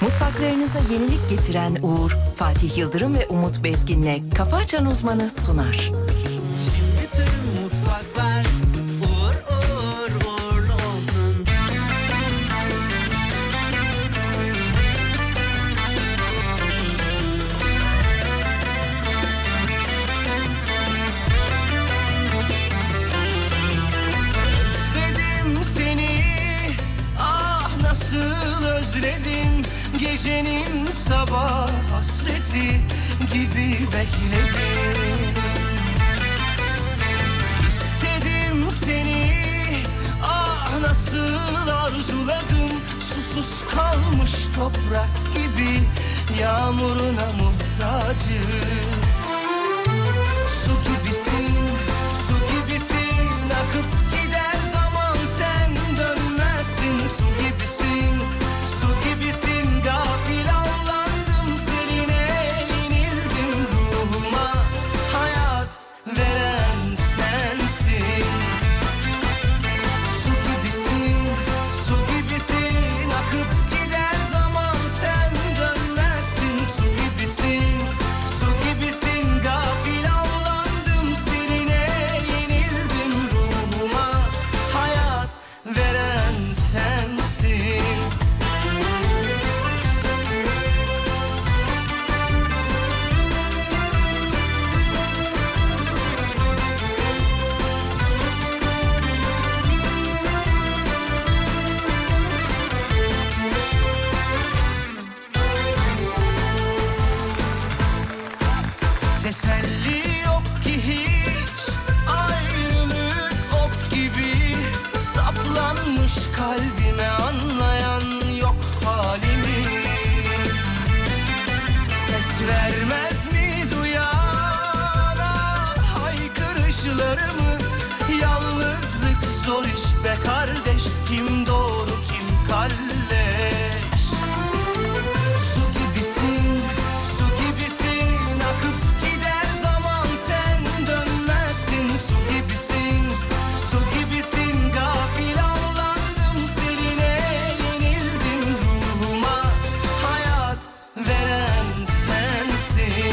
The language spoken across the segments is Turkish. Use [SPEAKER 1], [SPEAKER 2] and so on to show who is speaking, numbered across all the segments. [SPEAKER 1] Yaptıklarınıza yenilik getiren Uğur, Fatih Yıldırım ve Umut Bezgin'le Kafa Açan Uzmanı sunar.
[SPEAKER 2] Bütün mutfaklar uğur uğur uğurlu olsun. Özledim seni ah nasıl özledim Gecenin sabah hasreti gibi bekledim İstedim seni Ah nasıl arzuladım Susuz kalmış toprak gibi Yağmuruna muhtacım Su gibisin, su gibisin Akıp gider zaman sen dönmezsin Su gibisin, su gibisin Gafil avlandım seninle yenildim Ruhuma hayat veren sensin Su gibisin, su gibisin Akıp gider zaman sen dönmezsin Su gibisin, su gibisin Gafil avlandım seninle yenildim Ruhuma hayat veren sensin Teselli yok ki hiç Ayrılık ok gibi Saplanmış kalbime anlayan yok halimi Ses vermez mi duyana Haykırışlarımı Yalnızlık zor iş be kardeş Kim doğru kim kalleş Su gibisin, su gibisin Akıp gider zaman sen dönmezsin Su gibisin, su gibisin Gafil avlandım seninle yenildim Ruhuma hayat veren sensin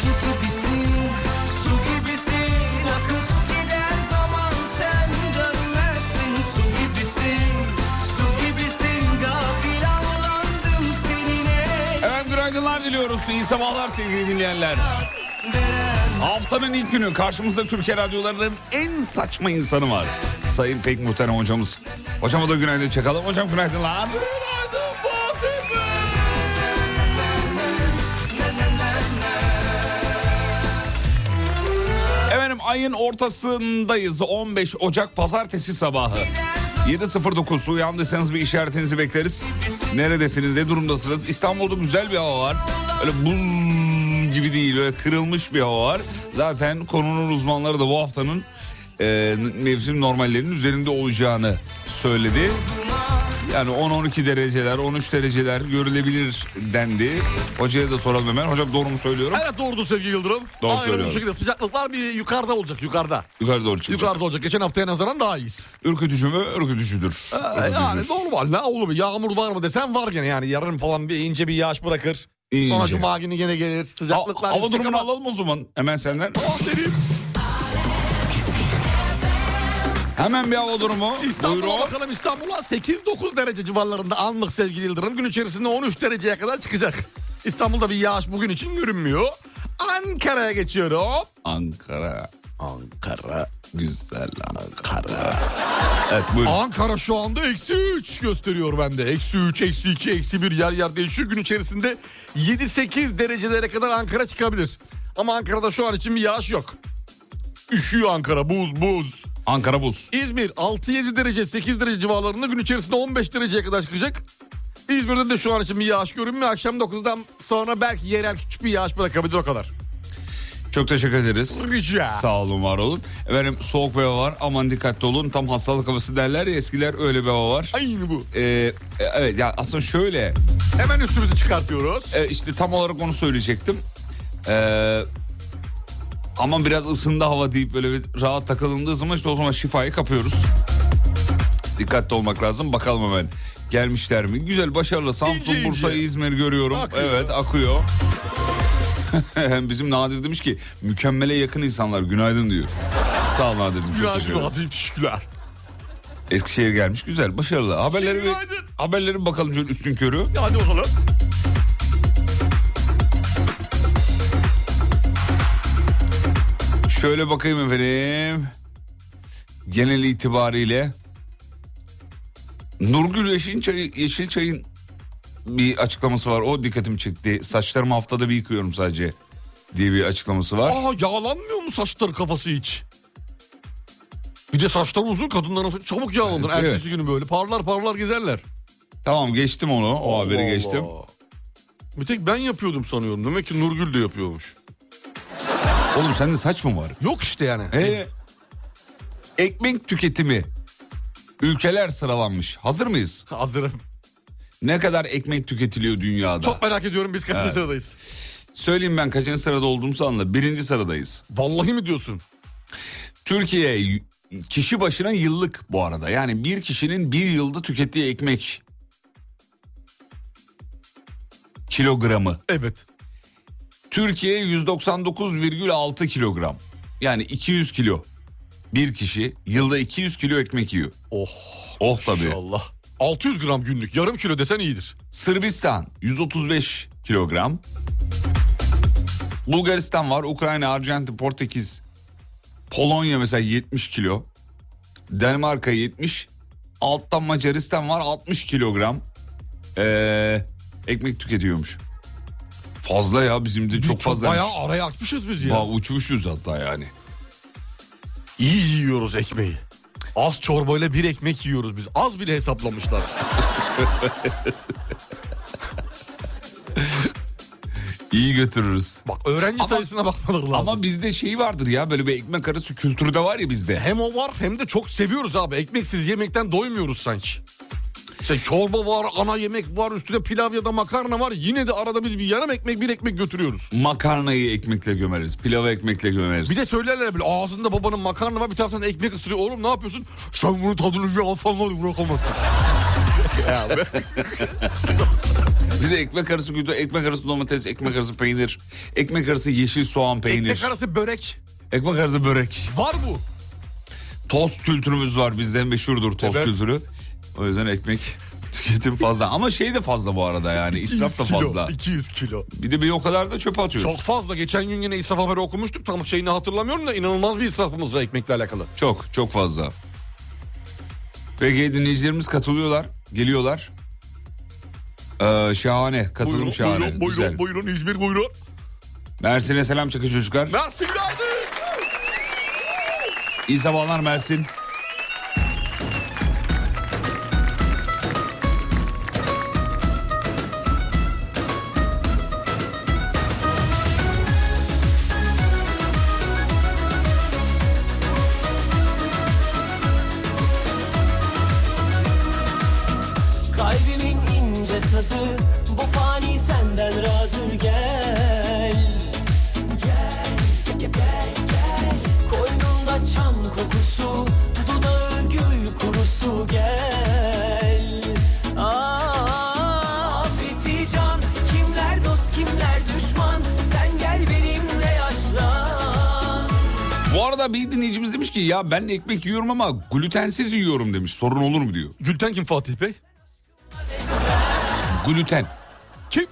[SPEAKER 2] Su gibisin, su gibisin Akıp gider zaman sen dönmezsin Su gibisin, su gibisin Gafil avlandım seninle
[SPEAKER 3] Efendim günaydınlar diliyoruz. İyi sabahlar sevgili dinleyenler. Haftanın ilk günü karşımızda Türkiye radyolarının en saçma insanı var. Sayın Pek Muhterem hocamız. Hocama da günaydın çakalım. Hocam günaydınlar. Efendim ayın ortasındayız. 15 Ocak pazartesi sabahı. 7.09 uyandıysanız bir işaretinizi bekleriz. Neredesiniz, ne durumdasınız? İstanbul'da güzel bir hava var. Öyle buz gibi değil, öyle kırılmış bir hava var. Zaten konunun uzmanları da bu haftanın e, mevsim normallerinin üzerinde olacağını söyledi. Yani 10-12 dereceler, 13 dereceler görülebilir dendi. Hocaya da soralım hemen. Hocam doğru mu söylüyorum?
[SPEAKER 4] Evet doğrudur sevgili Yıldırım.
[SPEAKER 3] Doğru
[SPEAKER 4] Aynen
[SPEAKER 3] söylüyorum.
[SPEAKER 4] bu şekilde sıcaklıklar bir yukarıda olacak yukarıda.
[SPEAKER 3] Yukarı doğru çıkacak.
[SPEAKER 4] Yukarıda olacak. Geçen haftaya nazaran daha iyiyiz.
[SPEAKER 3] Ürkütücü mü? Ürkütücüdür.
[SPEAKER 4] Ee, yani normal la oğlum yağmur var mı desen var gene yani yarın falan bir ince bir yağış bırakır.
[SPEAKER 3] İnce.
[SPEAKER 4] Sonra cuma günü gene gelir
[SPEAKER 3] Ha-
[SPEAKER 4] sıcaklıklar.
[SPEAKER 3] hava
[SPEAKER 4] yüksek
[SPEAKER 3] durumunu
[SPEAKER 4] ama-
[SPEAKER 3] alalım o zaman hemen senden.
[SPEAKER 4] Tamam dedim.
[SPEAKER 3] Hemen bir hava durumu.
[SPEAKER 4] İstanbul'a
[SPEAKER 3] Buyurun.
[SPEAKER 4] bakalım İstanbul'a 8-9 derece civarlarında anlık sevgili Yıldırım. Gün içerisinde 13 dereceye kadar çıkacak. İstanbul'da bir yağış bugün için görünmüyor. Ankara'ya geçiyorum.
[SPEAKER 3] Ankara.
[SPEAKER 4] Ankara.
[SPEAKER 3] Güzel Ankara. Evet buyurun.
[SPEAKER 4] Ankara şu anda eksi 3 gösteriyor bende. Eksi 3, eksi 2, eksi 1 yer yer değişiyor. Gün içerisinde 7-8 derecelere kadar Ankara çıkabilir. Ama Ankara'da şu an için bir yağış yok. Üşüyor Ankara buz buz.
[SPEAKER 3] Ankara buz.
[SPEAKER 4] İzmir 6-7 derece 8 derece civarlarında gün içerisinde 15 dereceye kadar çıkacak. İzmir'de de şu an için bir yağış görünmüyor. Akşam 9'dan sonra belki yerel küçük bir yağış bırakabilir o kadar.
[SPEAKER 3] Çok teşekkür ederiz.
[SPEAKER 4] Rica.
[SPEAKER 3] Sağ olun var olun. Efendim soğuk bir hava var aman dikkatli olun. Tam hastalık havası derler ya eskiler öyle bir hava var.
[SPEAKER 4] Aynı bu.
[SPEAKER 3] Ee, e, evet ya aslında şöyle
[SPEAKER 4] Hemen üstümüzü çıkartıyoruz.
[SPEAKER 3] e, işte tam olarak onu söyleyecektim. Ee, aman biraz ısındı hava deyip böyle bir rahat takılındığı zaman işte o zaman şifayı kapıyoruz. Dikkatli olmak lazım. Bakalım hemen. Gelmişler mi? Güzel başarılı. Samsun,
[SPEAKER 4] İnce
[SPEAKER 3] Bursa,
[SPEAKER 4] ince.
[SPEAKER 3] İzmir görüyorum.
[SPEAKER 4] Akıyor.
[SPEAKER 3] Evet akıyor. Hem bizim Nadir demiş ki mükemmele yakın insanlar günaydın diyor. Sağ ol Nadir'cim çok teşekkür
[SPEAKER 4] Günaydın
[SPEAKER 3] ederim.
[SPEAKER 4] Nazım teşekkürler.
[SPEAKER 3] Eskişehir gelmiş güzel başarılı. Haberleri bir,
[SPEAKER 4] Günaydın.
[SPEAKER 3] haberleri bir bakalım şöyle üstün körü.
[SPEAKER 4] Hadi bakalım.
[SPEAKER 3] Şöyle bakayım efendim. Genel itibariyle Nurgül Yeşilçay, Yeşilçay'ın bir açıklaması var. O dikkatimi çekti. Saçlarımı haftada bir yıkıyorum sadece diye bir açıklaması var.
[SPEAKER 4] Aa yağlanmıyor mu saçları kafası hiç? Bir de saçları uzun kadınların çabuk yağlanır.
[SPEAKER 3] Evet.
[SPEAKER 4] Ertesi günü böyle parlar parlar gezerler.
[SPEAKER 3] Tamam geçtim onu. O haberi
[SPEAKER 4] Allah
[SPEAKER 3] geçtim.
[SPEAKER 4] Allah. Bir tek ben yapıyordum sanıyorum. Demek ki Nurgül de yapıyormuş.
[SPEAKER 3] Oğlum sende saç mı var?
[SPEAKER 4] Yok işte yani.
[SPEAKER 3] Ee, ekmek tüketimi ülkeler sıralanmış. Hazır mıyız?
[SPEAKER 4] Hazırım.
[SPEAKER 3] Ne kadar ekmek tüketiliyor dünyada?
[SPEAKER 4] Çok merak ediyorum biz kaçıncı sıradayız.
[SPEAKER 3] Söyleyeyim ben kaçıncı sırada olduğumuzu anla. Birinci sıradayız.
[SPEAKER 4] Vallahi mi diyorsun?
[SPEAKER 3] Türkiye y- kişi başına yıllık bu arada. Yani bir kişinin bir yılda tükettiği ekmek kilogramı.
[SPEAKER 4] Evet.
[SPEAKER 3] Türkiye 199,6 kilogram. Yani 200 kilo. Bir kişi yılda 200 kilo ekmek yiyor.
[SPEAKER 4] Oh
[SPEAKER 3] Oh tabii.
[SPEAKER 4] inşallah. 600 gram günlük yarım kilo desen iyidir.
[SPEAKER 3] Sırbistan 135 kilogram. Bulgaristan var, Ukrayna, Arjantin, Portekiz, Polonya mesela 70 kilo. Danimarka 70. Alttan Macaristan var 60 kilogram. Ee, ekmek tüketiyormuş. Fazla ya bizim de çok
[SPEAKER 4] Çok
[SPEAKER 3] fazla.
[SPEAKER 4] Bayağı araya atmışız biz ya.
[SPEAKER 3] uçmuşuz hatta yani.
[SPEAKER 4] İyi yiyoruz ekmeği. Az çorbayla bir ekmek yiyoruz biz. Az bile hesaplamışlar.
[SPEAKER 3] İyi götürürüz.
[SPEAKER 4] Bak öğrenci sayısına bakmaları lazım.
[SPEAKER 3] Ama bizde şey vardır ya böyle bir ekmek arası kültürü de var ya bizde.
[SPEAKER 4] Hem o var hem de çok seviyoruz abi. Ekmeksiz yemekten doymuyoruz sanki. İşte çorba var, ana yemek var, üstüne pilav ya da makarna var. Yine de arada biz bir yarım ekmek, bir ekmek götürüyoruz.
[SPEAKER 3] Makarnayı ekmekle gömeriz, pilavı ekmekle gömeriz.
[SPEAKER 4] Bir de söylerler böyle ağzında babanın makarna var bir taraftan ekmek ısırıyor. Oğlum ne yapıyorsun? Sen bunun tadını bir alsan var ya, bırakamazsın.
[SPEAKER 3] Bir de ekmek arası güdü, ekmek arası domates, ekmek arası peynir, ekmek arası yeşil soğan peynir,
[SPEAKER 4] Ekmek
[SPEAKER 3] ekmek,
[SPEAKER 4] arası börek
[SPEAKER 3] arası börek.
[SPEAKER 4] var bu.
[SPEAKER 3] Tost kültürümüz var bizden meşhurdur tost
[SPEAKER 4] Evet.
[SPEAKER 3] kültürü. O yüzden ekmek tüketim fazla ama şey de fazla bu arada yani israf da
[SPEAKER 4] 200 kilo,
[SPEAKER 3] fazla.
[SPEAKER 4] 200 kilo.
[SPEAKER 3] Bir de bir o kadar da çöpe atıyoruz.
[SPEAKER 4] Çok
[SPEAKER 3] Çok.
[SPEAKER 4] fazla. Geçen gün yine israf haberi okumuştuk. Tam şeyini hatırlamıyorum da inanılmaz bir israfımız var ekmekle alakalı.
[SPEAKER 3] Çok, çok fazla. Peki dinleyicilerimiz katılıyorlar, geliyorlar. Ee, şahane, katılım
[SPEAKER 4] Buyurun,
[SPEAKER 3] şahane.
[SPEAKER 4] buyurun, buyurun,
[SPEAKER 3] Güzel.
[SPEAKER 4] buyurun, İzmir buyurun.
[SPEAKER 3] Mersin'e selam çakın çocuklar.
[SPEAKER 4] Mersin geldik.
[SPEAKER 3] İyi sabahlar Mersin.
[SPEAKER 5] Kalbimin ince sazı Bu fani senden razı gel Gel, gel, gel, gel Koynumda çam kokusu Dudağı gül kurusu gel Ah, Afeti can Kimler dost kimler düşman Sen gel benimle yaşlan
[SPEAKER 3] Bu arada bir dinleyicimiz demiş ki ya ben ekmek yiyorum ama glutensiz yiyorum demiş. Sorun olur mu diyor.
[SPEAKER 4] Gülten kim Fatih Bey?
[SPEAKER 3] Gluten.
[SPEAKER 4] Kim?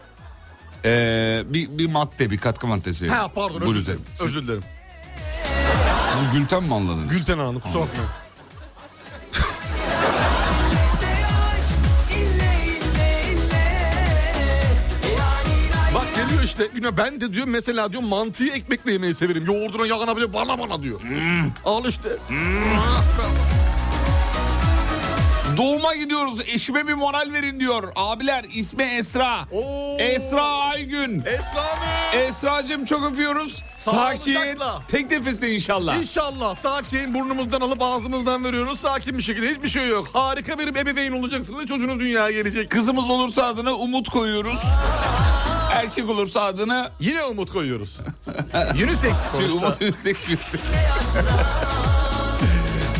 [SPEAKER 3] Ee, bir, bir madde, bir katkı maddesi.
[SPEAKER 4] Ha pardon özür dilerim. Özür dilerim.
[SPEAKER 3] Siz gluten mi anladınız?
[SPEAKER 4] Gülten Hanım kusura bakmayın. Bak geliyor işte yine ben de diyor mesela diyor mantıyı ekmekle yemeyi severim. Yoğurduna yağına bile bana bana diyor. Al işte.
[SPEAKER 3] Doğuma gidiyoruz. Eşime bir moral verin diyor. Abiler ismi Esra.
[SPEAKER 4] Oo.
[SPEAKER 3] Esra Aygün.
[SPEAKER 4] Esra Hanım.
[SPEAKER 3] Esra'cığım çok öpüyoruz.
[SPEAKER 4] Sağ
[SPEAKER 3] Sakin.
[SPEAKER 4] olacakla.
[SPEAKER 3] Tek nefeste inşallah.
[SPEAKER 4] İnşallah sakin burnumuzdan alıp ağzımızdan veriyoruz. Sakin bir şekilde hiçbir şey yok. Harika bir ebeveyn olacaksınız. Çocuğunuz dünyaya gelecek.
[SPEAKER 3] Kızımız olursa adını Umut koyuyoruz. Erkek olursa adını
[SPEAKER 4] Yine umut koyuyoruz. Unisex
[SPEAKER 3] Şey,
[SPEAKER 4] sonuçta.
[SPEAKER 3] Umut Yüksek Gülsün.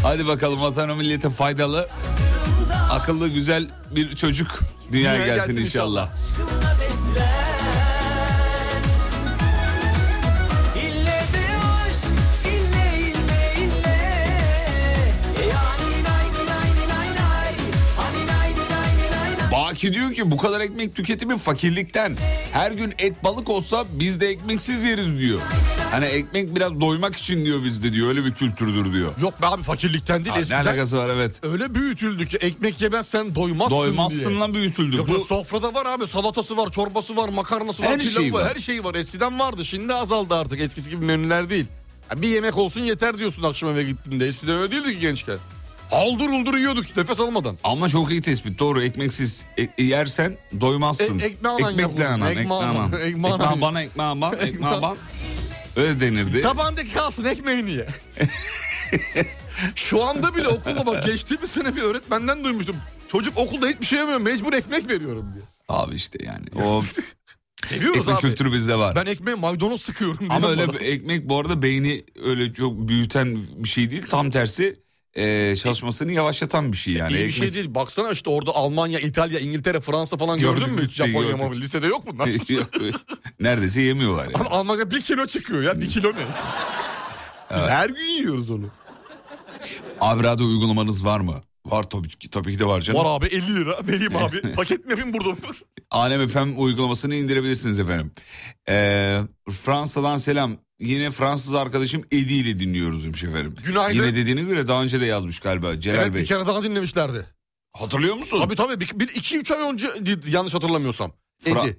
[SPEAKER 3] Hadi bakalım vatan ve millete faydalı.
[SPEAKER 5] Aklımda
[SPEAKER 3] Akıllı güzel bir çocuk dünyaya,
[SPEAKER 4] Dünyaya
[SPEAKER 3] gelsin,
[SPEAKER 4] gelsin
[SPEAKER 3] inşallah.
[SPEAKER 6] aşkımla beslen İlle de aşk, ille ille ille Yani nay nay nay nay Hani nay nay nay nay
[SPEAKER 3] Baki diyor ki bu kadar ekmek tüketimi fakirlikten. Her gün et balık olsa biz de ekmeksiz yeriz diyor. Hani ekmek biraz doymak için diyor bizde diyor. Öyle bir kültürdür diyor.
[SPEAKER 4] Yok be abi fakirlikten değil
[SPEAKER 3] Ha, ne
[SPEAKER 4] eskiden.
[SPEAKER 3] alakası var evet.
[SPEAKER 4] Öyle büyütüldü ki ekmek yemezsen doymazsın, diye.
[SPEAKER 3] Doymazsın lan büyütüldük.
[SPEAKER 4] Yok
[SPEAKER 3] Bu-
[SPEAKER 4] ya sofrada var abi salatası var, çorbası var, makarnası var,
[SPEAKER 3] Her
[SPEAKER 4] pilavı
[SPEAKER 3] şey
[SPEAKER 4] var.
[SPEAKER 3] var.
[SPEAKER 4] Her şey var. Eskiden vardı şimdi azaldı artık. Eskisi gibi menüler değil. Ya bir yemek olsun yeter diyorsun akşam eve gittiğinde. Eskiden öyle değildi ki gençken. Aldır uldur yiyorduk nefes almadan.
[SPEAKER 3] Ama çok iyi tespit doğru ekmeksiz e- yersen doymazsın.
[SPEAKER 4] E- ekmeğe anan
[SPEAKER 3] Ekmekle
[SPEAKER 4] yavrum,
[SPEAKER 3] anan,
[SPEAKER 4] ekmeğe
[SPEAKER 3] ekmeğe
[SPEAKER 4] anan,
[SPEAKER 3] anan.
[SPEAKER 4] ekmeğe
[SPEAKER 3] Ekmeğe
[SPEAKER 4] anan.
[SPEAKER 3] bana, ekmeğe ban, ekmeğe
[SPEAKER 4] Ekmeğe-
[SPEAKER 3] ban. Öyle denirdi.
[SPEAKER 4] Tabağındaki kalsın ekmeğini ye. Şu anda bile okulda bak geçtiğimiz sene bir öğretmenden duymuştum. Çocuk okulda hiçbir şey yemiyor mecbur ekmek veriyorum diye.
[SPEAKER 3] Abi işte yani o
[SPEAKER 4] Seviyoruz
[SPEAKER 3] ekmek
[SPEAKER 4] abi.
[SPEAKER 3] kültürü bizde var.
[SPEAKER 4] Ben ekmeğe maydanoz sıkıyorum. diyen
[SPEAKER 3] Ama öyle
[SPEAKER 4] bana.
[SPEAKER 3] bir ekmek bu arada beyni öyle çok büyüten bir şey değil. Tam tersi e, çalışmasını yavaşlatan bir şey yani.
[SPEAKER 4] İyi bir
[SPEAKER 3] Ekmek-
[SPEAKER 4] şey değil. Baksana işte orada Almanya, İtalya, İngiltere, Fransa falan gördün
[SPEAKER 3] Gördük
[SPEAKER 4] mü? hiç?
[SPEAKER 3] listeyi,
[SPEAKER 4] Japonya
[SPEAKER 3] gördük.
[SPEAKER 4] Japonya listede yok bunlar.
[SPEAKER 3] Neredeyse yemiyorlar yani.
[SPEAKER 4] Lan Almanya bir kilo çıkıyor ya. Bir kilo ne? Biz her gün yiyoruz onu.
[SPEAKER 3] Abi radyo uygulamanız var mı? Var tabii ki, tabii ki de var canım.
[SPEAKER 4] Var abi 50 lira vereyim abi. Paket mi yapayım burada?
[SPEAKER 3] Alem FM uygulamasını indirebilirsiniz efendim. Ee, Fransa'dan selam. Yine Fransız arkadaşım Edi ile dinliyoruz demiş efendim.
[SPEAKER 4] Günaydın.
[SPEAKER 3] Yine dediğine göre daha önce de yazmış galiba Celal
[SPEAKER 4] evet
[SPEAKER 3] Bey.
[SPEAKER 4] bir kere daha dinlemişlerdi.
[SPEAKER 3] Hatırlıyor musun?
[SPEAKER 4] Tabii tabii. Bir, bir iki üç ay önce yanlış hatırlamıyorsam.
[SPEAKER 3] Fra-
[SPEAKER 4] Edi.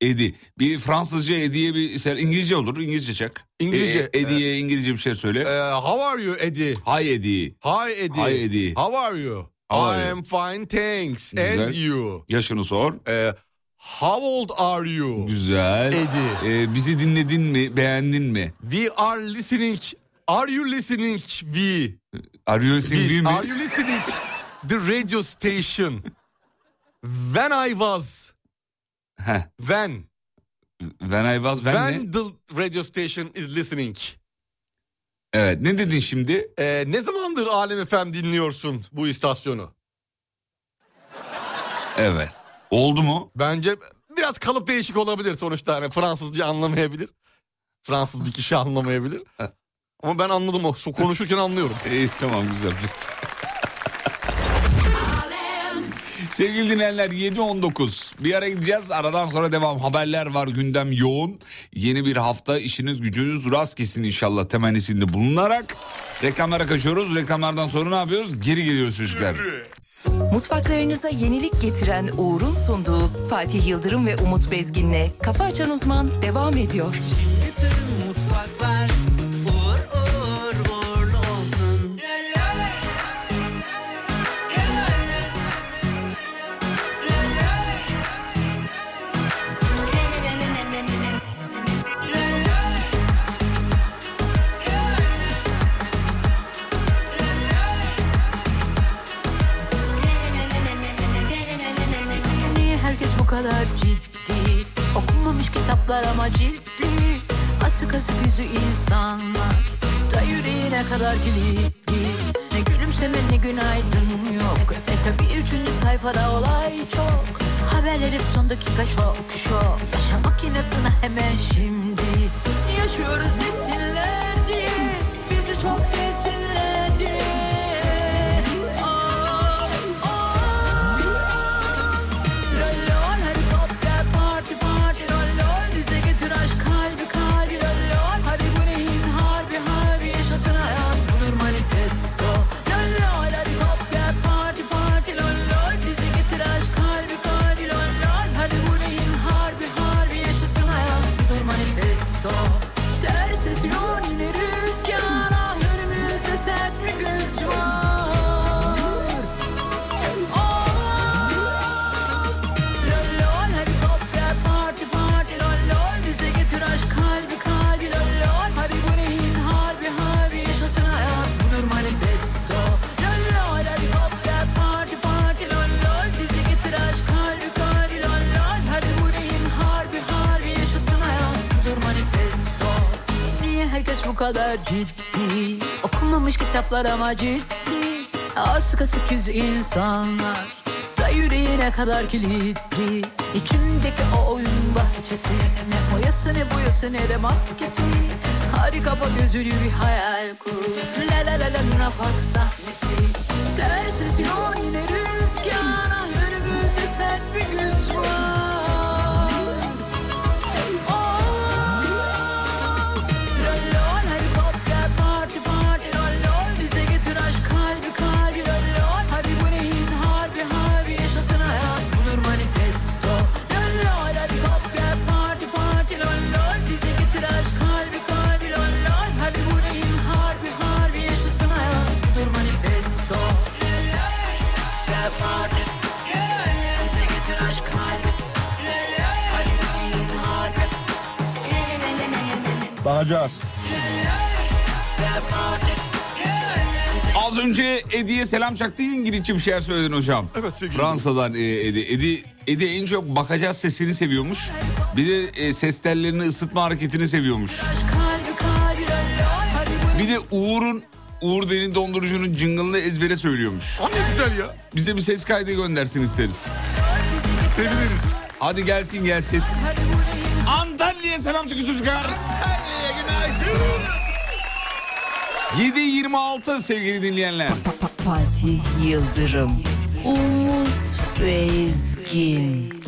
[SPEAKER 3] Edi. Bir Fransızca Edi'ye bir şey, İngilizce olur. İngilizce çak.
[SPEAKER 4] İngilizce,
[SPEAKER 3] E, Edi'ye İngilizce bir şey söyle.
[SPEAKER 4] Ee, how are you Edi?
[SPEAKER 3] Hi Edi.
[SPEAKER 4] Hi Edi.
[SPEAKER 3] Hi Edi.
[SPEAKER 4] How are you?
[SPEAKER 3] How are
[SPEAKER 4] I
[SPEAKER 3] you?
[SPEAKER 4] am fine thanks.
[SPEAKER 3] Güzel.
[SPEAKER 4] And you?
[SPEAKER 3] Yaşını sor.
[SPEAKER 4] Ee, how old are you?
[SPEAKER 3] Güzel.
[SPEAKER 4] Edi.
[SPEAKER 3] Ee, bizi dinledin mi? Beğendin mi?
[SPEAKER 4] We are listening. Are you listening? We.
[SPEAKER 3] Are you listening
[SPEAKER 4] Biz.
[SPEAKER 3] mi?
[SPEAKER 4] Are you listening? The radio station. When I was.
[SPEAKER 3] Heh.
[SPEAKER 4] When.
[SPEAKER 3] When I was when, ne?
[SPEAKER 4] when the radio station is listening.
[SPEAKER 3] Evet. Ne dedin şimdi?
[SPEAKER 4] Ee, ne zamandır Alem FM dinliyorsun bu istasyonu?
[SPEAKER 3] Evet. Oldu mu?
[SPEAKER 4] Bence biraz kalıp değişik olabilir sonuçta. Hani Fransızca anlamayabilir. Fransız bir kişi anlamayabilir. Ama ben anladım o. Su- Konuşurken anlıyorum.
[SPEAKER 3] İyi tamam güzel. Sevgili dinleyenler 7.19 bir ara gideceğiz aradan sonra devam haberler var gündem yoğun yeni bir hafta işiniz gücünüz rast gitsin inşallah temennisinde bulunarak reklamlara kaçıyoruz reklamlardan sonra ne yapıyoruz geri geliyoruz çocuklar.
[SPEAKER 1] Mutfaklarınıza yenilik getiren Uğur'un sunduğu Fatih Yıldırım ve Umut Bezgin'le Kafa Açan Uzman devam ediyor.
[SPEAKER 6] Tüm mutfaklar uğur uğur uğurlu olsun.
[SPEAKER 5] Niye herkes bu kadar ciddi Okunmamış kitaplar ama ciddi Asık asık yüzü insanlar Da yüreğine kadar kilitli Ne gülümseme ne günaydın yok E tabi üçüncü sayfada olay çok Haberler hep son dakika şok şok Yaşamak inatına hemen şimdi Yaşıyoruz desinler diye Bizi çok sevsinler diye Ah, ah. Rollon hadi topla parti parti rollon Bize getir aşk kalbi kalbi rollon Hadi bu neyin harbi harbi yaşasın hayat budur manifesto Rollon hadi topla parti parti rollon Bize getir aşk kalbi kalbi rollon Hadi bu neyin harbi harbi yaşasın hayat budur manifesto Ters esiyor yine rüzgar Ah önümüzde sert bir güç var Oh, Of! Lol lol hadi topla parti parti lol lol Bize getir aşk kalbi kalbi lol lol Hadi bu neyin harbi harbi yaşasın hayat budur manifesto Lol lol hadi topla parti parti lol lol Bize getir aşk kalbi kalbi lol lol Hadi bu neyin harbi harbi yaşasın hayat budur manifesto Niye herkes bu kadar ciddi Okunmamış kitaplar ama ciddi
[SPEAKER 7] Asık asık yüz insanlar Da yüreğine kadar kilitli İçimdeki o oyun bahçesi Ne boyası ne boyası ne de maskesi Harika bu gözülü bir hayal kur La la la la Luna Park sahnesi Dersiz yol yine rüzgara Önümüzde sert bir güz var Oh, Rollon hadi poplar parti parti rollon Bize getir aşk kalbi kalbi rollon Hadi bu neyin harbi harbi yaşasın hayat Bulur manifesto Rollon hadi poplar parti parti rollon Bize getir aşk kalbi kalbi rollon Hadi bu neyin harbi harbi yaşasın hayat Bulur manifesto Poplar parti Bize getir aşk kalbi Hadi bu neyin harbi
[SPEAKER 4] Bakacağız.
[SPEAKER 3] Az önce Edi'ye selam çaktın İngilizce bir şeyler söyledin hocam.
[SPEAKER 4] Evet, sevgili
[SPEAKER 3] Fransa'dan e, Edi. Edi. Edi en çok bakacağız sesini seviyormuş. Bir de e, ses tellerini ısıtma hareketini seviyormuş.
[SPEAKER 7] Kalbi kalbi rollon Hadi bu
[SPEAKER 3] Bir de Uğur'un Uğur Derin Dondurucu'nun jingle'ını ezbere söylüyormuş.
[SPEAKER 4] O ne güzel ya.
[SPEAKER 3] Bize bir ses kaydı göndersin isteriz.
[SPEAKER 4] Seviniriz.
[SPEAKER 3] Hadi gelsin gelsin. Antalya'ya selam çıkın çocuklar. 7.26 sevgili dinleyenler.
[SPEAKER 1] Fatih Yıldırım, Umut Bezgin,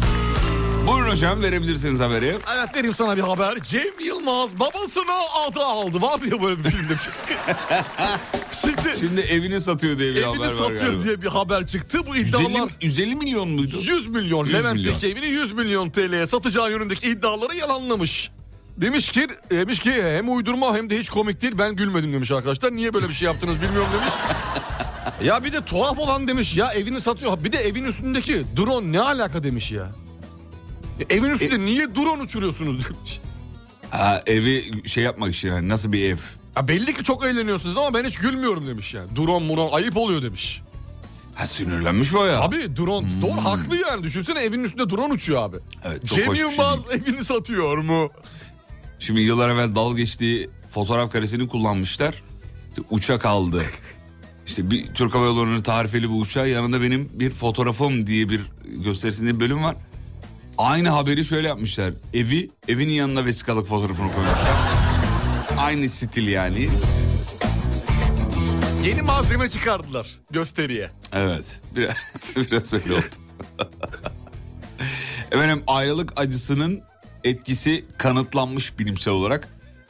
[SPEAKER 3] Buyurun hocam verebilirsiniz haberi.
[SPEAKER 4] Evet vereyim sana bir haber. Cem Yılmaz babasını adı aldı. Var ya böyle bir filmde. bir şey. Şimdi,
[SPEAKER 3] Şimdi evini satıyor diye bir haber
[SPEAKER 4] evini
[SPEAKER 3] var galiba.
[SPEAKER 4] satıyor diye bir haber çıktı. Bu
[SPEAKER 3] 150,
[SPEAKER 4] iddialar
[SPEAKER 3] 150 milyon muydu?
[SPEAKER 4] 100 milyon.
[SPEAKER 3] 100
[SPEAKER 4] Levent'teki evini 100 milyon TL'ye satacağı yönündeki iddiaları yalanlamış. Demiş ki, demiş ki hem uydurma hem de hiç komik değil. Ben gülmedim demiş arkadaşlar. Niye böyle bir şey yaptınız bilmiyorum demiş. ya bir de tuhaf olan demiş ya evini satıyor. Bir de evin üstündeki drone ne alaka demiş ya. Ya Evin üstünde
[SPEAKER 3] E-
[SPEAKER 4] niye drone uçuruyorsunuz demiş.
[SPEAKER 3] Ha, evi şey yapmak için hani nasıl bir ev?
[SPEAKER 4] Ya belli ki çok eğleniyorsunuz ama ben hiç gülmüyorum demiş yani. Drone muron ayıp oluyor demiş.
[SPEAKER 3] Ha sinirlenmiş bayağı.
[SPEAKER 4] Abi drone doğru haklı yani düşünsene evin üstünde drone uçuyor abi.
[SPEAKER 3] Hmm. Evet, çok
[SPEAKER 4] Cem
[SPEAKER 3] hoş bir şey
[SPEAKER 4] Yılmaz
[SPEAKER 3] değil.
[SPEAKER 4] evini satıyor mu?
[SPEAKER 3] Şimdi yıllar evvel dal geçtiği fotoğraf karesini kullanmışlar. İşte uçak aldı. İşte bir Türk Hava Yolları'nın tarifeli bir uçağı yanında benim bir fotoğrafım diye bir gösterisinde bir bölüm var. Aynı haberi şöyle yapmışlar. Evi, evinin yanına vesikalık fotoğrafını koymuşlar. Aynı stil yani.
[SPEAKER 4] Yeni malzeme çıkardılar gösteriye.
[SPEAKER 3] Evet. Biraz, biraz öyle oldu. Efendim ayrılık acısının etkisi kanıtlanmış bilimsel olarak.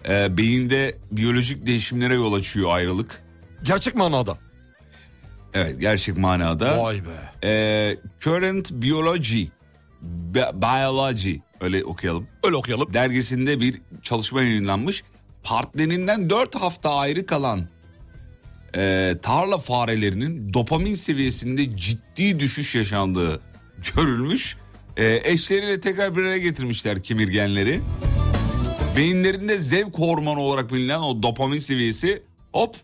[SPEAKER 3] Ee, beyinde biyolojik değişimlere yol açıyor ayrılık.
[SPEAKER 4] Gerçek manada.
[SPEAKER 3] Evet gerçek manada.
[SPEAKER 4] Vay be.
[SPEAKER 3] Ee, current Biology, Bi- Biology öyle okuyalım.
[SPEAKER 4] Öyle okuyalım.
[SPEAKER 3] Dergisinde bir çalışma yayınlanmış. Partnerinden 4 hafta ayrı kalan e, tarla farelerinin dopamin seviyesinde ciddi düşüş yaşandığı görülmüş. E, eşleriyle tekrar bir araya getirmişler kemirgenleri. Beyinlerinde zevk hormonu olarak bilinen o dopamin seviyesi hop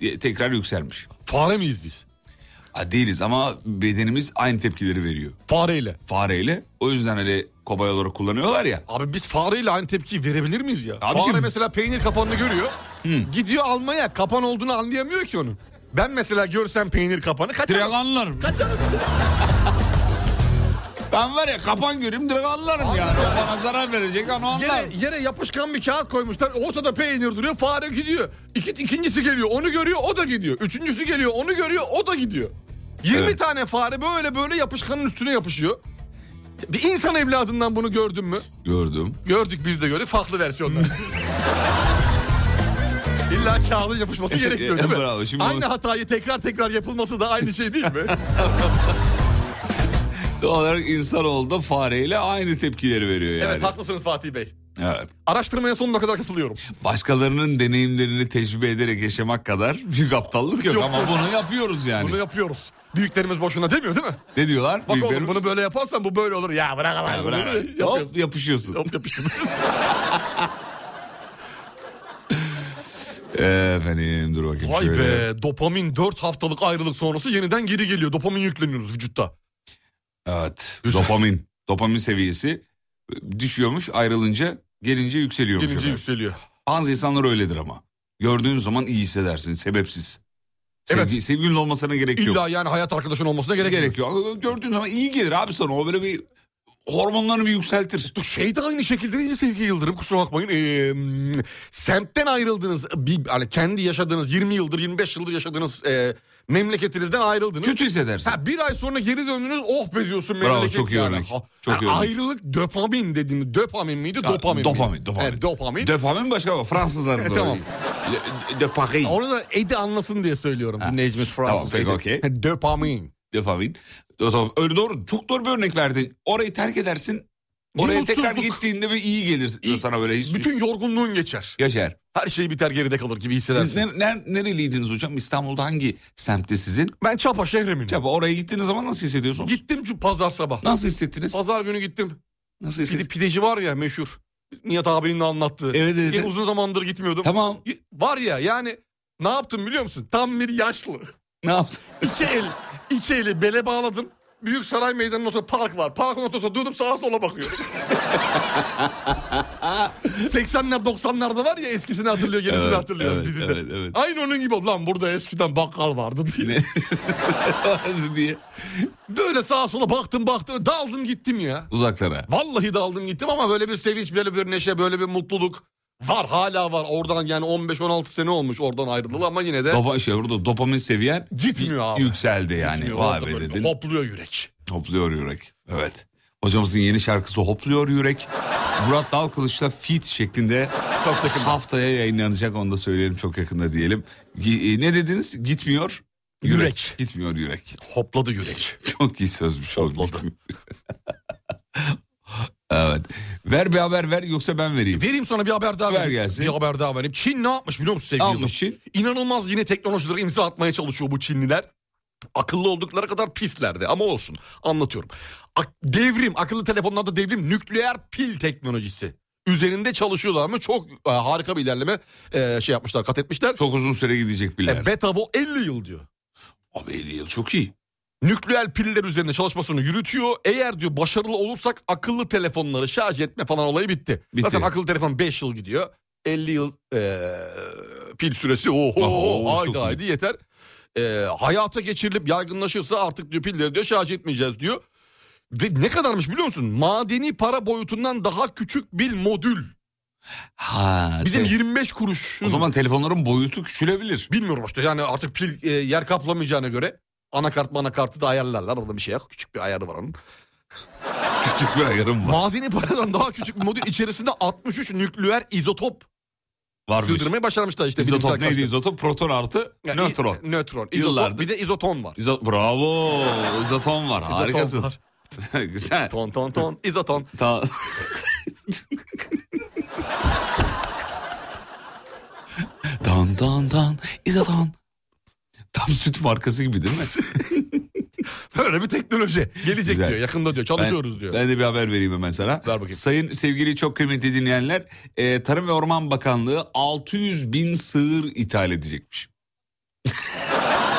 [SPEAKER 3] e, tekrar yükselmiş.
[SPEAKER 4] Fare miyiz biz?
[SPEAKER 3] Ha, değiliz ama bedenimiz aynı tepkileri veriyor
[SPEAKER 4] Fareyle.
[SPEAKER 3] fareyle. O yüzden öyle kobay olarak kullanıyorlar ya.
[SPEAKER 4] Abi biz fareyle aynı tepkiyi verebilir miyiz ya?
[SPEAKER 3] Abicim-
[SPEAKER 4] Fare mesela peynir kapanını görüyor. Gidiyor almaya kapan olduğunu anlayamıyor ki onun. Ben mesela görsem peynir kapanı kaçarım.
[SPEAKER 3] Draganlarım. ben var ya kapan göreyim draganlarım yani. O bana zarar verecek onu anlar.
[SPEAKER 4] Yere, yere yapışkan bir kağıt koymuşlar. Ortada peynir duruyor. Fare gidiyor. İki, ikincisi geliyor. Onu görüyor. O da gidiyor. Üçüncüsü geliyor. Onu görüyor. O da gidiyor. 20
[SPEAKER 3] Evet.
[SPEAKER 4] tane fare böyle böyle yapışkanın üstüne yapışıyor. Bir insan evladından bunu gördün mü?
[SPEAKER 3] Gördüm.
[SPEAKER 4] Gördük biz de gördük. Farklı versiyonlar. İlla kağıdın yapışması gerekiyor değil mi?
[SPEAKER 3] Bravo, şimdi
[SPEAKER 4] aynı
[SPEAKER 3] onu-
[SPEAKER 4] hatayı tekrar tekrar yapılması da aynı şey değil mi?
[SPEAKER 3] Doğal olarak insanoğlu da fareyle aynı tepkileri veriyor yani.
[SPEAKER 4] evet haklısınız Fatih Bey.
[SPEAKER 3] evet.
[SPEAKER 4] Araştırmaya sonuna kadar katılıyorum.
[SPEAKER 3] Hani- Başkalarının deneyimlerini tecrübe ederek yaşamak kadar büyük aptallık yok,
[SPEAKER 4] Yok,
[SPEAKER 3] ama
[SPEAKER 4] yok.
[SPEAKER 3] bunu yapıyoruz yani.
[SPEAKER 4] Bunu yapıyoruz. Büyüklerimiz boşuna demiyor değil mi?
[SPEAKER 3] Ne diyorlar?
[SPEAKER 4] Bak oğlum
[SPEAKER 3] Büyüklerimiz?
[SPEAKER 4] bunu böyle yaparsan bu böyle olur. Ya bırak ama.
[SPEAKER 3] Ha,
[SPEAKER 4] Ya,
[SPEAKER 3] bravo. Hop yapışıyorsun.
[SPEAKER 4] Hop yapıştım.
[SPEAKER 3] Efendim dur bakayım
[SPEAKER 4] Vay
[SPEAKER 3] şöyle.
[SPEAKER 4] be dopamin 4 haftalık ayrılık sonrası yeniden geri geliyor. Dopamin yükleniyoruz vücutta.
[SPEAKER 3] Evet.
[SPEAKER 4] Güzel.
[SPEAKER 3] Dopamin. Dopamin seviyesi düşüyormuş ayrılınca gelince yükseliyormuş.
[SPEAKER 4] Gelince
[SPEAKER 3] efendim.
[SPEAKER 4] yükseliyor.
[SPEAKER 3] Bazı insanlar öyledir ama. Gördüğün zaman iyi hissedersin sebepsiz.
[SPEAKER 4] Evet.
[SPEAKER 3] Sevgi, sevgilin olmasına gerek yok.
[SPEAKER 4] İlla yani hayat arkadaşın olmasına gerek,
[SPEAKER 3] Gerek yok. Gördüğün zaman iyi gelir abi sana. O böyle bir hormonlarını bir yükseltir.
[SPEAKER 4] yok. Şey de aynı şekilde değil mi Sevgi Yıldırım? Kusura bakmayın. Ee, mm, semtten ayrıldınız. Bir, hani kendi yaşadığınız 20 yıldır 25 yıldır yaşadığınız e, memleketinizden ayrıldınız.
[SPEAKER 3] Kötü hissedersin.
[SPEAKER 4] Ha, bir ay sonra geri döndünüz oh be diyorsun
[SPEAKER 3] Bravo,
[SPEAKER 4] memleket
[SPEAKER 3] çok iyi
[SPEAKER 4] yani.
[SPEAKER 3] örnek.
[SPEAKER 4] Ha,
[SPEAKER 3] Çok
[SPEAKER 4] yani
[SPEAKER 3] iyi örnek.
[SPEAKER 4] Ayrılık dopamin dediğimiz dopamin miydi
[SPEAKER 3] Ya,
[SPEAKER 4] dopamin
[SPEAKER 3] Dopamin.
[SPEAKER 4] miydi?
[SPEAKER 3] Dopamin.
[SPEAKER 4] Evet, dopamin.
[SPEAKER 3] Dopamin başka ama Fransızların
[SPEAKER 4] E,
[SPEAKER 3] da
[SPEAKER 4] tamam.
[SPEAKER 3] öyle. Le- De Paris.
[SPEAKER 4] Onu da Edi anlasın diye söylüyorum dinleyicimiz Fransız.
[SPEAKER 3] peki,
[SPEAKER 4] Edi.
[SPEAKER 3] okey.
[SPEAKER 4] dopamin.
[SPEAKER 3] Dopamin. O zaman Öyle doğru. Çok doğru bir örnek verdin. Orayı terk edersin.
[SPEAKER 4] Bir
[SPEAKER 3] Oraya tekrar
[SPEAKER 4] mutsuzluk.
[SPEAKER 3] gittiğinde bir iyi gelir
[SPEAKER 4] İyi.
[SPEAKER 3] sana böyle. Hiç,
[SPEAKER 4] Bütün yorgunluğun geçer.
[SPEAKER 3] Yaşar.
[SPEAKER 4] Her şey biter geride kalır gibi hissedersin.
[SPEAKER 3] Siz ne, ner- nereliydiniz hocam? İstanbul'da hangi semtte sizin?
[SPEAKER 4] Ben Çapa şehrimin.
[SPEAKER 3] Çaba oraya gittiğiniz zaman nasıl hissediyorsunuz?
[SPEAKER 4] Gittim şu pazar sabah.
[SPEAKER 3] Nasıl hissettiniz?
[SPEAKER 4] Pazar günü gittim.
[SPEAKER 3] Nasıl
[SPEAKER 4] Pide,
[SPEAKER 3] hissettiniz?
[SPEAKER 4] pideci var ya meşhur. Nihat abinin de anlattığı.
[SPEAKER 3] Evet evet.
[SPEAKER 4] Yine
[SPEAKER 3] evet.
[SPEAKER 4] uzun zamandır gitmiyordum.
[SPEAKER 3] Tamam.
[SPEAKER 4] Var ya yani ne yaptım biliyor musun? Tam bir yaşlı.
[SPEAKER 3] Ne yaptın?
[SPEAKER 4] İki el, iki eli bele bağladım. Büyük Saray Meydanı'nın ortada park var. Parkın ortasında durdum sağa sola bakıyorum. 80'ler 90'larda var ya eskisini hatırlıyor gerisini
[SPEAKER 3] Evet,
[SPEAKER 4] hatırlıyor
[SPEAKER 3] evet,
[SPEAKER 4] dizide.
[SPEAKER 3] evet, evet.
[SPEAKER 4] Aynı onun gibi oldu. lan burada eskiden bakkal vardı diye.
[SPEAKER 3] Ne? diye.
[SPEAKER 4] Böyle sağa sola baktım baktım daldım gittim ya.
[SPEAKER 3] Uzaklara.
[SPEAKER 4] Vallahi daldım gittim ama böyle bir sevinç böyle bir neşe böyle bir mutluluk var hala var oradan yani 15-16 sene olmuş oradan ayrıldı ama yine de
[SPEAKER 3] Dopa, şey, burada dopamin seviyen
[SPEAKER 4] Gitmiyor abi.
[SPEAKER 3] yükseldi yani.
[SPEAKER 4] gitmiyor.
[SPEAKER 3] Vay
[SPEAKER 4] Orada
[SPEAKER 3] be
[SPEAKER 4] böyle
[SPEAKER 3] dedin.
[SPEAKER 4] Hopluyor yürek.
[SPEAKER 3] Hopluyor yürek. Evet. Hocamızın yeni şarkısı Hopluyor Yürek. Murat Dalkılıç'la Fit şeklinde haftaya yayınlanacak onu da söyleyelim çok yakında diyelim. Gi- e, Ne dediniz? Gitmiyor.
[SPEAKER 4] Yürek.
[SPEAKER 3] Gitmiyor yürek.
[SPEAKER 4] Hopladı yürek.
[SPEAKER 3] Çok iyi sözmüş oldu.
[SPEAKER 4] Hopladı.
[SPEAKER 3] Gitmiyor. evet. Ver bir haber ver yoksa ben vereyim.
[SPEAKER 4] Vereyim sana bir haber daha
[SPEAKER 3] Ver
[SPEAKER 4] vereyim.
[SPEAKER 3] gelsin.
[SPEAKER 4] Bir haber daha vereyim. Çin ne yapmış biliyor musun sevgili
[SPEAKER 3] Almış için.
[SPEAKER 4] yıldız? İnanılmaz yine teknolojilere imza atmaya çalışıyor bu Çinliler. Akıllı oldukları kadar pislerdi ama olsun anlatıyorum. Ak- devrim akıllı telefonlarda devrim nükleer pil teknolojisi. Üzerinde çalışıyorlar mı çok e, harika bir ilerleme e, şey yapmışlar kat etmişler.
[SPEAKER 3] Çok uzun süre gidecek biler.
[SPEAKER 4] E, beta bu 50 yıl diyor.
[SPEAKER 3] Abi 50 yıl çok iyi.
[SPEAKER 4] Nükleer piller üzerinde çalışmasını yürütüyor. Eğer diyor başarılı olursak akıllı telefonları şarj etme falan olayı bitti.
[SPEAKER 3] Bitti.
[SPEAKER 4] Zaten akıllı telefon 5 yıl gidiyor. 50 yıl eee, pil süresi oho
[SPEAKER 3] Oho, çok iyi.
[SPEAKER 4] haydi haydi yeter. Eee, hayata geçirilip yaygınlaşırsa artık diyor pilleri diyor şarj etmeyeceğiz diyor. Ve ne kadarmış biliyor musun? Madeni para boyutundan daha küçük bir modül.
[SPEAKER 3] Ha.
[SPEAKER 4] Bizim
[SPEAKER 3] te-
[SPEAKER 4] 25 kuruş.
[SPEAKER 3] O zaman telefonların boyutu küçülebilir.
[SPEAKER 4] Bilmiyorum işte yani artık pil e, yer kaplamayacağına göre anakart anakartı da ayarlarlar. Orada bir şey yok. Küçük bir ayarı var onun.
[SPEAKER 3] Küçük bir ayarım var.
[SPEAKER 4] Madeni paradan daha küçük bir modül içerisinde 63 nükleer izotop
[SPEAKER 3] Varmış.
[SPEAKER 4] sığdırmayı başarmışlar işte.
[SPEAKER 3] İzotop
[SPEAKER 4] bilimsel
[SPEAKER 3] neydi
[SPEAKER 4] katkı.
[SPEAKER 3] izotop? Proton artı
[SPEAKER 4] Yani i-
[SPEAKER 3] nötron.
[SPEAKER 4] Nötron. İzotop,
[SPEAKER 3] Yıllardır.
[SPEAKER 4] bir de izoton var.
[SPEAKER 3] İzo- Bravo. İzoton var.
[SPEAKER 4] İzoton
[SPEAKER 3] Harikasın.
[SPEAKER 4] var.
[SPEAKER 3] Güzel.
[SPEAKER 4] Ton ton ton izoton.
[SPEAKER 3] Ta- dan dan dan izoton. Tam süt markası gibi değil mi?
[SPEAKER 4] Böyle bir teknoloji. Gelecek
[SPEAKER 3] Güzel.
[SPEAKER 4] diyor yakında diyor çalışıyoruz diyor.
[SPEAKER 3] Ben de bir haber vereyim hemen sana.
[SPEAKER 4] Ver bakayım.
[SPEAKER 3] Sayın sevgili çok kıymetli dinleyenler, e, Tarım ve Orman Bakanlığı 600 bin sığır ithal edecekmiş.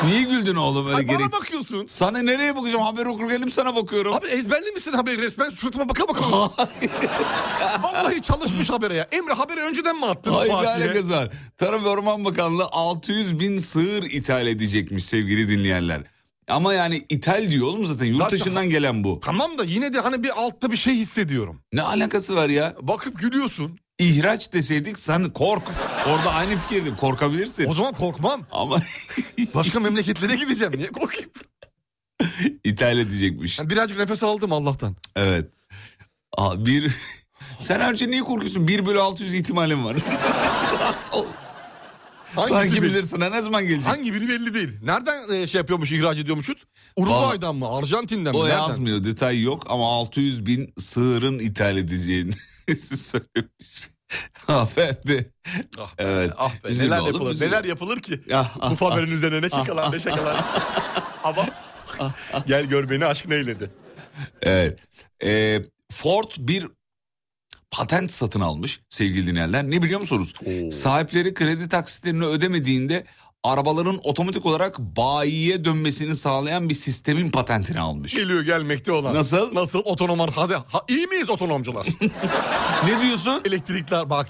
[SPEAKER 3] Niye güldün oğlum öyle
[SPEAKER 4] Ay, bana
[SPEAKER 3] gerek?
[SPEAKER 4] bakıyorsun.
[SPEAKER 3] Sana nereye bakacağım? Haber okurken hep sana bakıyorum.
[SPEAKER 4] Abi ezberli misin haberi resmen suratıma baka baka. Vallahi çalışmış habere ya. Emre haberi önceden mi attın
[SPEAKER 3] Hayır ne
[SPEAKER 4] Fatih'e?
[SPEAKER 3] alakası var? Tarım ve Orman Bakanlığı 600 bin sığır ithal edecekmiş sevgili dinleyenler. Ama yani ithal diyor oğlum zaten yurt
[SPEAKER 4] Zaten-
[SPEAKER 3] dışından gelen bu.
[SPEAKER 4] Tamam da yine de hani bir altta bir şey hissediyorum.
[SPEAKER 3] Ne alakası var ya?
[SPEAKER 4] Bakıp gülüyorsun.
[SPEAKER 3] İhraç deseydik sen kork. Orada aynı fikirdim korkabilirsin.
[SPEAKER 4] O zaman korkmam.
[SPEAKER 3] Ama
[SPEAKER 4] Başka memleketlere gideceğim. Niye korkayım?
[SPEAKER 3] ithal edecekmiş.
[SPEAKER 4] Yani birazcık nefes aldım Allah'tan.
[SPEAKER 3] Evet. Aa, bir... Sen önce niye korkuyorsun? 1 bölü 600 ihtimalim var.
[SPEAKER 4] Hangisi
[SPEAKER 3] Sanki
[SPEAKER 4] belli-
[SPEAKER 3] bilirsin ha ne zaman gelecek?
[SPEAKER 4] Hangi biri belli değil. Nereden e, şey yapıyormuş, ihraç ediyormuşuz? Uruguay'dan mı, Arjantin'den mi?
[SPEAKER 3] O
[SPEAKER 4] Nereden?
[SPEAKER 3] yazmıyor detay yok ama 600 bin sığırın ithal edeceğini söylemiş. Aferin de.
[SPEAKER 4] Ah be,
[SPEAKER 3] Evet.
[SPEAKER 4] Ah be,
[SPEAKER 3] Üzülme
[SPEAKER 4] neler
[SPEAKER 3] oğlum,
[SPEAKER 4] yapılır,
[SPEAKER 3] üzülme.
[SPEAKER 4] neler yapılır ki?
[SPEAKER 3] Ah, ah, Ah,
[SPEAKER 4] Bu haberin üzerine ne şakalar, ne şakalar. Ama gel gör beni aşk neyledi.
[SPEAKER 3] Evet. Ee, Ford bir patent satın almış sevgili dinleyenler. Ne biliyor musunuz? Sahipleri kredi taksitlerini ödemediğinde arabaların otomatik olarak bayiye dönmesini sağlayan bir sistemin patentini almış.
[SPEAKER 4] Geliyor gelmekte olan.
[SPEAKER 3] Nasıl?
[SPEAKER 4] Nasıl otonom hadi ha, iyi miyiz otonomcular?
[SPEAKER 3] Ne diyorsun?
[SPEAKER 4] Elektrikler bak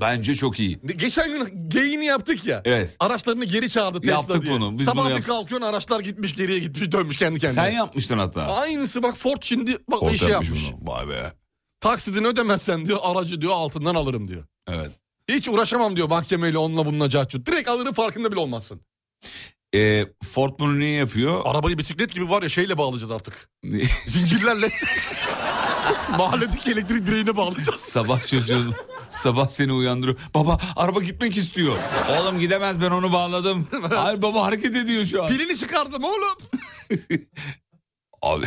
[SPEAKER 3] Bence çok iyi.
[SPEAKER 4] Geçen gün geyini yaptık ya.
[SPEAKER 3] Evet.
[SPEAKER 4] Araçlarını geri çağırdı Tesla
[SPEAKER 3] Yaptık
[SPEAKER 4] diye.
[SPEAKER 3] bunu, biz
[SPEAKER 4] Sabah
[SPEAKER 3] bunu
[SPEAKER 4] bir
[SPEAKER 3] yaptık.
[SPEAKER 4] kalkıyorsun araçlar gitmiş geriye gitmiş dönmüş kendi kendine.
[SPEAKER 3] Sen yapmıştın hatta.
[SPEAKER 4] Aynısı bak Ford şimdi bak o
[SPEAKER 3] Ford
[SPEAKER 4] işi
[SPEAKER 3] yapmış
[SPEAKER 4] yapmış.
[SPEAKER 3] bunu. Vay be.
[SPEAKER 4] Taksidini ödemezsen diyor aracı diyor altından alırım diyor.
[SPEAKER 3] Evet.
[SPEAKER 4] Hiç uğraşamam diyor mahkemeyle onunla bununla cahçut. Direkt alırım farkında bile olmazsın.
[SPEAKER 3] Ee, Ford bunu niye yapıyor?
[SPEAKER 4] Arabayı bisiklet gibi var ya şeyle bağlayacağız artık. Zincirlerle. Mahalledeki elektrik direğine bağlayacağız.
[SPEAKER 3] sabah çocuğun sabah seni uyandırıyor. Baba araba gitmek istiyor. Oğlum gidemez ben onu bağladım. Hayır baba hareket ediyor şu an.
[SPEAKER 4] Pilini çıkardım oğlum.
[SPEAKER 3] Abi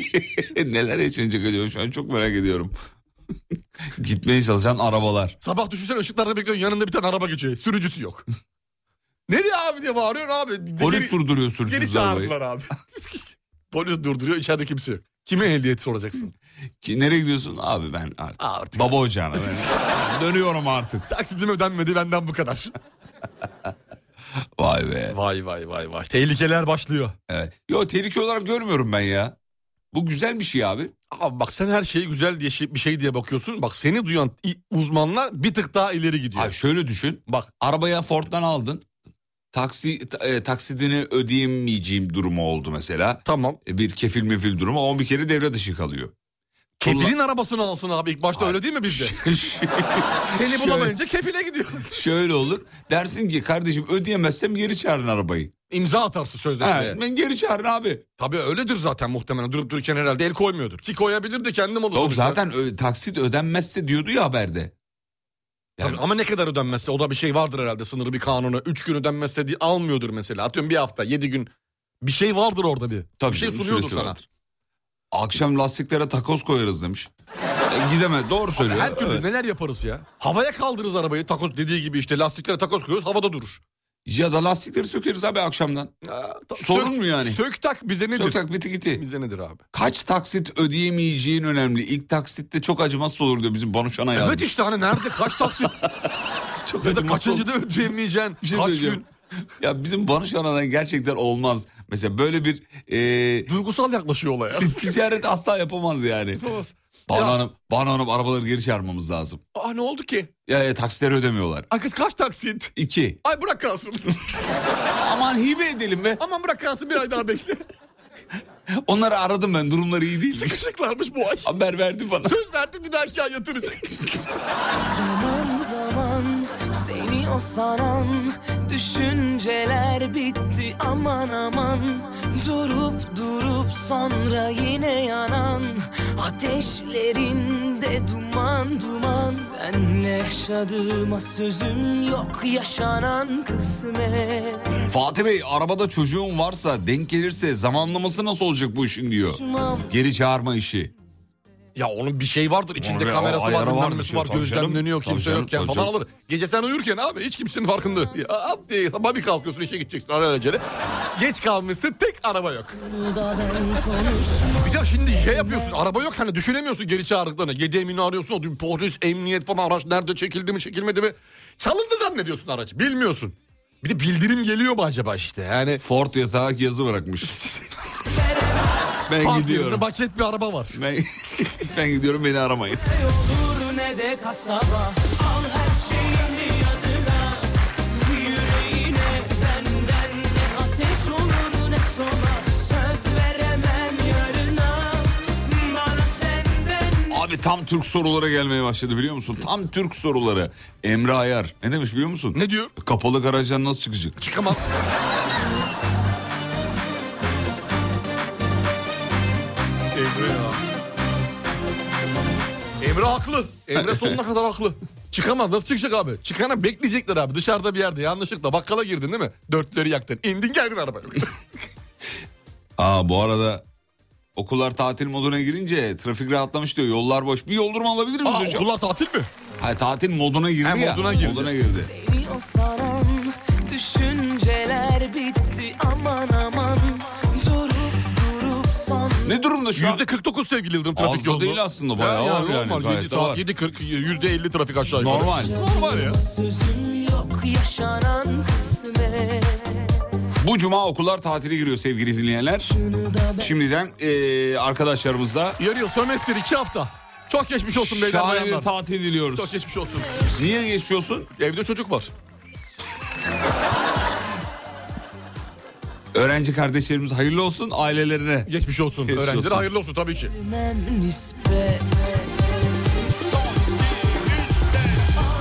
[SPEAKER 3] neler yaşanacak acaba şu an çok merak ediyorum. Gitmeye çalışan arabalar.
[SPEAKER 4] Sabah düşünsene ışıklarda bekliyorsun yanında bir tane araba geçiyor. Sürücüsü yok. Nereye abi diye bağırıyorsun abi.
[SPEAKER 3] Polis durduruyor
[SPEAKER 4] Geri
[SPEAKER 3] sürücüsüz arabayı.
[SPEAKER 4] çağırdılar abi. Polis durduruyor içeride kimse yok. Kime ehliyet soracaksın?
[SPEAKER 3] Ki Nereye gidiyorsun? Abi ben artık.
[SPEAKER 4] Aa, artık.
[SPEAKER 3] Baba ocağına. ben. Dönüyorum artık.
[SPEAKER 4] Taksidim ödenmedi benden bu kadar.
[SPEAKER 3] Vay be.
[SPEAKER 4] Vay vay vay vay. Tehlikeler başlıyor.
[SPEAKER 3] Evet. Yo tehlike olarak görmüyorum ben ya. Bu güzel bir şey abi.
[SPEAKER 4] Abi bak sen her şeyi güzel diye şey- bir şey diye bakıyorsun. Bak seni duyan i- uzmanlar bir tık daha ileri gidiyor.
[SPEAKER 3] Ay şöyle düşün.
[SPEAKER 4] Bak
[SPEAKER 3] Arabaya Ford'dan aldın. Taksi ta- e, taksidini ödeyemeyeceğim durumu oldu mesela.
[SPEAKER 4] tamam.
[SPEAKER 3] E, Bir kefil mefil durumu. O bir kere devre dışı kalıyor.
[SPEAKER 4] Kefilin arabasını alsın abi ilk başta öyle değil mi bizde? Seni bulamayınca kefile gidiyor.
[SPEAKER 3] Şöyle olur. Dersin ki kardeşim ödeyemezsem geri çağırın arabayı.
[SPEAKER 4] İmza atarsın
[SPEAKER 3] Ha,
[SPEAKER 4] sözleşmeye.
[SPEAKER 3] ben geri çağırın abi.
[SPEAKER 4] Tabii öyledir zaten muhtemelen durup dururken herhalde el koymuyordur. Ki koyabilir de kendim olur.
[SPEAKER 3] Yok zaten ö- taksit ödenmezse diyordu ya haberde.
[SPEAKER 4] Tabii ama ne kadar ödenmezse o da bir şey vardır herhalde sınırı bir kanunu. Üç gün ödenmezse diye almıyordur mesela. Atıyorum bir hafta yedi gün. Bir şey vardır orada bir.
[SPEAKER 3] Tabii
[SPEAKER 4] bir şey
[SPEAKER 3] canım,
[SPEAKER 4] sunuyordur
[SPEAKER 3] süresi
[SPEAKER 4] sana.
[SPEAKER 3] vardır. Akşam lastiklere takoz koyarız demiş. E, gidemez doğru söylüyor.
[SPEAKER 4] Her türlü
[SPEAKER 3] Evet.
[SPEAKER 4] neler yaparız ya. Havaya kaldırırız arabayı takoz dediği gibi işte lastiklere takoz koyuyoruz havada durur.
[SPEAKER 3] Ya da lastikleri sökeriz abi akşamdan.
[SPEAKER 4] Ya, ta-
[SPEAKER 3] Sorun
[SPEAKER 4] sök-
[SPEAKER 3] mu yani?
[SPEAKER 4] Sök tak bize nedir?
[SPEAKER 3] Çok tak biti gitti.
[SPEAKER 4] Bize nedir abi?
[SPEAKER 3] Kaç taksit ödeyemeyeceğin önemli. İlk taksitte çok acımasız olur diyor bizim Banu Şanay
[SPEAKER 4] Evet işte hani nerede kaç taksit
[SPEAKER 3] çok
[SPEAKER 4] ya da
[SPEAKER 3] acımasız olur.
[SPEAKER 4] kaçıncı da ödeyemeyeceksin.
[SPEAKER 3] Bir şey
[SPEAKER 4] kaç
[SPEAKER 3] söyleyeceğim.
[SPEAKER 4] gün.
[SPEAKER 3] Ya bizim Banu Şanay'dan gerçekten olmaz. Mesela böyle bir e,
[SPEAKER 4] Duygusal yaklaşıyor olaya.
[SPEAKER 3] ticaret asla yapamaz yani.
[SPEAKER 4] Olmaz.
[SPEAKER 3] Banu
[SPEAKER 4] Ya.
[SPEAKER 3] Hanım, Banu Hanım arabaları geri çağırmamız lazım.
[SPEAKER 4] Aa ne oldu ki?
[SPEAKER 3] Ya, ya taksitleri ödemiyorlar.
[SPEAKER 4] Ay kız kaç taksit?
[SPEAKER 3] İki.
[SPEAKER 4] Ay bırak kalsın.
[SPEAKER 3] Aman hibe edelim be.
[SPEAKER 4] Aman bırak kalsın bir ay daha bekle.
[SPEAKER 3] Onları aradım ben durumları iyi değil.
[SPEAKER 4] Sıkışıklarmış bu ay.
[SPEAKER 3] Haber verdi bana.
[SPEAKER 4] Söz verdi bir dahaki ay yatıracak.
[SPEAKER 1] Zaman zaman seni o saran düşünceler bitti aman aman Durup durup sonra yine yanan ateşlerinde duman duman Senle yaşadığıma sözüm yok yaşanan kısmet
[SPEAKER 3] Fatih Bey arabada çocuğun varsa denk gelirse zamanlaması nasıl olacak bu işin diyor.
[SPEAKER 1] Umam
[SPEAKER 3] Geri çağırma işi.
[SPEAKER 4] Ya onun bir şey vardır içinde
[SPEAKER 3] Oraya
[SPEAKER 4] kamerası var
[SPEAKER 3] ayarı
[SPEAKER 4] bilmem
[SPEAKER 3] varmış
[SPEAKER 4] nesi
[SPEAKER 3] ya,
[SPEAKER 4] var
[SPEAKER 3] tabii canım.
[SPEAKER 4] gözlemleniyor
[SPEAKER 3] Tabii
[SPEAKER 4] kimse
[SPEAKER 3] canım,
[SPEAKER 4] yokken
[SPEAKER 3] tabii
[SPEAKER 4] falan
[SPEAKER 3] canım.
[SPEAKER 4] alır. Gece sen uyurken abi hiç kimsenin farkında yok. Ya, Hop diye sabah bir kalkıyorsun işe gideceksin alelacele. Geç kalmışsın tek araba yok.
[SPEAKER 1] da ben konuşmam
[SPEAKER 4] Bir de şimdi şey yapıyorsun araba yok hani düşünemiyorsun geri çağırdıklarını. Yedi emini arıyorsun o dün polis emniyet falan araç nerede çekildi mi çekilmedi mi. Çalındı zannediyorsun araç bilmiyorsun. Bir de bildirim geliyor mu acaba işte yani.
[SPEAKER 3] Ford yatağa yazı bırakmış. ben
[SPEAKER 4] park yerinde
[SPEAKER 3] gidiyorum.
[SPEAKER 4] Maket bir araba var.
[SPEAKER 3] Ben, ben gidiyorum beni aramayın.
[SPEAKER 1] olur ne de kasaba
[SPEAKER 5] Ateş olur ne sona Söz veremem yarına Bana sen ben
[SPEAKER 3] Abi tam Türk sorulara gelmeye başladı biliyor musun? Tam Türk soruları. Emre Ayar. Ne demiş biliyor musun?
[SPEAKER 4] Ne diyor?
[SPEAKER 3] Kapalı garajdan nasıl çıkacak?
[SPEAKER 4] Çıkamaz. Emre ya. Emre haklı. Emre sonuna kadar haklı. Çıkamaz. Nasıl çıkacak abi? Çıkana bekleyecekler abi. Dışarıda bir yerde yanlışlıkla bakkala girdin değil mi? Dörtleri yaktın. İndin geldin arabaya.
[SPEAKER 3] Aa bu arada okullar tatil moduna girince trafik rahatlamış diyor. Yollar boş. Bir yoldurma alabilir miyiz
[SPEAKER 4] Aa,
[SPEAKER 3] hocam?
[SPEAKER 4] okullar tatil mi?
[SPEAKER 3] Ha, tatil moduna girdi
[SPEAKER 4] Ha,
[SPEAKER 3] ya.
[SPEAKER 4] moduna girdi.
[SPEAKER 3] Moduna girdi.
[SPEAKER 1] Seni o saran düşünceler bitti aman aman Durup durup son
[SPEAKER 3] Ne durumda şu an?
[SPEAKER 4] Yüzde 49 sevgili Yıldırım
[SPEAKER 3] Az
[SPEAKER 4] trafik
[SPEAKER 3] da
[SPEAKER 4] yoğunluğu.
[SPEAKER 3] değil aslında, bayağı
[SPEAKER 4] Ya,
[SPEAKER 3] var yani,
[SPEAKER 4] Normal.
[SPEAKER 3] gayet
[SPEAKER 4] Yedi-
[SPEAKER 3] de var.
[SPEAKER 4] saat 7.40 yüzde 50 trafik aşağı yukarı.
[SPEAKER 3] Normal.
[SPEAKER 4] Normal ya.
[SPEAKER 1] sözüm yok yaşanan kısmet
[SPEAKER 3] Bu cuma okullar tatile giriyor sevgili dinleyenler. Şimdiden eee, arkadaşlarımızla
[SPEAKER 4] Yarı yıl sömestr 2 hafta. Çok geçmiş olsun beyler
[SPEAKER 3] Şahin'e
[SPEAKER 4] bayanlar.
[SPEAKER 3] tatil diliyoruz.
[SPEAKER 4] Çok geçmiş olsun.
[SPEAKER 3] Niye geçiyorsun?
[SPEAKER 4] Evde çocuk var.
[SPEAKER 3] Öğrenci kardeşlerimiz hayırlı olsun ailelerine.
[SPEAKER 4] Geçmiş olsun.
[SPEAKER 3] Geçmiş
[SPEAKER 4] Öğrencilere
[SPEAKER 3] olsun.
[SPEAKER 4] hayırlı olsun tabii ki.
[SPEAKER 5] Bilmem nispet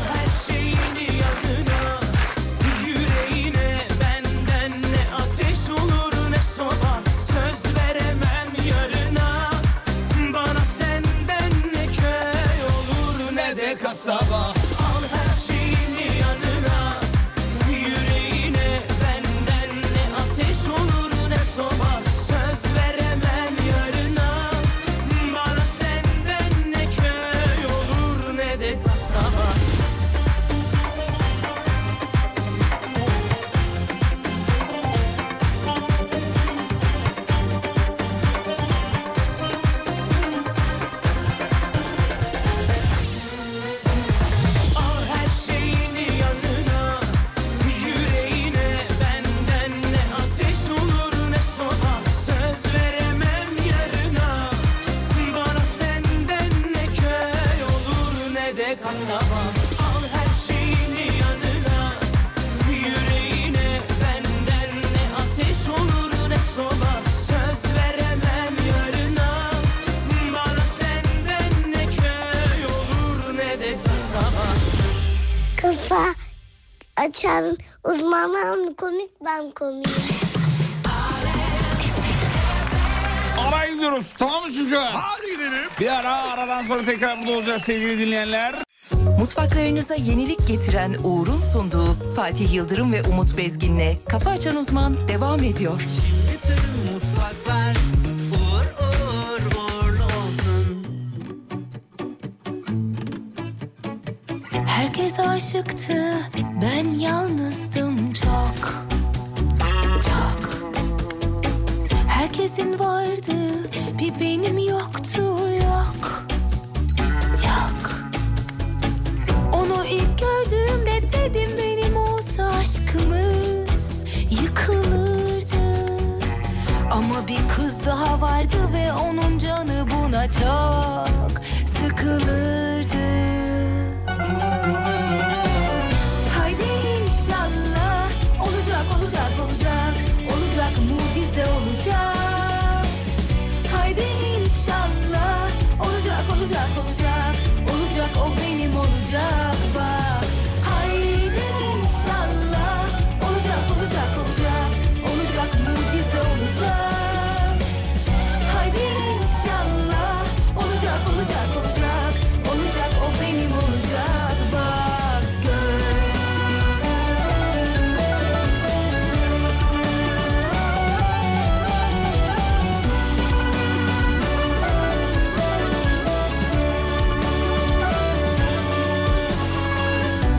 [SPEAKER 5] Her şeyini yanına Yüreğine benden ne ateş olur ne soba Söz veremem yarına Bana senden ne köy olur ne de kasaba Al her şeyini yanına Yüreğine benden ne ateş olur ne soba Söz veremem yarına Bana senden ne köy olur ne de kasaba Al her şeyini yanına Yüreğine benden ne ateş olur ne soba Söz veremem yarına Bana senden ne köy olur ne de kasaba Al her şeyini yanına Yüreğine benden ne ateş olur ne soba Söz veremem yarına Bana senden ne köy olur ne de kasaba
[SPEAKER 8] Kafa açan uzmanlar komik ben komik.
[SPEAKER 3] Ara gidiyoruz tamam mı çünkü?
[SPEAKER 4] Hadi gidelim.
[SPEAKER 3] Bir ara aradan sonra tekrar burada olacağız sevgili dinleyenler.
[SPEAKER 1] Mutfaklarınıza yenilik getiren Uğur'un sunduğu Fatih Yıldırım ve Umut Bezgin'le Kafa Açan Uzman devam ediyor.
[SPEAKER 5] Bütün mutfaklar uğur uğur uğurlu olsun.
[SPEAKER 7] Herkes aşıktı, ben yalnızdım çok, çok. Herkesin vardı, bir benim yoktu, yok, yok. Onu ilk gördüğümde dedim benim olsa aşkımız yıkılırdı. Ama bir kız daha vardı ve onun canı buna çok sıkılırdı. Haydi inşallah olacak olacak olacak olacak mucize olacak. Haydi inşallah olacak olacak olacak olacak o benim olacak bak. Haydi inşallah olacak olacak olacak olacak mucize olacak. Haydi inşallah olacak olacak olacak olacak o benim olacak bak gör.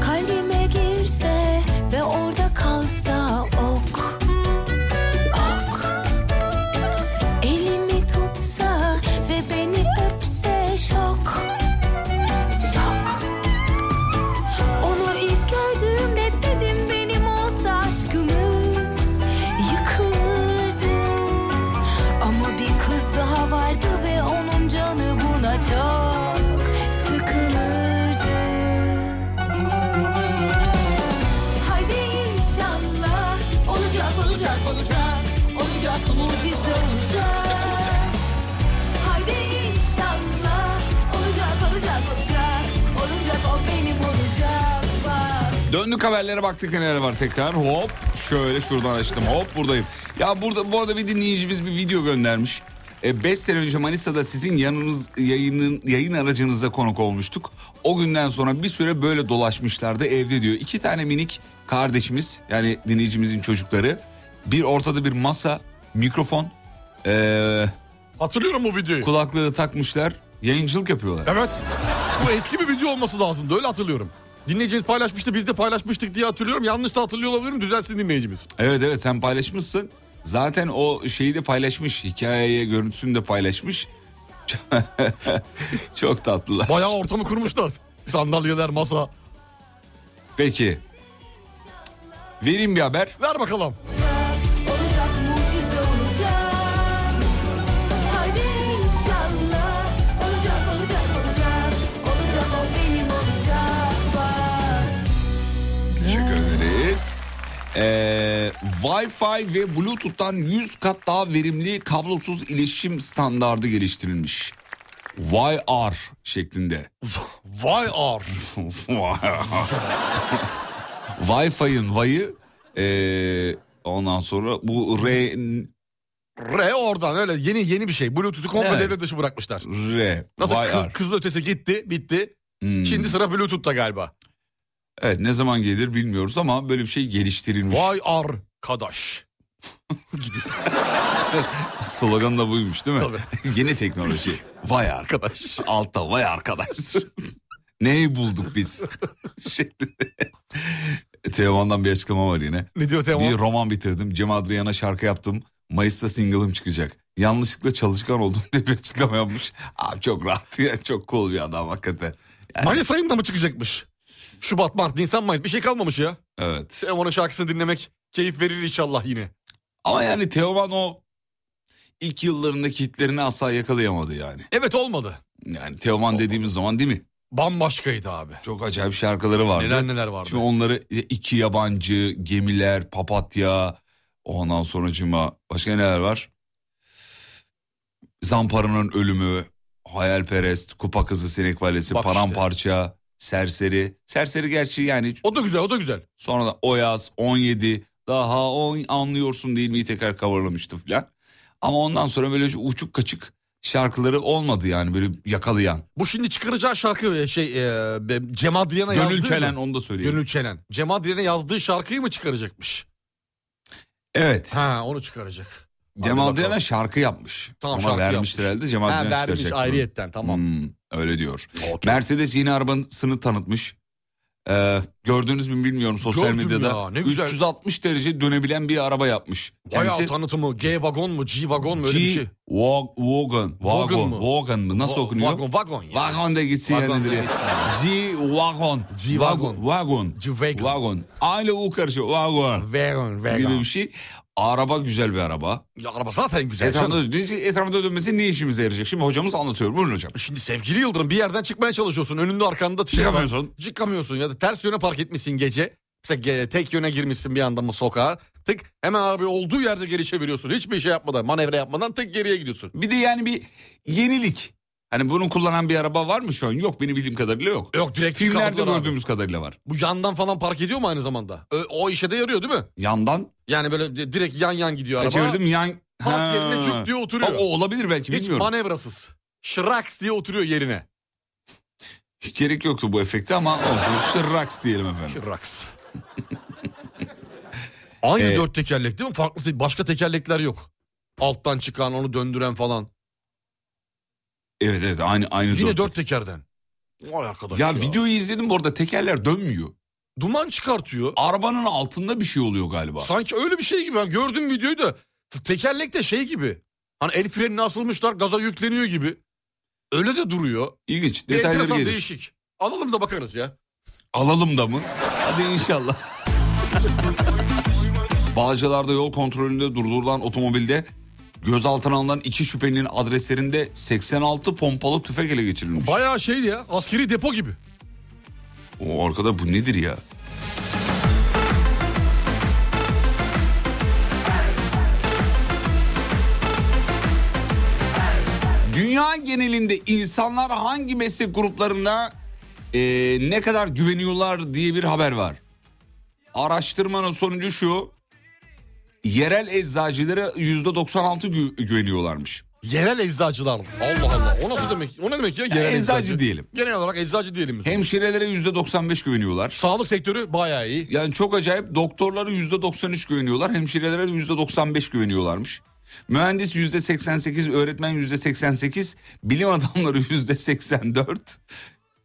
[SPEAKER 7] Kalbime girse ve orada kalsa ok Ok Elimi tutsa ve beni öpse şok Şok Onu ilk gördüğümde dedim benim olsa aşkımız yıkılırdı Ama bir kız daha vardı ve onun canı buna çok sıkılırdı Haydi inşallah olacak olacak olacak olacak mucize olacak. Haydi inşallah olacak olacak olacak olacak o benim olacak bak.
[SPEAKER 3] Döndük haberlere baktık neler var tekrar. Hop şöyle şuradan açtım hop buradayım. Ya burada bu arada bir dinleyicimiz bir video göndermiş. 5 sene önce Manisa'da sizin yanınız yayının yayın aracınıza konuk olmuştuk. O günden sonra bir süre böyle dolaşmışlardı evde diyor. İki tane minik kardeşimiz yani dinleyicimizin çocukları. Bir ortada bir masa, mikrofon, ee,
[SPEAKER 4] Hatırlıyorum bu videoyu.
[SPEAKER 3] kulaklığı takmışlar. Yayıncılık yapıyorlar.
[SPEAKER 4] Evet. Bu eski bir video olması lazımdı öyle hatırlıyorum. Dinleyicimiz paylaşmıştı biz de paylaşmıştık diye hatırlıyorum. Yanlış da hatırlıyor olabilirim düzelsin dinleyicimiz.
[SPEAKER 3] Evet evet sen paylaşmışsın. Zaten o şeyi de paylaşmış. Hikayeye görüntüsünü de paylaşmış. Çok tatlılar.
[SPEAKER 4] Bayağı ortamı kurmuşlar. Sandalyeler, masa.
[SPEAKER 3] Peki. Vereyim bir haber.
[SPEAKER 4] Ver bakalım.
[SPEAKER 7] Olacak mucize olacak. Haydi inşallah olacak olacak olacak
[SPEAKER 3] Ee, Wi-Fi ve Bluetooth'tan 100 kat daha verimli kablosuz iletişim standardı geliştirilmiş. YR şeklinde.
[SPEAKER 4] Vay ar.
[SPEAKER 3] Wi-Fi'ın V'yi eee, ee, ondan sonra bu R,
[SPEAKER 4] R oradan öyle yeni yeni bir şey. Bluetooth'u komple
[SPEAKER 3] Evet.
[SPEAKER 4] devre dışı bırakmışlar.
[SPEAKER 3] R,
[SPEAKER 4] Nasıl kı-
[SPEAKER 3] YR.
[SPEAKER 4] kızıl ötesi gitti bitti.
[SPEAKER 3] Hmm.
[SPEAKER 4] Şimdi sıra Bluetooth'ta galiba.
[SPEAKER 3] Evet ne zaman gelir bilmiyoruz ama böyle bir şey geliştirilmiş.
[SPEAKER 4] Vay arkadaş.
[SPEAKER 3] Slogan da buymuş değil mi?
[SPEAKER 4] Tabii.
[SPEAKER 3] Yeni teknoloji. Vay arkadaş.
[SPEAKER 4] Arkadaş.
[SPEAKER 3] Altta vay arkadaş. Neyi bulduk biz? Şeklinde. Teoman'dan bir açıklama var yine.
[SPEAKER 4] Ne diyor Teoman?
[SPEAKER 3] Bir roman bitirdim. Cem Adrian'a şarkı yaptım. Mayıs'ta single'ım çıkacak. Yanlışlıkla çalışkan oldum diye bir açıklama yapmış. Abi çok rahat ya. Çok cool bir adam hakikaten.
[SPEAKER 4] Mayıs ayında Hani mı çıkacakmış? Şubat, Mart, Nisan, Mayıs bir şey kalmamış ya.
[SPEAKER 3] Evet.
[SPEAKER 4] Teoman'ın şarkısını dinlemek keyif verir inşallah yine.
[SPEAKER 3] Ama yani Teoman o ilk yıllarındaki hitlerini asla yakalayamadı yani.
[SPEAKER 4] Evet olmadı.
[SPEAKER 3] Yani Teoman dediğimiz zaman değil mi?
[SPEAKER 4] Bambaşkaydı abi.
[SPEAKER 3] Çok acayip şarkıları vardı.
[SPEAKER 4] Neler neler vardı.
[SPEAKER 3] Şimdi onları iki yabancı, gemiler, papatya, ondan sonra cuma başka neler var? Zamparanın ölümü, hayalperest, kupa kızı sinek valesi,
[SPEAKER 4] Bak işte.
[SPEAKER 3] paramparça, serseri. Serseri gerçi yani
[SPEAKER 4] O da güzel o da güzel.
[SPEAKER 3] sonra da o yaz 17 daha on anlıyorsun değil mi tekrar coverlamıştı filan. Ama ondan sonra böyle uçuk kaçık şarkıları olmadı yani böyle yakalayan.
[SPEAKER 4] Bu şimdi çıkaracağı şarkı e, şey e, be- Cem Adrian'a yazdığı
[SPEAKER 3] Gönül
[SPEAKER 4] mı?
[SPEAKER 3] çelen onu da söyleyeyim.
[SPEAKER 4] Gönül Çelen. Cem Adrian'a yazdığı şarkıyı mı çıkaracakmış?
[SPEAKER 3] Evet.
[SPEAKER 4] Ha onu çıkaracak.
[SPEAKER 3] Cem
[SPEAKER 4] Hadi
[SPEAKER 3] Adrian'a
[SPEAKER 4] bakalım.
[SPEAKER 3] şarkı yapmış.
[SPEAKER 4] Tamam,
[SPEAKER 3] Ama
[SPEAKER 4] şarkı
[SPEAKER 3] vermiştir
[SPEAKER 4] yapmış.
[SPEAKER 3] herhalde Cem
[SPEAKER 4] Ha
[SPEAKER 3] Adrian
[SPEAKER 4] vermiş
[SPEAKER 3] çıkaracak.
[SPEAKER 4] ayrıyetten tamam.
[SPEAKER 3] Hmm, öyle diyor.
[SPEAKER 4] Okey.
[SPEAKER 3] Mercedes yeni arabasını tanıtmış. Ee, gördünüz mü bilmiyorum sosyal
[SPEAKER 4] Gördüm
[SPEAKER 3] medyada.
[SPEAKER 4] ya, ne güzel.
[SPEAKER 3] 360 derece dönebilen bir araba yapmış.
[SPEAKER 4] Bayağı tanıtımı G-Wagon mu G-Wagon mu öyle bir
[SPEAKER 3] G
[SPEAKER 4] şey.
[SPEAKER 3] Wa- Wagon. Wagon.
[SPEAKER 4] mu?
[SPEAKER 3] Wagon mu? Nasıl
[SPEAKER 4] Va-
[SPEAKER 3] okunuyor?
[SPEAKER 4] Wagon, wagon ya.
[SPEAKER 3] Wagon da gitsin
[SPEAKER 4] Wagon
[SPEAKER 3] yani
[SPEAKER 4] da
[SPEAKER 3] direkt. G Wagon.
[SPEAKER 4] G-Wagon.
[SPEAKER 3] Wagon.
[SPEAKER 4] G-Wagon.
[SPEAKER 3] Wagon. Aile U karışıyor. Wagon.
[SPEAKER 4] Wagon,
[SPEAKER 3] Gibi
[SPEAKER 4] wagon.
[SPEAKER 3] bir şey. Araba güzel bir araba.
[SPEAKER 4] Ya araba zaten güzel. canım.
[SPEAKER 3] Etrafında, dönmesi- etrafında dönmesi ne işimize yarayacak? Şimdi hocamız anlatıyor. Buyurun hocam.
[SPEAKER 4] Şimdi sevgili Yıldırım bir yerden çıkmaya çalışıyorsun. Önünde arkanda şey var.
[SPEAKER 3] Çıkamıyorsun.
[SPEAKER 4] Çıkamıyorsun ya da ters yöne park etmişsin gece. Mesela ge- tek yöne girmişsin bir anda mı sokağa. Tık hemen abi olduğu yerde geri çeviriyorsun. Hiçbir şey yapmadan manevra yapmadan tık geriye gidiyorsun.
[SPEAKER 3] Bir de yani bir yenilik. Hani bunu kullanan bir araba var mı şu an? Yok benim bildiğim kadarıyla yok.
[SPEAKER 4] Yok direkt
[SPEAKER 3] Filmlerde
[SPEAKER 4] çıkardılar abi.
[SPEAKER 3] gördüğümüz kadarıyla var.
[SPEAKER 4] Bu yandan falan park ediyor mu aynı zamanda? Ö- o işe de yarıyor değil mi?
[SPEAKER 3] Yandan
[SPEAKER 4] Yani böyle di- direkt yan yan gidiyor
[SPEAKER 3] e,
[SPEAKER 4] araba.
[SPEAKER 3] çevirdim yan...
[SPEAKER 4] Park
[SPEAKER 3] Ha.
[SPEAKER 4] yerine cuk diye oturuyor.
[SPEAKER 3] Bak, o olabilir belki
[SPEAKER 4] Hiç
[SPEAKER 3] bilmiyorum.
[SPEAKER 4] manevrasız. Şıraks diye oturuyor yerine.
[SPEAKER 3] Hiç gerek yoktu bu efekte ama olsun. Şırraks diyelim efendim.
[SPEAKER 4] Şıraks. Aynı
[SPEAKER 3] Ee,
[SPEAKER 4] dört tekerlek değil mi? Farklı te- başka tekerlekler yok. Alttan çıkan onu döndüren falan.
[SPEAKER 3] Evet evet aynı aynı
[SPEAKER 4] Yine
[SPEAKER 3] dört-
[SPEAKER 4] dört tekerden. Vay arkadaş ya.
[SPEAKER 3] Ya videoyu izledim bu arada tekerler dönmüyor.
[SPEAKER 4] Duman çıkartıyor.
[SPEAKER 3] Arabanın altında bir şey oluyor galiba.
[SPEAKER 4] Sanki öyle bir şey gibi. Ben gördüm videoyu da t- tekerlek de şey gibi. Hani el frenini asılmışlar gaza yükleniyor gibi. Öyle de duruyor.
[SPEAKER 3] İlginç
[SPEAKER 4] Bir
[SPEAKER 3] detayları
[SPEAKER 4] enteresan
[SPEAKER 3] gelir.
[SPEAKER 4] değişik. Alalım da bakarız ya.
[SPEAKER 3] Alalım da mı? Hadi inşallah. Bağcılar'da yol kontrolünde durdurulan otomobilde gözaltına alınan iki şüphelinin adreslerinde 86 pompalı tüfek ele geçirilmiş.
[SPEAKER 4] Bayağı şey ya askeri depo gibi.
[SPEAKER 3] O arkada bu nedir ya? Dünya genelinde insanlar hangi meslek gruplarına e, ne kadar güveniyorlar diye bir haber var. Araştırmanın sonucu şu. Yerel eczacılara %96 gü- güveniyorlarmış.
[SPEAKER 4] Yerel eczacılar. Allah Allah. O nasıl demek? O ne demek ya? Yerel
[SPEAKER 3] eczacı diyelim.
[SPEAKER 4] Genel olarak eczacı diyelim. biz.
[SPEAKER 3] Hemşirelere %95 güveniyorlar.
[SPEAKER 4] Sağlık sektörü bayağı iyi.
[SPEAKER 3] Yani çok acayip doktorlara yüzde 93 güveniyorlar. Hemşirelere de yüzde 95 güveniyorlarmış. Mühendis yüzde 88, öğretmen yüzde 88, bilim adamları yüzde 84,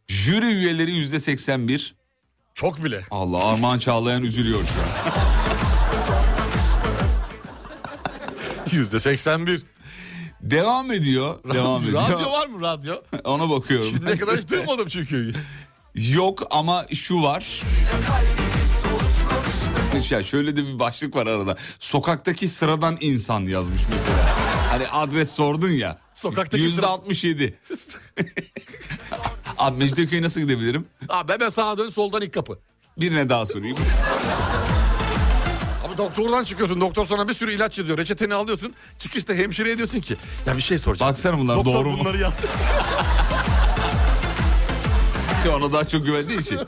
[SPEAKER 3] jüri üyeleri yüzde 81.
[SPEAKER 4] Çok bile.
[SPEAKER 3] Allah Armağan Çağlayan üzülüyor şu an.
[SPEAKER 4] Yüzde seksen bir.
[SPEAKER 3] Devam ediyor, devam ediyor.
[SPEAKER 4] Radyo var mı radyo?
[SPEAKER 3] Ona bakıyorum.
[SPEAKER 4] Ne kadar hiç duymadım çünkü.
[SPEAKER 3] Yok ama şu var. Ya şöyle de bir başlık var arada. Sokaktaki sıradan insan yazmış mesela. Hani adres sordun ya.
[SPEAKER 4] Sokaktaki
[SPEAKER 3] Yüzde
[SPEAKER 4] sıra-
[SPEAKER 3] 67. Abi Mecidiyeköy'e nasıl gidebilirim?
[SPEAKER 4] Abi hemen sağa dön soldan ilk kapı.
[SPEAKER 3] Birine daha sorayım.
[SPEAKER 4] Abi Abi doktordan çıkıyorsun. Doktor sana bir sürü ilaç yazıyor. Reçeteni alıyorsun. Çıkışta hemşireye diyorsun ki ya bir şey soracağım.
[SPEAKER 3] Baksana bunlar
[SPEAKER 4] Doktor
[SPEAKER 3] doğru mu?
[SPEAKER 4] bunları yaz.
[SPEAKER 3] Şu ona daha çok güvendiği için.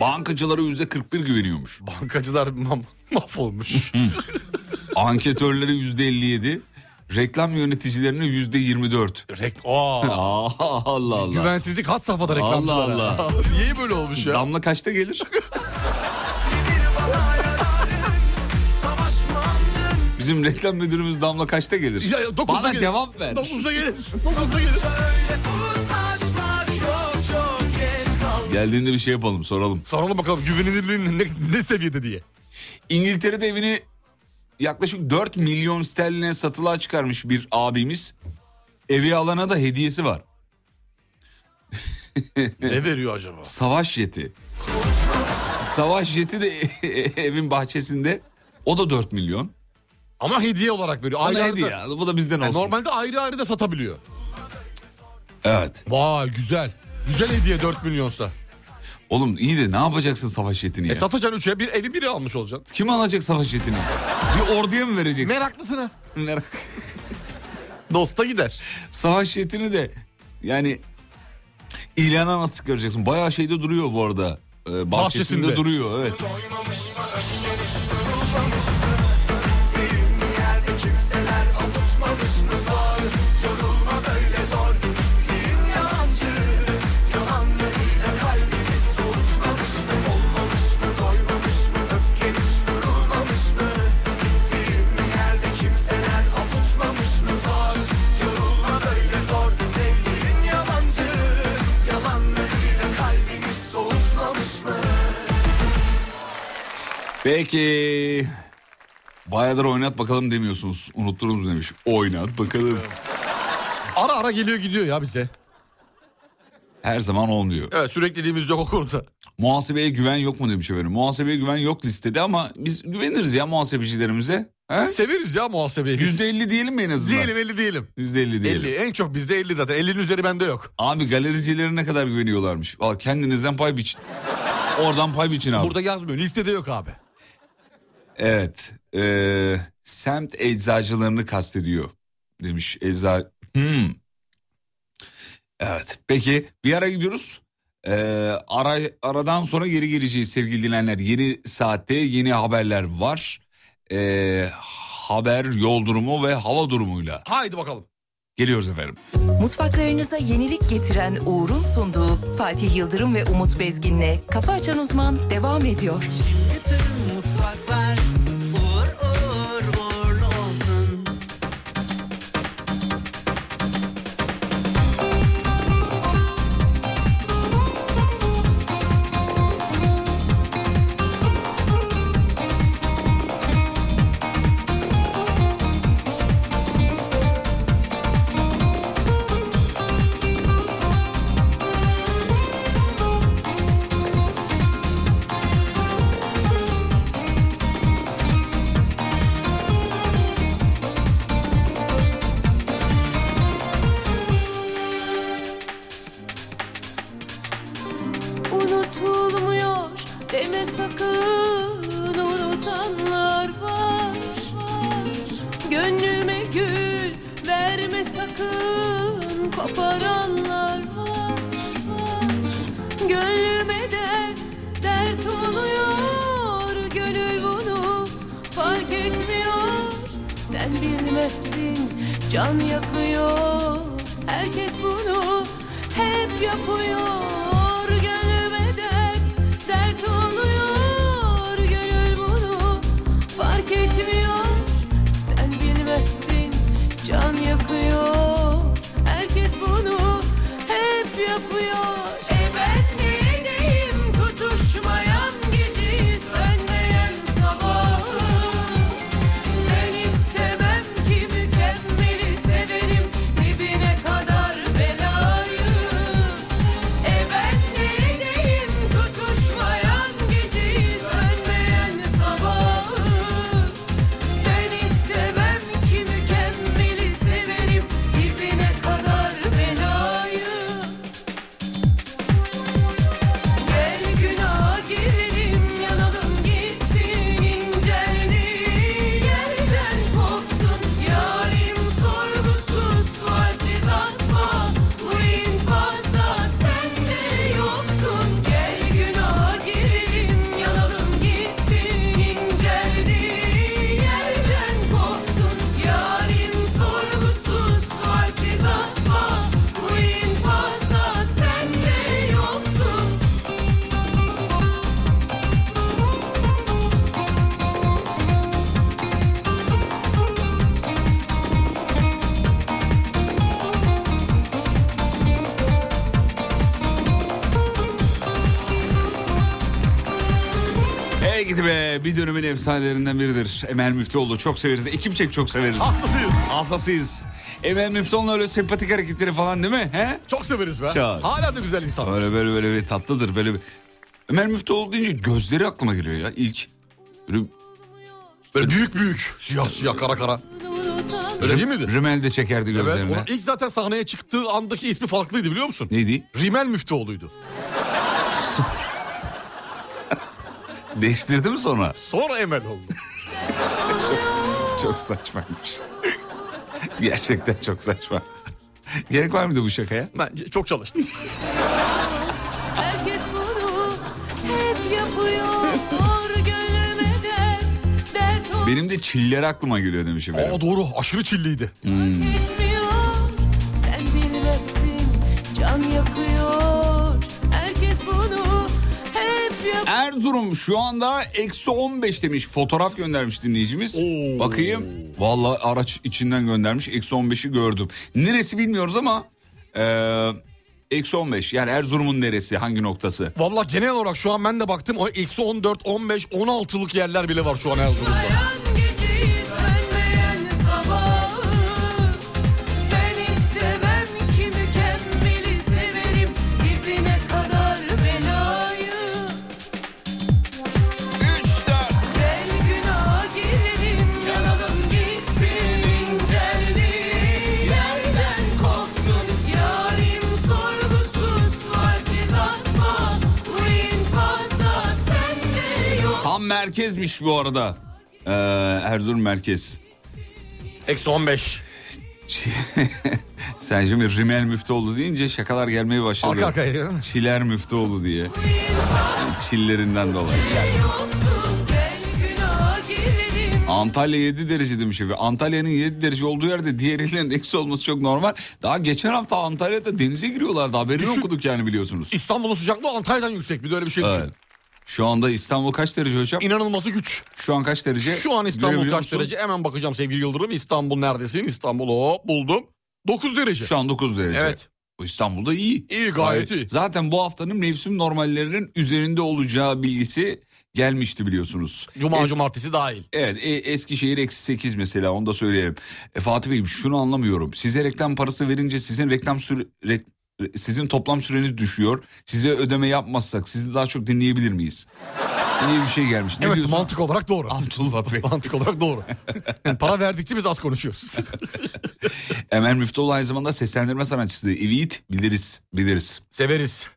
[SPEAKER 3] Bankacılara yüzde 41 güveniyormuş.
[SPEAKER 4] Bankacılar ma- mahvolmuş.
[SPEAKER 3] Anketörlere yüzde 57. Reklam yöneticilerine yüzde 24.
[SPEAKER 4] Rek- Aa,
[SPEAKER 3] Aa, Allah Allah.
[SPEAKER 4] güvensizlik hat safhada reklamcılara.
[SPEAKER 3] Allah Allah.
[SPEAKER 4] Niye böyle olmuş ya?
[SPEAKER 3] Damla kaçta gelir? Bizim reklam müdürümüz Damla kaçta gelir?
[SPEAKER 4] Ya, ya, dokuzda
[SPEAKER 3] Bana
[SPEAKER 4] gelir.
[SPEAKER 3] cevap ver.
[SPEAKER 4] Dokuzda gelir. Dokuzda gelir.
[SPEAKER 3] Geldiğinde bir şey yapalım soralım.
[SPEAKER 4] Soralım bakalım güvenilirliğin ne, ne seviyede diye.
[SPEAKER 3] İngiltere'de evini yaklaşık 4 milyon sterline satılığa çıkarmış bir abimiz. Evi alana da hediyesi var.
[SPEAKER 4] ne veriyor acaba?
[SPEAKER 3] Savaş jeti. Savaş jeti de evin bahçesinde. O da 4 milyon.
[SPEAKER 4] Ama hediye olarak veriyor.
[SPEAKER 3] Bana
[SPEAKER 4] Ayrı ayrı
[SPEAKER 3] hediye.
[SPEAKER 4] da-
[SPEAKER 3] Bu da bizden
[SPEAKER 4] Yani
[SPEAKER 3] olsun.
[SPEAKER 4] normalde ayrı ayrı da satabiliyor.
[SPEAKER 3] Evet.
[SPEAKER 4] Vay güzel. Güzel hediye 4 milyonsa.
[SPEAKER 3] Oğlum iyi de ne yapacaksın savaş jetini ya?
[SPEAKER 4] E satacaksın 3'e bir evi biri almış olacaksın.
[SPEAKER 3] Kim alacak savaş jetini? Bir orduya mı vereceksin?
[SPEAKER 4] Meraklısına.
[SPEAKER 3] Merak.
[SPEAKER 4] Dosta gider.
[SPEAKER 3] Savaş jetini de yani ilana nasıl çıkaracaksın? Bayağı şeyde duruyor bu arada. Ee, bahçesinde,
[SPEAKER 4] Bahçesinde.
[SPEAKER 3] duruyor evet. Peki. Bayağıdır oynat bakalım demiyorsunuz. Unutturunuz demiş. Oynat bakalım.
[SPEAKER 4] Ara ara geliyor gidiyor ya bize.
[SPEAKER 3] Her zaman olmuyor.
[SPEAKER 4] Evet sürekliliğimiz yok o konuda.
[SPEAKER 3] Muhasebeye güven yok mu demiş efendim. Muhasebeye güven yok listede ama biz güveniriz ya muhasebecilerimize. He?
[SPEAKER 4] Severiz ya muhasebeyi. biz.
[SPEAKER 3] %50 diyelim mi en azından?
[SPEAKER 4] Diyelim 50 diyelim.
[SPEAKER 3] %50 diyelim.
[SPEAKER 4] 50 en çok bizde 50 zaten. 50'nin üzeri bende yok.
[SPEAKER 3] Abi galericilere ne kadar güveniyorlarmış. Valla kendinizden pay biçin. Oradan pay biçin abi.
[SPEAKER 4] Burada yazmıyor. Listede yok abi.
[SPEAKER 3] Evet. Ee, semt eczacılarını kastediyor demiş eczacı. Hmm. Evet. Peki bir ara gidiyoruz. Ee, ara, aradan sonra geri geleceğiz sevgili dinleyenler. Yeni saatte yeni haberler var. Ee, haber, yol durumu ve hava durumuyla
[SPEAKER 4] Haydi bakalım.
[SPEAKER 3] geliyoruz efendim.
[SPEAKER 1] Mutfaklarınıza yenilik getiren Uğur'un sunduğu Fatih Yıldırım ve Umut Bezgin'le Kafa Açan Uzman devam ediyor.
[SPEAKER 9] Bütün mutfaklar uğur uğur uğurlu olsun.
[SPEAKER 5] Unutulmuyor deme sakın unutanlar var Gönlüme gül verme sakın koparanlar var Gönlüme dert, dert oluyor Gönül bunu fark etmiyor Sen bilmezsin can yakıyor Herkes bunu hep yapıyor Gönlüme dert, dert oluyor Gönül bunu fark etmiyor Sen bilmezsin can yakıyor Herkes bunu hep yapıyor E ben neydeyim tutuşmayan geceyi sönmeyen sabahı Ben istemem ki mükemmeli severim dibine kadar belayı
[SPEAKER 9] E
[SPEAKER 3] Hadi be bir dönemin efsanelerinden biridir. Emel Müftüoğlu çok severiz. Ekip çek çok severiz.
[SPEAKER 4] Hastasıyız.
[SPEAKER 3] Hastasıyız. Emel Müftüoğlu'nun öyle sempatik hareketleri falan değil mi? He?
[SPEAKER 4] Çok severiz be.
[SPEAKER 3] Çok.
[SPEAKER 4] Hala da güzel insan.
[SPEAKER 3] Öyle böyle böyle bir tatlıdır. Böyle bir... Ömer Müftüoğlu deyince gözleri aklıma geliyor ya ilk. Böyle
[SPEAKER 4] Böyle büyük büyük. Siyah siyah kara kara.
[SPEAKER 9] unutan
[SPEAKER 4] Öyle değil miydi?
[SPEAKER 3] Rümel de çekerdi
[SPEAKER 4] Evet.
[SPEAKER 3] gözlerine.
[SPEAKER 4] Onun ilk zaten sahneye çıktığı andaki ismi farklıydı biliyor musun?
[SPEAKER 3] Neydi?
[SPEAKER 4] Rimel Müftüoğlu'ydu.
[SPEAKER 3] Değiştirdi mi sonra?
[SPEAKER 4] Sonra Emel oldu.
[SPEAKER 3] Çok saçmaymış. Gerçekten çok saçma. Gerek var mıydı bu şakaya?
[SPEAKER 4] Bence çok çalıştı.
[SPEAKER 9] herkes bunu hep yapıyor Gönlüme dert, dert oluyor
[SPEAKER 3] Benim de çiller aklıma geliyor demişim. benim.
[SPEAKER 4] Aa doğru aşırı çilliydi.
[SPEAKER 9] Bitmiyor, sen bilmezsin can yakıyor Herkes bunu hep yapıyor
[SPEAKER 3] Erzurum şu anda eksi 15 demiş. Fotoğraf göndermiş dinleyicimiz.
[SPEAKER 4] Oo.
[SPEAKER 3] Bakayım. Vallahi araç içinden göndermiş. Eksi 15'i gördüm. Neresi bilmiyoruz ama... eee, Eksi 15 yani Erzurum'un neresi hangi noktası?
[SPEAKER 4] Valla genel olarak şu an ben de baktım. o Eksi 14, 15, 16'lık yerler bile var şu an Erzurum'da.
[SPEAKER 9] Yan geceyi sönmeyen sabahı Ben istemem ki mükemmeli severim dibine kadar belayı
[SPEAKER 3] 3, 4,
[SPEAKER 9] Gel günaha girelim yanalım gitsin inceldiği yerden kopsun Yarim sorgusuz halsiz asma bu infazda sende yok
[SPEAKER 3] Tam merkezmiş bu arada. Ee, Erzurum merkez.
[SPEAKER 4] Eksi 15.
[SPEAKER 3] Sen şimdi Rimel Müftüoğlu deyince şakalar gelmeye başladı.
[SPEAKER 4] Arka arkaya değil mi?
[SPEAKER 3] Çiler Müftüoğlu diye. Çillerinden dolayı.
[SPEAKER 9] olsun Gel günaha girelim
[SPEAKER 3] Antalya 7 derece demiş efendim. Antalya'nın 7 derece olduğu yerde diğerlerinin eksi olması çok normal. Daha geçen hafta Antalya'da denize giriyorlardı. Haberini
[SPEAKER 4] Düşün.
[SPEAKER 3] okuduk yani biliyorsunuz.
[SPEAKER 4] İstanbul'un sıcaklığı Antalya'dan yüksek bir de öyle bir şey düşün.
[SPEAKER 3] Evet. Şu anda İstanbul kaç derece hocam?
[SPEAKER 4] İnanılması güç.
[SPEAKER 3] Şu an kaç derece?
[SPEAKER 4] Şu an İstanbul
[SPEAKER 3] Görebiliyor
[SPEAKER 4] kaç
[SPEAKER 3] musun?
[SPEAKER 4] derece? Hemen bakacağım sevgili Yıldırım. İstanbul neredesin? İstanbul hop buldum. 9 derece.
[SPEAKER 3] Şu an 9 derece.
[SPEAKER 4] Evet.
[SPEAKER 3] Bu İstanbul'da iyi.
[SPEAKER 4] İyi, gayet iyi.
[SPEAKER 3] Zaten bu haftanın mevsim normallerinin üzerinde olacağı bilgisi gelmişti biliyorsunuz.
[SPEAKER 4] Cuma
[SPEAKER 3] E,
[SPEAKER 4] cumartesi dahil.
[SPEAKER 3] Evet e, Eskişehir eksi 8 mesela onu da söyleyelim. E, Fatih Bey'im şunu anlamıyorum. Size reklam parası verince sizin reklam süre, re- re- sizin toplam süreniz düşüyor. Size ödeme yapmazsak sizi daha çok dinleyebilir miyiz? Diye bir şey gelmiş. Ne
[SPEAKER 4] evet
[SPEAKER 3] diyorsun?
[SPEAKER 4] mantık olarak doğru.
[SPEAKER 3] Abdullah Bey.
[SPEAKER 4] mantık olarak doğru. Yani para verdikçe biz az konuşuyoruz.
[SPEAKER 3] Emel Müftüoğlu aynı zamanda seslendirme sanatçısı. Evet biliriz biliriz.
[SPEAKER 4] Severiz.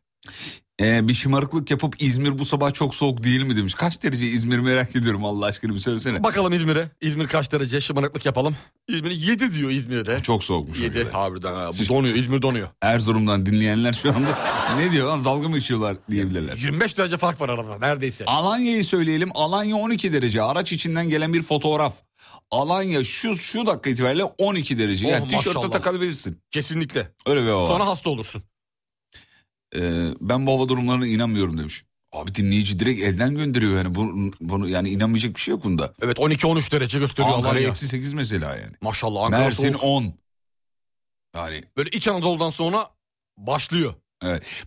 [SPEAKER 3] Ee, bir şımarıklık yapıp İzmir bu sabah çok soğuk değil mi demiş. Kaç derece İzmir merak ediyorum Allah aşkına bir söylesene.
[SPEAKER 4] Bakalım İzmir'e. İzmir kaç derece? Şımarıklık yapalım. İzmir 7 diyor İzmir'de.
[SPEAKER 3] Çok soğukmuş.
[SPEAKER 4] 7. Harbiden ha. Bu donuyor. İzmir donuyor.
[SPEAKER 3] Erzurum'dan dinleyenler şu anda ne diyor lan dalga mı içiyorlar diyebilirler.
[SPEAKER 4] 25 derece fark var arada neredeyse.
[SPEAKER 3] Alanya'yı söyleyelim. Alanya 12 derece. Araç içinden gelen bir fotoğraf. Alanya şu şu dakika itibariyle 12 derece. Yani
[SPEAKER 4] Oh,
[SPEAKER 3] tişörtte
[SPEAKER 4] maşallah.
[SPEAKER 3] takabilirsin.
[SPEAKER 4] Kesinlikle.
[SPEAKER 3] Öyle bir hava.
[SPEAKER 4] Sonra
[SPEAKER 3] var.
[SPEAKER 4] hasta olursun.
[SPEAKER 3] Ee, ben bu hava durumlarına inanmıyorum demiş. Abi dinleyici direkt elden gönderiyor yani bunu, bunu yani inanmayacak bir şey yok bunda.
[SPEAKER 4] Evet 12-13 derece gösteriyor
[SPEAKER 3] Ankara
[SPEAKER 4] Alanya.
[SPEAKER 3] eksi 8 mesela yani.
[SPEAKER 4] Maşallah Ankara
[SPEAKER 3] Mersin
[SPEAKER 4] soğuk.
[SPEAKER 3] 10. Yani
[SPEAKER 4] Böyle İç Anadolu'dan sonra başlıyor.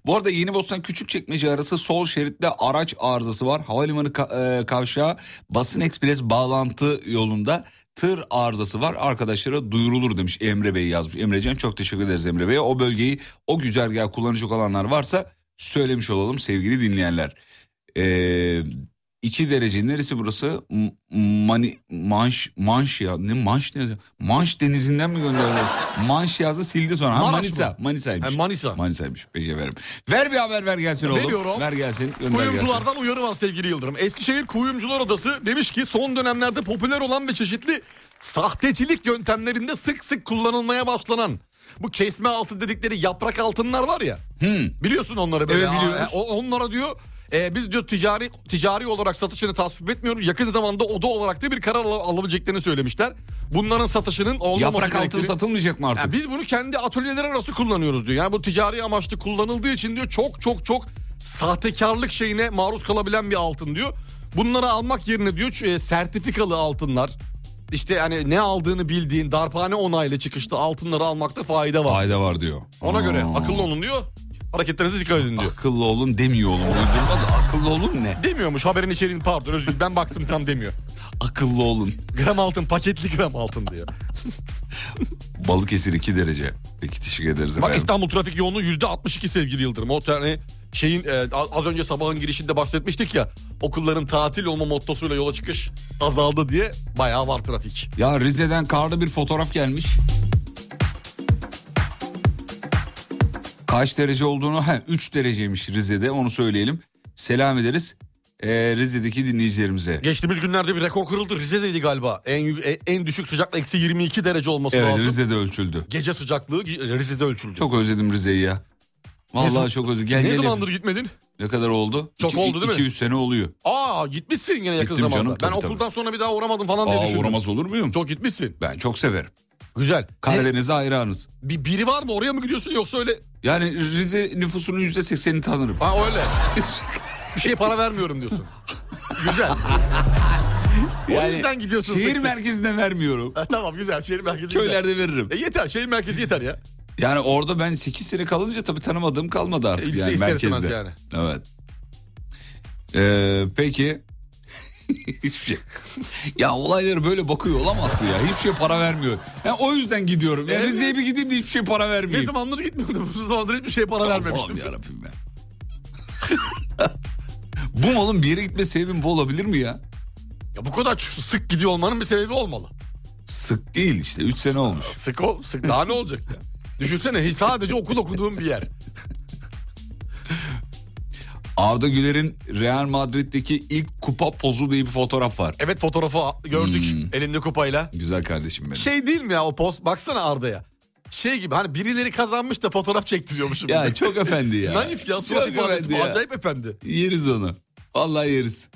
[SPEAKER 3] bu arada Yeni Bostan Küçükçekmece arası sol şeritte araç arızası var. Havalimanı ka- e, kavşağı basın ekspres bağlantı yolunda tır arızası var. Arkadaşlara duyurulur demiş Emre Bey yazmış. Emrecan çok teşekkür ederiz Emre Bey'e. O bölgeyi o güzergahı kullanacak olanlar varsa söylemiş olalım sevgili dinleyenler. Ee, iki derece neresi burası? M- Mani, manş, manş ya ne manş ne? Manş denizinden mi gönderdi? manş yazdı sildi sonra. Ha,
[SPEAKER 4] Maraş mı?
[SPEAKER 3] Manisa, Manisa'ymış.
[SPEAKER 4] Yani Manisa.
[SPEAKER 3] Manisa'ymış. Peki efendim. Ver bir haber ver gelsin oğlum.
[SPEAKER 4] Veriyorum.
[SPEAKER 3] Ver gelsin. Gönder gelsin.
[SPEAKER 4] Kuyumculardan uyarı var sevgili Yıldırım. Eskişehir Kuyumcular Odası demiş ki son dönemlerde popüler olan ve çeşitli sahtecilik yöntemlerinde sık sık kullanılmaya başlanan bu kesme altı dedikleri yaprak altınlar var ya. Biliyorsun onları böyle.
[SPEAKER 3] Hmm. Evet, biliyoruz.
[SPEAKER 4] Aa, e, o- onlara diyor e, biz diyor ticari ticari olarak satışını tasvip etmiyoruz. Yakın zamanda oda olarak da bir karar al- alabileceklerini söylemişler. Bunların satışının olmaması
[SPEAKER 3] Yaprak altın
[SPEAKER 4] gerektiğini-
[SPEAKER 3] satılmayacak mı artık?
[SPEAKER 4] Ya biz bunu kendi atölyeler arası kullanıyoruz diyor. Yani bu ticari amaçlı kullanıldığı için diyor çok çok çok sahtekarlık şeyine maruz kalabilen bir altın diyor. Bunları almak yerine diyor ç- e, sertifikalı altınlar işte hani ne aldığını bildiğin darphane onaylı çıkışlı altınları almakta fayda var.
[SPEAKER 3] Fayda var diyor.
[SPEAKER 4] Ona göre
[SPEAKER 3] Aa. Ah.
[SPEAKER 4] akıllı olun diyor. Hareketlerinize dikkat edin diyor.
[SPEAKER 3] Akıllı olun demiyor oğlum. Uydurma da akıllı olun ne?
[SPEAKER 4] Demiyormuş haberin içeriğini pardon özür dilerim ben baktım tam demiyor.
[SPEAKER 3] Akıllı olun.
[SPEAKER 4] Gram altın paketli gram altın diyor.
[SPEAKER 3] Balıkesir 2 derece. Peki teşekkür ederiz
[SPEAKER 4] Bak
[SPEAKER 3] efendim.
[SPEAKER 4] İstanbul trafik yoğunluğu yüzde 62 sevgili Yıldırım. O tane şeyin e, a- az önce sabahın girişinde bahsetmiştik ya okulların tatil olma mottosuyla yola çıkış azaldı diye bayağı var trafik.
[SPEAKER 3] Ya Rize'den karlı bir fotoğraf gelmiş. Kaç derece olduğunu, he 3 dereceymiş Rize'de onu söyleyelim. Selam ederiz ee, Rize'deki dinleyicilerimize.
[SPEAKER 4] Geçtiğimiz günlerde bir rekor kırıldı. Rize'deydi galiba. En yü- e- en düşük sıcaklık eksi 22 derece olması
[SPEAKER 3] Evet
[SPEAKER 4] lazım.
[SPEAKER 3] Rize'de ölçüldü.
[SPEAKER 4] Gece sıcaklığı gi- e, Rize'de ölçüldü.
[SPEAKER 3] Çok özledim Rize'yi ya.
[SPEAKER 4] Ne
[SPEAKER 3] Vallahi
[SPEAKER 4] zaman-
[SPEAKER 3] çok özledim. Gel
[SPEAKER 4] ne
[SPEAKER 3] gelelim.
[SPEAKER 4] zamandır gitmedin?
[SPEAKER 3] Ne kadar oldu?
[SPEAKER 4] Çok oldu değil mi?
[SPEAKER 3] 200 sene oluyor.
[SPEAKER 4] Aa gitmişsin yine yakın
[SPEAKER 3] Gittim
[SPEAKER 4] zamanda.
[SPEAKER 3] canım,
[SPEAKER 4] ben
[SPEAKER 3] tabii, tabii.
[SPEAKER 4] okuldan sonra bir daha uğramadım falan diye
[SPEAKER 3] Aa
[SPEAKER 4] düşündüm.
[SPEAKER 3] uğramaz olur muyum?
[SPEAKER 4] Çok gitmişsin.
[SPEAKER 3] Ben çok severim.
[SPEAKER 4] Güzel. Ne-
[SPEAKER 3] Karadeniz'e hayranız.
[SPEAKER 4] bir, biri var mı oraya mı gidiyorsun yoksa öyle?
[SPEAKER 3] Yani Rize nüfusunun %80'ini tanırım.
[SPEAKER 4] Ha öyle. bir şey para vermiyorum diyorsun. Güzel. o yüzden gidiyorsun. sık
[SPEAKER 3] Şehir
[SPEAKER 4] sık.
[SPEAKER 3] merkezine vermiyorum.
[SPEAKER 4] Ha, tamam güzel şehir merkezi. güzel.
[SPEAKER 3] Köylerde veririm.
[SPEAKER 4] E yeter şehir merkezi yeter ya.
[SPEAKER 3] Yani orada ben 8 sene kalınca tabii tanımadığım kalmadı artık
[SPEAKER 4] İşte
[SPEAKER 3] yani
[SPEAKER 4] E, ister istemez
[SPEAKER 3] merkezde.
[SPEAKER 4] yani.
[SPEAKER 3] Evet. Ee, peki. Hiçbir şey. Ya olayları böyle bakıyor olamazsın ya. Hiçbir şey para vermiyor. Yani o yüzden gidiyorum. Yani
[SPEAKER 4] Evet.
[SPEAKER 3] Rize'ye bir gideyim de hiçbir şey para
[SPEAKER 4] E, Ne
[SPEAKER 3] vermeyeyim.
[SPEAKER 4] zamandır gitmiyordum. Uzun zamandır hiçbir şeye para vermemiştim.
[SPEAKER 3] Allah'ım yarabbim ya. bu malın bir yere gitme sebebim bu olabilir mi ya?
[SPEAKER 4] Ya bu kadar ç- sık gidiyor olmanın bir sebebi olmalı.
[SPEAKER 3] Sık değil işte 3 sene olmuş.
[SPEAKER 4] Sık ol, sık daha ne olacak ya? Düşünsene hiç sadece okul okuduğum bir yer.
[SPEAKER 3] Arda Güler'in Real Madrid'deki ilk kupa pozu diye bir fotoğraf var.
[SPEAKER 4] Evet fotoğrafı gördük
[SPEAKER 3] Hmm.
[SPEAKER 4] elinde kupayla.
[SPEAKER 3] Güzel kardeşim benim.
[SPEAKER 4] Şey değil mi ya o post? Baksana Arda'ya. Şey gibi hani birileri kazanmış da fotoğraf çektiriyormuşum.
[SPEAKER 3] Ya çok efendi ya.
[SPEAKER 4] Naif ya surat
[SPEAKER 3] Çok
[SPEAKER 4] ifadesi
[SPEAKER 3] efendi
[SPEAKER 4] bu,
[SPEAKER 3] ya.
[SPEAKER 4] acayip efendi.
[SPEAKER 3] Yeriz onu. Vallahi yeriz.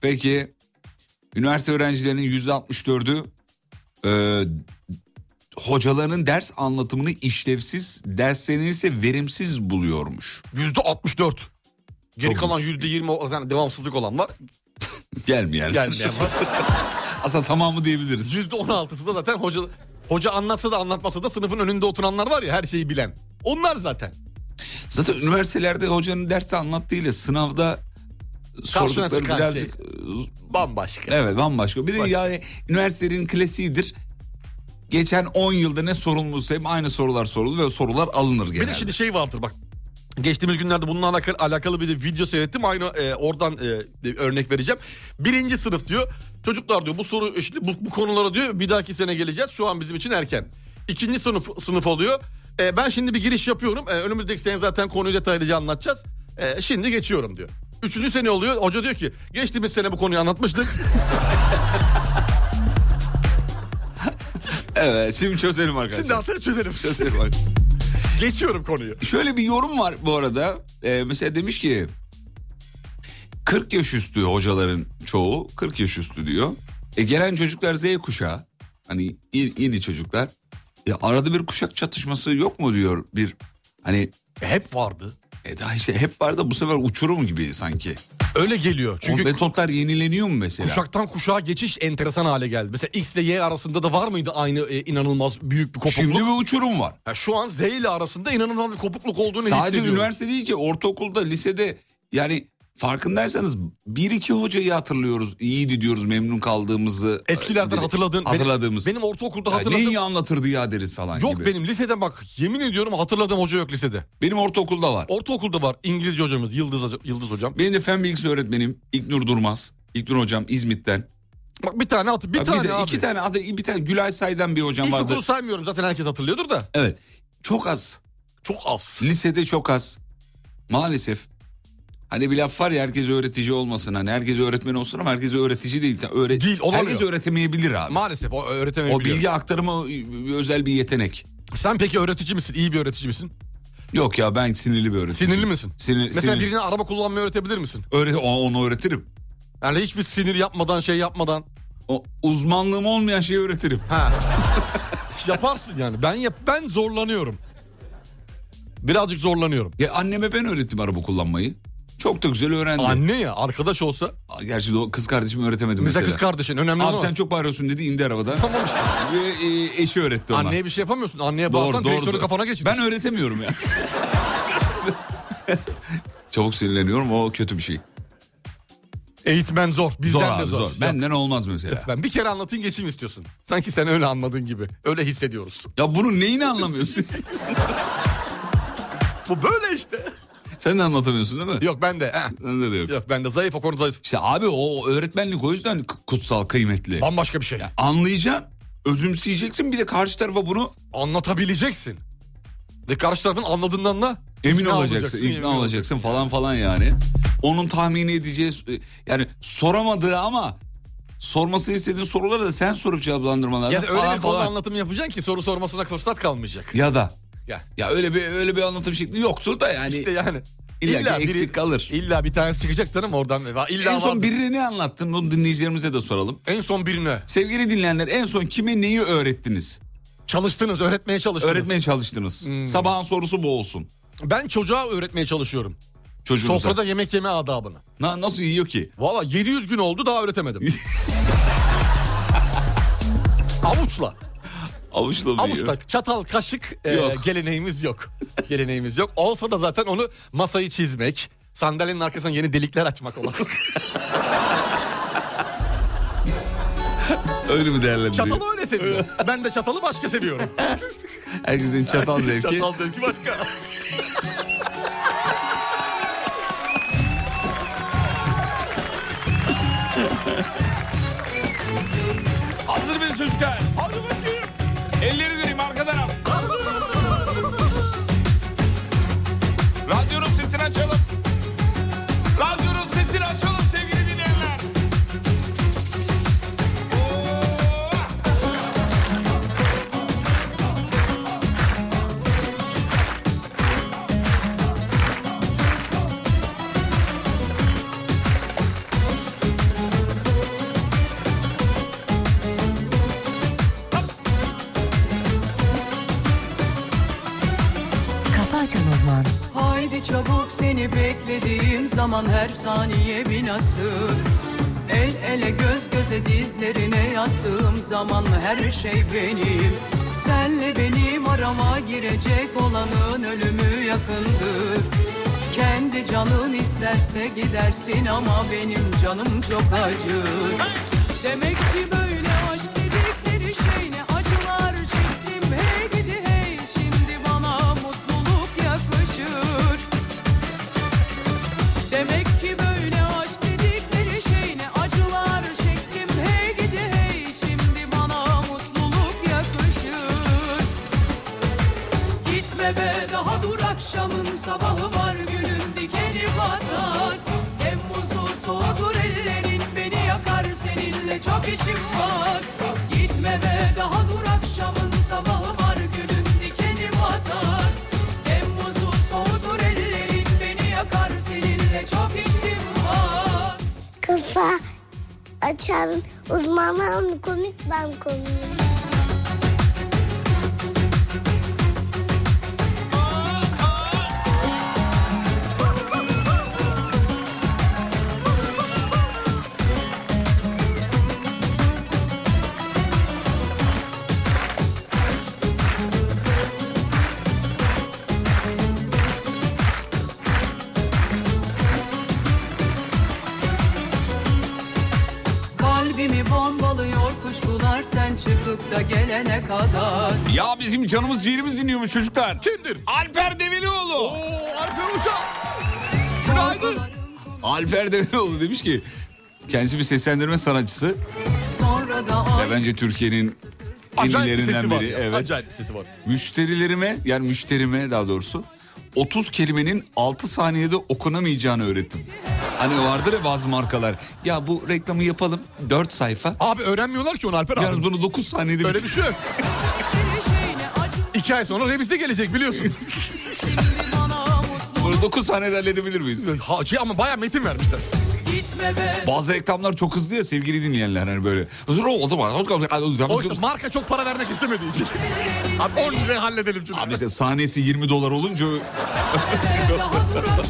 [SPEAKER 3] Peki üniversite öğrencilerinin %64'ü e, hocalarının ders anlatımını işlevsiz, derslerini ise verimsiz buluyormuş.
[SPEAKER 4] Yüzde 64. Geri
[SPEAKER 3] Çok
[SPEAKER 4] kalan
[SPEAKER 3] güzel.
[SPEAKER 4] yüzde 20 o- yani devamsızlık olan var.
[SPEAKER 3] Gelmeyen.
[SPEAKER 4] Gelmeyen var.
[SPEAKER 3] Aslında tamamı diyebiliriz.
[SPEAKER 4] Yüzde 16'sı da zaten hoca hoca anlatsa da anlatmasa da sınıfın önünde oturanlar var ya her şeyi bilen. Onlar zaten.
[SPEAKER 3] Zaten üniversitelerde hocanın dersi anlattığıyla sınavda sordukları
[SPEAKER 4] çıkan
[SPEAKER 3] birazcık... e,
[SPEAKER 4] Bambaşka.
[SPEAKER 3] Evet bambaşka. Bir de
[SPEAKER 4] Başka.
[SPEAKER 3] yani üniversitenin klasiğidir. Geçen 10 yılda ne sorulmuşsa hep aynı sorular sorulur ve sorular alınır
[SPEAKER 4] Bir
[SPEAKER 3] genelde.
[SPEAKER 4] de şimdi şey vardır bak. Geçtiğimiz günlerde bununla alakalı, alakalı bir de video seyrettim. Aynı e, oradan e, bir örnek vereceğim. Birinci sınıf diyor. Çocuklar diyor bu soru işte bu, bu konulara diyor bir dahaki sene geleceğiz. Şu an bizim için erken. İkinci sınıf sınıf oluyor. E, ben şimdi bir giriş yapıyorum. E, önümüzdeki sene zaten konuyu detaylıca anlatacağız. E, şimdi geçiyorum diyor. Üçüncü sene oluyor. Hoca diyor ki geçtiğimiz sene bu konuyu anlatmıştık.
[SPEAKER 3] Evet şimdi çözelim arkadaşlar.
[SPEAKER 4] şimdi artık çözelim.
[SPEAKER 3] Çözelim arkadaşlar.
[SPEAKER 4] Geçiyorum konuyu.
[SPEAKER 3] Şöyle bir yorum var bu arada. Ee, mesela demiş ki 40 yaş üstü hocaların çoğu 40 yaş üstü diyor. E, gelen çocuklar Z kuşağı. Hani y- yeni çocuklar. E, arada bir kuşak çatışması yok mu diyor bir hani
[SPEAKER 4] E, Hep vardı.
[SPEAKER 3] e, daha işte hep var da bu sefer uçurum gibi sanki.
[SPEAKER 4] Öyle geliyor.
[SPEAKER 3] Çünkü
[SPEAKER 4] Çünkü
[SPEAKER 3] metotlar yenileniyor mu mesela?
[SPEAKER 4] Kuşaktan kuşağa geçiş enteresan hale geldi. Mesela X ile Y arasında da var mıydı aynı e, inanılmaz büyük bir kopukluk?
[SPEAKER 3] Şimdi bir uçurum var.
[SPEAKER 4] Ya şu an Z ile arasında inanılmaz bir kopukluk olduğunu
[SPEAKER 3] Sadece
[SPEAKER 4] hissediyorum.
[SPEAKER 3] üniversite değil ki ortaokulda, lisede yani farkındaysanız bir iki hocayı hatırlıyoruz. İyiydi diyoruz memnun kaldığımızı.
[SPEAKER 4] Eskilerden
[SPEAKER 3] Ee,
[SPEAKER 4] hatırladığın,
[SPEAKER 3] Hatırladığımız.
[SPEAKER 4] Benim, benim ortaokulda
[SPEAKER 3] Ya
[SPEAKER 4] hatırladığım...
[SPEAKER 3] Ne iyi anlatırdı ya deriz falan
[SPEAKER 4] Yok
[SPEAKER 3] gibi.
[SPEAKER 4] benim lisede bak yemin ediyorum hatırladığım hoca yok lisede.
[SPEAKER 3] Benim ortaokulda var.
[SPEAKER 4] Ortaokulda var İngilizce hocamız Yıldız, hoca- Yıldız hocam.
[SPEAKER 3] Benim de fen bilgisi öğretmenim İknur Durmaz. İknur hocam İzmit'ten.
[SPEAKER 4] Bak bir tane hatır, bir
[SPEAKER 3] Ya
[SPEAKER 4] tane
[SPEAKER 3] de-
[SPEAKER 4] abi.
[SPEAKER 3] iki tane adı bir tane Gülay Say'dan bir hocam vardı.
[SPEAKER 4] İlkokulu saymıyorum zaten herkes hatırlıyordur da.
[SPEAKER 3] Evet. Çok az.
[SPEAKER 4] Çok az.
[SPEAKER 3] Lisede çok az. Maalesef. Hani bir laf var ya herkes öğretici olmasın. Hani herkes öğretmen olsun ama herkes öğretici değil. Öğret
[SPEAKER 4] Değil, olamıyor.
[SPEAKER 3] herkes öğretemeyebilir abi.
[SPEAKER 4] Maalesef o öğretemeyi
[SPEAKER 3] o bilgi aktarımı özel bir yetenek.
[SPEAKER 4] Sen peki öğretici misin? İyi bir öğretici misin?
[SPEAKER 3] Yok ya ben sinirli bir öğretici.
[SPEAKER 4] Sinirli misin?
[SPEAKER 3] Sinir,
[SPEAKER 4] Mesela
[SPEAKER 3] sinir-
[SPEAKER 4] birine araba kullanmayı öğretebilir misin?
[SPEAKER 3] Öğre- o- onu öğretirim.
[SPEAKER 4] Yani hiçbir sinir yapmadan şey yapmadan.
[SPEAKER 3] O uzmanlığım olmayan şeyi öğretirim.
[SPEAKER 4] Ha. Yaparsın yani. Ben yap ben zorlanıyorum. Birazcık zorlanıyorum.
[SPEAKER 3] Ya anneme ben öğrettim araba kullanmayı. Çok da güzel öğrendi.
[SPEAKER 4] Anne ya arkadaş olsa
[SPEAKER 3] Gerçi de o kız kardeşim öğretemedim
[SPEAKER 4] mesela
[SPEAKER 3] mesela.
[SPEAKER 4] kız kardeşin önemli
[SPEAKER 3] Abi
[SPEAKER 4] olan
[SPEAKER 3] sen
[SPEAKER 4] o.
[SPEAKER 3] çok bağırıyorsun dedi indi arabadan.
[SPEAKER 4] Tamam işte.
[SPEAKER 3] Ve e, eşi öğretti ona.
[SPEAKER 4] Anneye bir şey yapamıyorsun. Anneye
[SPEAKER 3] Doğru,
[SPEAKER 4] bağırsan
[SPEAKER 3] doğru,
[SPEAKER 4] direksiyonu
[SPEAKER 3] doğru.
[SPEAKER 4] kafana geçirir.
[SPEAKER 3] Ben öğretemiyorum ya. Çabuk sinirleniyorum o kötü bir şey.
[SPEAKER 4] Eğitmen zor. Bizden
[SPEAKER 3] zor abi
[SPEAKER 4] de
[SPEAKER 3] zor.
[SPEAKER 4] zor.
[SPEAKER 3] Benden olmaz mesela.
[SPEAKER 4] Ben bir kere anlatın geçeyim istiyorsun. Sanki sen öyle anladın gibi. Öyle hissediyoruz.
[SPEAKER 3] Ya bunun neyini anlamıyorsun?
[SPEAKER 4] Bu böyle işte.
[SPEAKER 3] Sen de anlatamıyorsun değil mi?
[SPEAKER 4] Yok ben de. heh.
[SPEAKER 3] Ben de diyorum.
[SPEAKER 4] Yok ben de zayıf o konuda zayıf.
[SPEAKER 3] İşte abi o öğretmenlik o yüzden k- kutsal kıymetli.
[SPEAKER 4] Bambaşka bir şey.
[SPEAKER 3] Anlayacaksın, özümseyeceksin bir de karşı tarafa bunu
[SPEAKER 4] Anlatabileceksin. Ve karşı tarafın anladığından da
[SPEAKER 3] emin
[SPEAKER 4] ikna
[SPEAKER 3] olacaksın,
[SPEAKER 4] emin
[SPEAKER 3] ikna olacaksın falan falan yani. Onun tahmini edeceği e, yani soramadığı ama sormasını istediğin soruları da sen sorup cevaplandırmalar
[SPEAKER 4] Ya da öyle
[SPEAKER 3] falan
[SPEAKER 4] bir konuda
[SPEAKER 3] falan.
[SPEAKER 4] anlatım yapacaksın ki soru sormasına fırsat kalmayacak.
[SPEAKER 3] Ya da
[SPEAKER 4] Ya.
[SPEAKER 3] ya öyle bir öyle bir anlatım şekli yoktur da yani.
[SPEAKER 4] İşte yani.
[SPEAKER 3] İlla ki eksik kalır.
[SPEAKER 4] İlla bir tanesi çıkacak canım oradan. ve- İlla
[SPEAKER 3] en son
[SPEAKER 4] vardır.
[SPEAKER 3] birine ne anlattın? Bunu dinleyicilerimize de soralım.
[SPEAKER 4] en son birine
[SPEAKER 3] Sevgili dinleyenler en son kime neyi öğrettiniz?
[SPEAKER 4] çalıştınız, öğretmeye çalıştınız.
[SPEAKER 3] Öğretmeye çalıştınız.
[SPEAKER 4] Hmm.
[SPEAKER 3] Sabahın sorusu bu olsun.
[SPEAKER 4] Ben çocuğa öğretmeye çalışıyorum.
[SPEAKER 3] Çocuğunuza.
[SPEAKER 4] Sofrada yemek yeme adabını.
[SPEAKER 3] Na- nasıl yiyor ki?
[SPEAKER 4] Valla 700 gün oldu daha öğretemedim. Avuçla.
[SPEAKER 3] Avuçla mı yiyor?
[SPEAKER 4] Avuçla çatal kaşık e,
[SPEAKER 3] Yok.
[SPEAKER 4] geleneğimiz yok. geleneğimiz yok. Olsa da zaten onu masayı çizmek, sandalyenin arkasına yeni delikler açmak olan.
[SPEAKER 3] Öyle mi değerlendiriyor?
[SPEAKER 4] Çatalı öyle seviyor. Ben de çatalı başka seviyorum.
[SPEAKER 3] Herkesin çatal zevki.
[SPEAKER 4] Çatal zevki başka.
[SPEAKER 3] Hazır mıyız çocuklar?
[SPEAKER 4] Hadi bakayım.
[SPEAKER 3] Elleri göreyim arkadan al. Radyonun sesini açalım. Radyonun sesini açalım sevgili dinleyenler.
[SPEAKER 1] Kafa Açan Uzman
[SPEAKER 9] Haydi çabuk seni beklediğim zaman her saniye binası El ele göz göze dizlerine yattığım zaman her şey benim Senle benim arama girecek olanın ölümü yakındır Kendi canın isterse gidersin ama benim canım çok acır Demek ki böyle aşk dedikleri şey ne acılar çektim hey gidi hey şimdi bana mutluluk yakışır. Demek ki böyle aşk dedikleri şey ne acılar çektim hey gidi hey şimdi bana mutluluk yakışır. Gitme be daha dur akşamın sabahı var günün dikeni batar Temmuz'u soğudur ellerin beni yakar seninle çok içim var Gitme be daha dur akşamın sabahı var günün dikeni batar Temmuz'u soğudur ellerin beni yakar seninle çok içim var
[SPEAKER 8] Kafa açan uzmanım komik ben komiyim.
[SPEAKER 9] Kalbimi bombalıyor kuşkular sen çıkıp da gelene kadar
[SPEAKER 3] Ya bizim canımız ciğerimiz dinliyormuş çocuklar.
[SPEAKER 4] Kimdir?
[SPEAKER 3] Alper Develioğlu.
[SPEAKER 4] Oo Alper Hoca. Günaydın.
[SPEAKER 3] Alper Develioğlu demiş ki kendisi bir seslendirme sanatçısı
[SPEAKER 9] Sonra da
[SPEAKER 3] ve bence Türkiye'nin en
[SPEAKER 4] Acayip bir sesi
[SPEAKER 3] ilerinden
[SPEAKER 4] var.
[SPEAKER 3] biri.
[SPEAKER 4] ya,
[SPEAKER 3] Evet.
[SPEAKER 4] Acayip bir sesi var.
[SPEAKER 3] Müşterilerime yani müşterime daha doğrusu 30 kelimenin 6 saniyede okunamayacağını öğrettim. Hani vardır ya bazı markalar. Ya bu reklamı yapalım 4 sayfa.
[SPEAKER 4] Abi öğrenmiyorlar ki onu Alper abi.
[SPEAKER 3] Yalnız bunu 9 saniyede
[SPEAKER 4] Öyle
[SPEAKER 3] bitir-
[SPEAKER 4] bir şey yok. İki ay sonra revize gelecek biliyorsun.
[SPEAKER 3] Bunu 9 saniyede halledebilir miyiz?
[SPEAKER 4] Ha, şey ama bayağı metin vermişler.
[SPEAKER 9] Gitme be
[SPEAKER 3] Bazı reklamlar çok hızlı ya sevgili dinleyenler hani böyle.
[SPEAKER 4] O işte marka çok para vermek istemediği için. Abi 10 liraya halledelim şunu.
[SPEAKER 3] Abi işte saniyesi 20 dolar olunca
[SPEAKER 9] Daha dur akşamın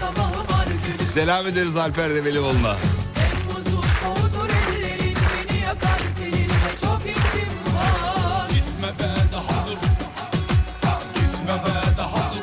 [SPEAKER 9] sabahı var günün
[SPEAKER 3] selam ederiz Alper Develioğlu'na.
[SPEAKER 9] Temmuz'u soğudur ellerin Beni yakar seninle çok içim var
[SPEAKER 2] Gitme be daha dur. Gitme be daha dur.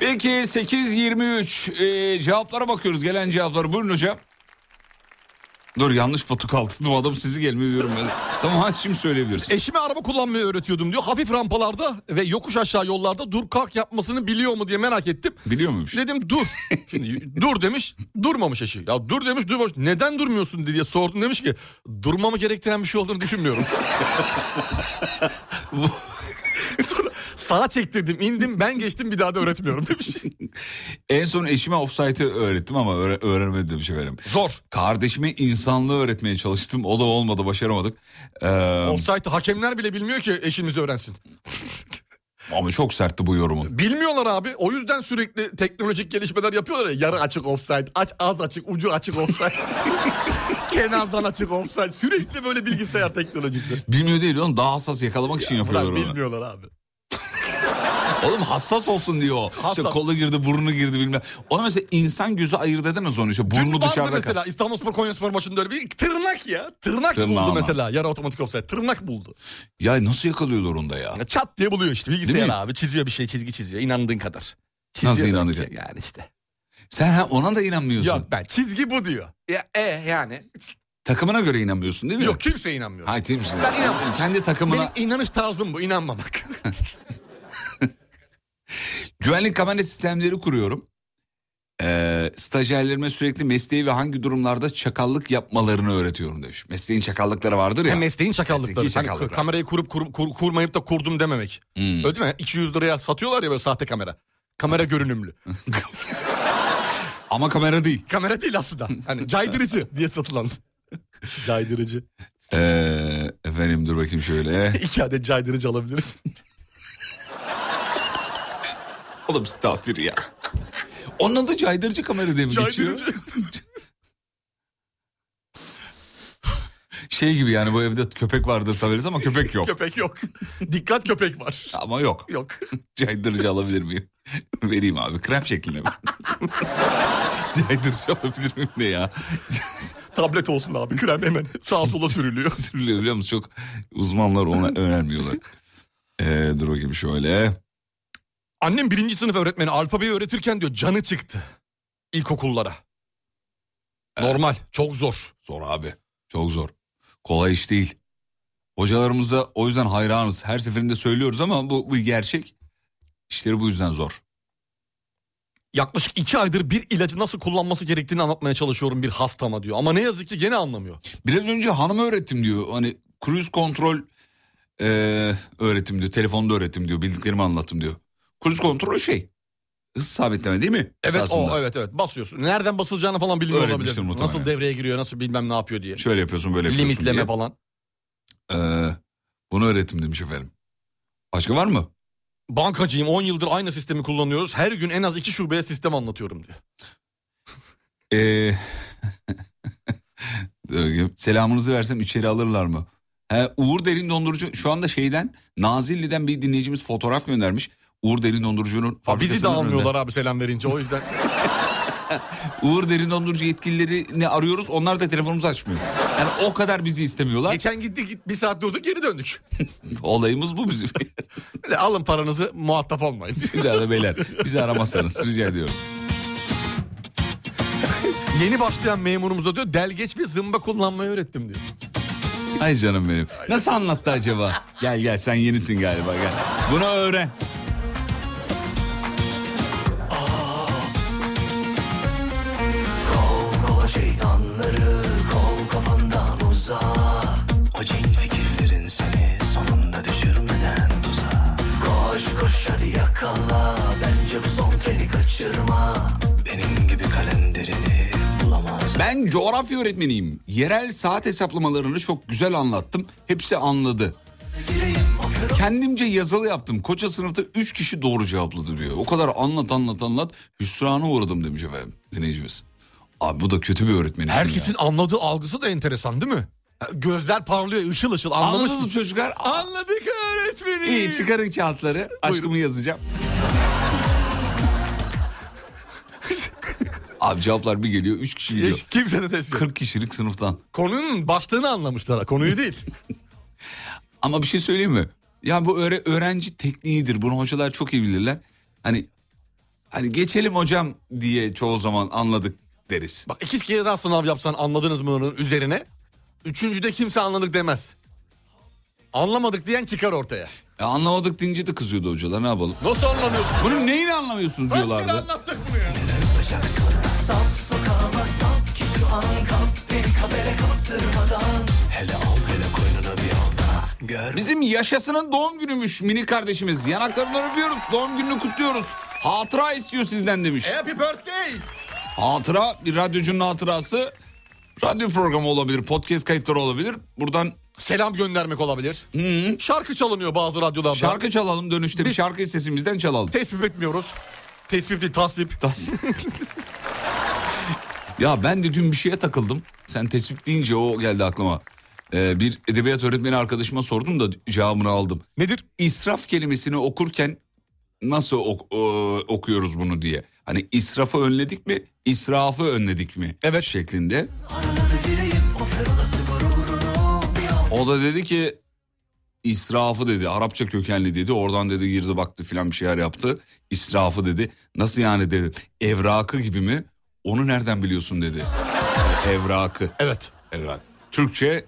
[SPEAKER 3] Peki 8.23 ee, cevaplara bakıyoruz gelen cevaplara. Buyurun hocam. Dur yanlış potu altındım adam sizi gelmiyor diyorum ben. Tamam ha şimdi söyleyebiliriz.
[SPEAKER 4] Eşime araba kullanmayı öğretiyordum diyor. Hafif rampalarda ve yokuş aşağı yollarda dur kalk yapmasını biliyor mu diye merak ettim.
[SPEAKER 3] Biliyor muymuş?
[SPEAKER 4] Dedim dur. Şimdi dur demiş durmamış eşi. Ya dur demiş durmamış. Neden durmuyorsun diye sordum demiş ki durmamı gerektiren bir şey olduğunu düşünmüyorum. Bu- Sonra sağa çektirdim indim ben geçtim bir daha da öğretmiyorum demiş.
[SPEAKER 3] En son eşime offside'ı öğrettim ama öğre- öğrenemedi demiş efendim.
[SPEAKER 4] Zor.
[SPEAKER 3] Kardeşime insanlığı öğretmeye çalıştım. O da olmadı başaramadık. Ee,
[SPEAKER 4] Offside'ı hakemler bile bilmiyor ki eşimizi öğrensin.
[SPEAKER 3] ama çok sertti bu yorumun.
[SPEAKER 4] Bilmiyorlar abi. O yüzden sürekli teknolojik gelişmeler yapıyorlar ya. Yarı açık offside, aç az açık, ucu açık offside. Kenardan açık offside. Sürekli böyle bilgisayar teknolojisi.
[SPEAKER 3] Bilmiyor değil oğlum daha hassas yakalamak için
[SPEAKER 4] Bırak
[SPEAKER 3] yapıyorlar onu.
[SPEAKER 4] bilmiyorlar abi.
[SPEAKER 3] Oğlum hassas olsun diyor o. İşte
[SPEAKER 4] Hassas.
[SPEAKER 3] kola girdi burnu girdi bilmem. Ona mesela insan gözü ayırt edemez onu işte.
[SPEAKER 4] Dün
[SPEAKER 3] Burnu
[SPEAKER 4] vardı
[SPEAKER 3] dışarıda kal.
[SPEAKER 4] mesela İstanbulspor Konyaspor maçında öyle bir tırnak ya. Tırnak
[SPEAKER 3] Tırnağı
[SPEAKER 4] buldu
[SPEAKER 3] ama.
[SPEAKER 4] mesela. Yarı otomatik offside. Tırnak buldu.
[SPEAKER 3] Ya nasıl yakalıyorlar onu da ya?
[SPEAKER 4] Ya Çat diye buluyor işte
[SPEAKER 3] Değil
[SPEAKER 4] bilgisayar
[SPEAKER 3] mi?
[SPEAKER 4] abi. Çiziyor bir şey çizgi çiziyor. İnandığın kadar.
[SPEAKER 3] Nasıl
[SPEAKER 4] demek
[SPEAKER 3] inanacak?
[SPEAKER 4] ki Yani işte.
[SPEAKER 3] Sen ha, ona da inanmıyorsun.
[SPEAKER 4] Yok ben çizgi bu diyor. Ya e yani.
[SPEAKER 3] Takımına göre inanmıyorsun değil mi?
[SPEAKER 4] Yok kimse inanmıyor.
[SPEAKER 3] Hayır değil misin?
[SPEAKER 4] Ben inanmıyorum.
[SPEAKER 3] Kendi takımına.
[SPEAKER 4] Benim inanış tarzım bu inanmamak.
[SPEAKER 3] Güvenlik kamera sistemleri kuruyorum. Ee, stajyerlerime sürekli mesleği ve hangi durumlarda çakallık yapmalarını öğretiyorum demiş. Mesleğin çakallıkları vardır ya.
[SPEAKER 4] Hem mesleğin çakallıkları.
[SPEAKER 3] Mesleki
[SPEAKER 4] Hani
[SPEAKER 3] çakallıklar.
[SPEAKER 4] kamerayı kurup kur- kur- kurmayıp da kurdum dememek.
[SPEAKER 3] Hmm.
[SPEAKER 4] Öyle değil mi? 200 liraya satıyorlar ya böyle sahte kamera. Kamera görünümlü.
[SPEAKER 3] Ama kamera değil.
[SPEAKER 4] Kamera değil aslında. Hani caydırıcı diye satılan. Caydırıcı.
[SPEAKER 3] Ee, efendim dur bakayım şöyle.
[SPEAKER 4] İki adet caydırıcı alabilirim.
[SPEAKER 3] Oğlum stafir ya. Onun adı caydırıcı kamera diye mi geçiyor?
[SPEAKER 4] Caydırıcı.
[SPEAKER 3] Şey gibi yani bu evde köpek vardır tabelası ama köpek yok.
[SPEAKER 4] köpek yok. Dikkat köpek var.
[SPEAKER 3] ama yok.
[SPEAKER 4] Yok.
[SPEAKER 3] Caydırıcı alabilir miyim? Vereyim abi krem şeklinde mi? Caydırıcı alabilir miyim de ya?
[SPEAKER 4] Tablet olsun abi. Krem hemen sağa sola sürülüyor.
[SPEAKER 3] sürülüyor biliyor musun? Çok uzmanlar ona önermiyorlar. Ee, dur bakayım şöyle.
[SPEAKER 4] Annem birinci sınıf öğretmeni alfabeyi öğretirken diyor canı çıktı. İlkokullara. Normal. Çok zor.
[SPEAKER 3] Zor abi. Çok zor. Kolay iş değil. Hocalarımıza o yüzden hayranız. Her seferinde söylüyoruz ama bu, bu gerçek. İşleri bu yüzden zor.
[SPEAKER 4] Yaklaşık iki aydır bir ilacı nasıl kullanması gerektiğini anlatmaya çalışıyorum bir hastama diyor. Ama ne yazık ki gene anlamıyor.
[SPEAKER 3] Biraz önce hanıma öğrettim diyor. Hani cruise kontrol e, öğretim diyor. Telefonda öğrettim diyor. Bildiklerimi anlattım diyor. Cruise kontrol şey. Hız sabitleme değil mi?
[SPEAKER 4] Evet
[SPEAKER 3] Esasında.
[SPEAKER 4] o evet evet basıyorsun. Nereden basılacağını falan bilmiyor
[SPEAKER 3] Öğretmiştir
[SPEAKER 4] olabilir.
[SPEAKER 3] muhtemelen.
[SPEAKER 4] Nasıl devreye giriyor nasıl bilmem ne yapıyor diye.
[SPEAKER 3] Şöyle yapıyorsun böyle yapıyorsun
[SPEAKER 4] Limitleme
[SPEAKER 3] diye.
[SPEAKER 4] falan.
[SPEAKER 3] Ee, bunu öğrettim demiş efendim. Başka var mı?
[SPEAKER 4] Bankacıyım 10 yıldır aynı sistemi kullanıyoruz. Her gün en az iki şubeye sistem anlatıyorum diyor.
[SPEAKER 3] Ee, dur bakayım. Selamınızı versem içeri alırlar mı? He, Uğur Derin Dondurucu şu anda şeyden Nazilli'den bir dinleyicimiz fotoğraf göndermiş. Uğur Derin Dondurucu'nun
[SPEAKER 4] Bizi de
[SPEAKER 3] fabrikasının önünde.
[SPEAKER 4] almıyorlar abi selam verince o yüzden.
[SPEAKER 3] Uğur Derin Dondurucu yetkililerini arıyoruz. Onlar da telefonumuzu açmıyor. Yani o kadar bizi istemiyorlar.
[SPEAKER 4] Geçen gittik git, bir saat durduk geri döndük.
[SPEAKER 3] Olayımız bu bizim.
[SPEAKER 4] Alın paranızı muhatap olmayın.
[SPEAKER 3] Rica da beyler bizi aramazsanız rica ediyorum.
[SPEAKER 4] Yeni başlayan memurumuza diyor delgeç ve zımba kullanmayı öğrettim diyor.
[SPEAKER 3] Ay canım benim. Nasıl anlattı acaba? Gel gel sen yenisin galiba gel. Bunu öğren.
[SPEAKER 5] Kola şeytanları kov kafandan uzak Acil fikirlerin seni sonunda düşürmeden tuzağa Koş koş hadi yakala bence bu son treni kaçırma Benim gibi kalenderini bulamaz
[SPEAKER 3] Ben coğrafya öğretmeniyim. Yerel saat hesaplamalarını çok güzel anlattım. Hepsi anladı.
[SPEAKER 5] Gireyim o kör
[SPEAKER 3] Kendimce yazılı yaptım. Koça sınıfta 3 kişi doğru cevapladı diyor. O kadar anlat anlat anlat. Hüsrana uğradım demiş efendim dinleyicimiz. Abi bu da kötü bir öğretmen. için
[SPEAKER 4] Herkesin
[SPEAKER 3] ya.
[SPEAKER 4] anladığı algısı da enteresan değil mi? Gözler parlıyor ışıl ışıl anlamış.
[SPEAKER 3] Anladınız mı çocuklar? An-
[SPEAKER 4] Anladık öğretmenim.
[SPEAKER 3] İyi çıkarın kağıtları. Aşkımı yazacağım. Abi cevaplar bir geliyor 3 kişi
[SPEAKER 4] Hiç
[SPEAKER 3] gidiyor.
[SPEAKER 4] kimse de ses yok.
[SPEAKER 3] 40 kişilik sınıftan.
[SPEAKER 4] Konunun başlığını anlamışlar. Konuyu değil.
[SPEAKER 3] Ama bir şey söyleyeyim mi? Ya bu öğre- öğrenci tekniğidir. Bunu hocalar çok iyi bilirler. Hani Hani geçelim hocam diye çoğu zaman anladık deriz.
[SPEAKER 4] Bak iki kere daha sınav yapsan anladınız mı onun üzerine. Üçüncüde kimse anladık demez. Anlamadık diyen çıkar ortaya.
[SPEAKER 3] Ya E, anlamadık deyince de kızıyordu hocalar ne yapalım.
[SPEAKER 4] Nasıl anlamıyorsun?
[SPEAKER 3] Bunun neyini anlamıyorsunuz
[SPEAKER 4] Kaç kere
[SPEAKER 3] diyorlardı.
[SPEAKER 4] anlattık bunu ya?
[SPEAKER 3] Bizim yaşasının doğum günümüş mini kardeşimiz. Yanaklarından öpüyoruz. Doğum gününü kutluyoruz. Hatıra istiyor sizden demiş.
[SPEAKER 4] Happy birthday.
[SPEAKER 3] Hatıra bir radyocunun hatırası. Radyo programı olabilir, podcast kayıtları olabilir. Buradan
[SPEAKER 4] Selam göndermek olabilir. Şarkı çalınıyor bazı radyolarda.
[SPEAKER 3] şarkı çalalım dönüşte bir şarkı sesimizden çalalım.
[SPEAKER 4] Tespit etmiyoruz. Tespit değil tasdip.
[SPEAKER 3] ya ben de dün bir şeye takıldım. Sen tespit deyince o geldi aklıma. Ee, bir edebiyat öğretmeni arkadaşıma sordum da cevabını aldım.
[SPEAKER 4] Nedir?
[SPEAKER 3] İsraf kelimesini okurken nasıl ok- e, okuyoruz bunu diye. Hani israfı önledik mi, israfı önledik mi
[SPEAKER 4] Evet.
[SPEAKER 3] şeklinde. O da dedi ki israfı dedi. Arapça kökenli dedi. Oradan dedi girdi baktı filan bir şeyler yaptı. İsrafı dedi. Nasıl yani dedi. Evrakı gibi mi? Onu nereden biliyorsun dedi. Evrakı.
[SPEAKER 4] Evet.
[SPEAKER 3] Evrak. Türkçe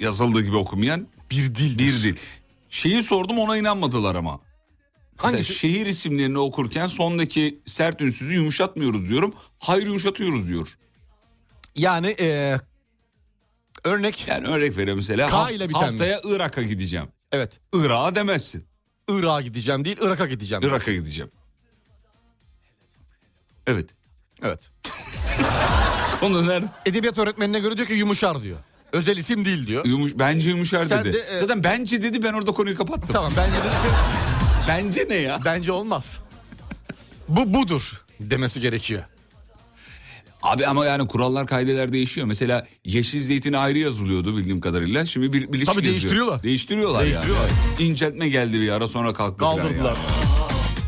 [SPEAKER 3] yazıldığı gibi okumayan
[SPEAKER 4] Bir dil.
[SPEAKER 3] bir dil. Şeyi sordum ona inanmadılar ama. Mesela
[SPEAKER 4] Hangisi?
[SPEAKER 3] şehir isimlerini okurken sondaki sert ünsüzü yumuşatmıyoruz diyorum. Hayır yumuşatıyoruz diyor.
[SPEAKER 4] Yani eee, örnek.
[SPEAKER 3] Yani örnek veriyorum mesela.
[SPEAKER 4] K
[SPEAKER 3] haft-
[SPEAKER 4] ile biten mi?
[SPEAKER 3] haftaya Irak'a gideceğim.
[SPEAKER 4] Evet.
[SPEAKER 3] Irak'a demezsin.
[SPEAKER 4] Irak'a gideceğim değil Irak'a gideceğim.
[SPEAKER 3] Irak'a gideceğim. Evet.
[SPEAKER 4] Evet.
[SPEAKER 3] Konu nerede?
[SPEAKER 4] Edebiyat öğretmenine göre diyor ki yumuşar diyor. Özel isim değil diyor.
[SPEAKER 3] Yumuş, bence yumuşar
[SPEAKER 4] Sen
[SPEAKER 3] dedi.
[SPEAKER 4] de, e-
[SPEAKER 3] Zaten bence dedi ben orada konuyu kapattım.
[SPEAKER 4] Tamam bence de-
[SPEAKER 3] Bence ne ya?
[SPEAKER 4] bence olmaz. Bu budur demesi gerekiyor.
[SPEAKER 3] Abi ama yani kurallar kaideler değişiyor. Mesela yeşil zeytin ayrı yazılıyordu bildiğim kadarıyla. Şimdi bir, birleşik
[SPEAKER 4] Tabii
[SPEAKER 3] yazıyor.
[SPEAKER 4] değiştiriyorlar.
[SPEAKER 3] Değiştiriyorlar,
[SPEAKER 4] Değiştiriyorlar.
[SPEAKER 3] yani. İnceltme geldi bir ara sonra kalktı. falan
[SPEAKER 4] Kaldırdılar.
[SPEAKER 3] ya.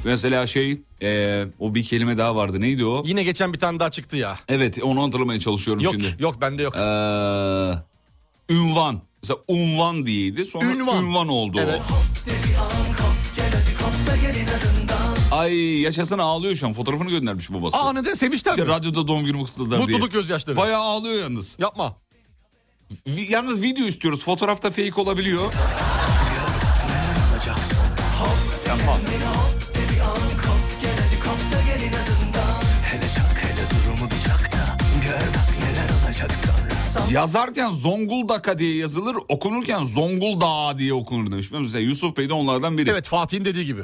[SPEAKER 3] Mesela şey e, o bir kelime daha vardı neydi o?
[SPEAKER 4] Yine geçen bir tane daha çıktı ya.
[SPEAKER 3] Evet onu hatırlamaya çalışıyorum
[SPEAKER 4] Yok
[SPEAKER 3] şimdi.
[SPEAKER 4] yok bende yok.
[SPEAKER 3] Ee, ünvan. Mesela unvan diyeydi sonra
[SPEAKER 4] Ünvan.
[SPEAKER 3] ünvan, oldu
[SPEAKER 4] Evet.
[SPEAKER 3] o. Ay yaşasın ağlıyor şu an fotoğrafını göndermiş babası.
[SPEAKER 4] Aa neden sevmişler
[SPEAKER 3] İşte
[SPEAKER 4] mi?
[SPEAKER 3] radyoda doğum günümü kutladılar diye.
[SPEAKER 4] Mutluluk gözyaşları.
[SPEAKER 3] Bayağı ağlıyor yalnız.
[SPEAKER 4] Yapma.
[SPEAKER 3] Vi- yalnız video istiyoruz. Fotoğrafta fake olabiliyor. Yapma. Yazarken Zonguldak'a diye yazılır, okunurken Zonguldak'a diye okunur demiş. Mesela Yusuf Bey de onlardan biri.
[SPEAKER 4] Evet Fatih'in dediği gibi.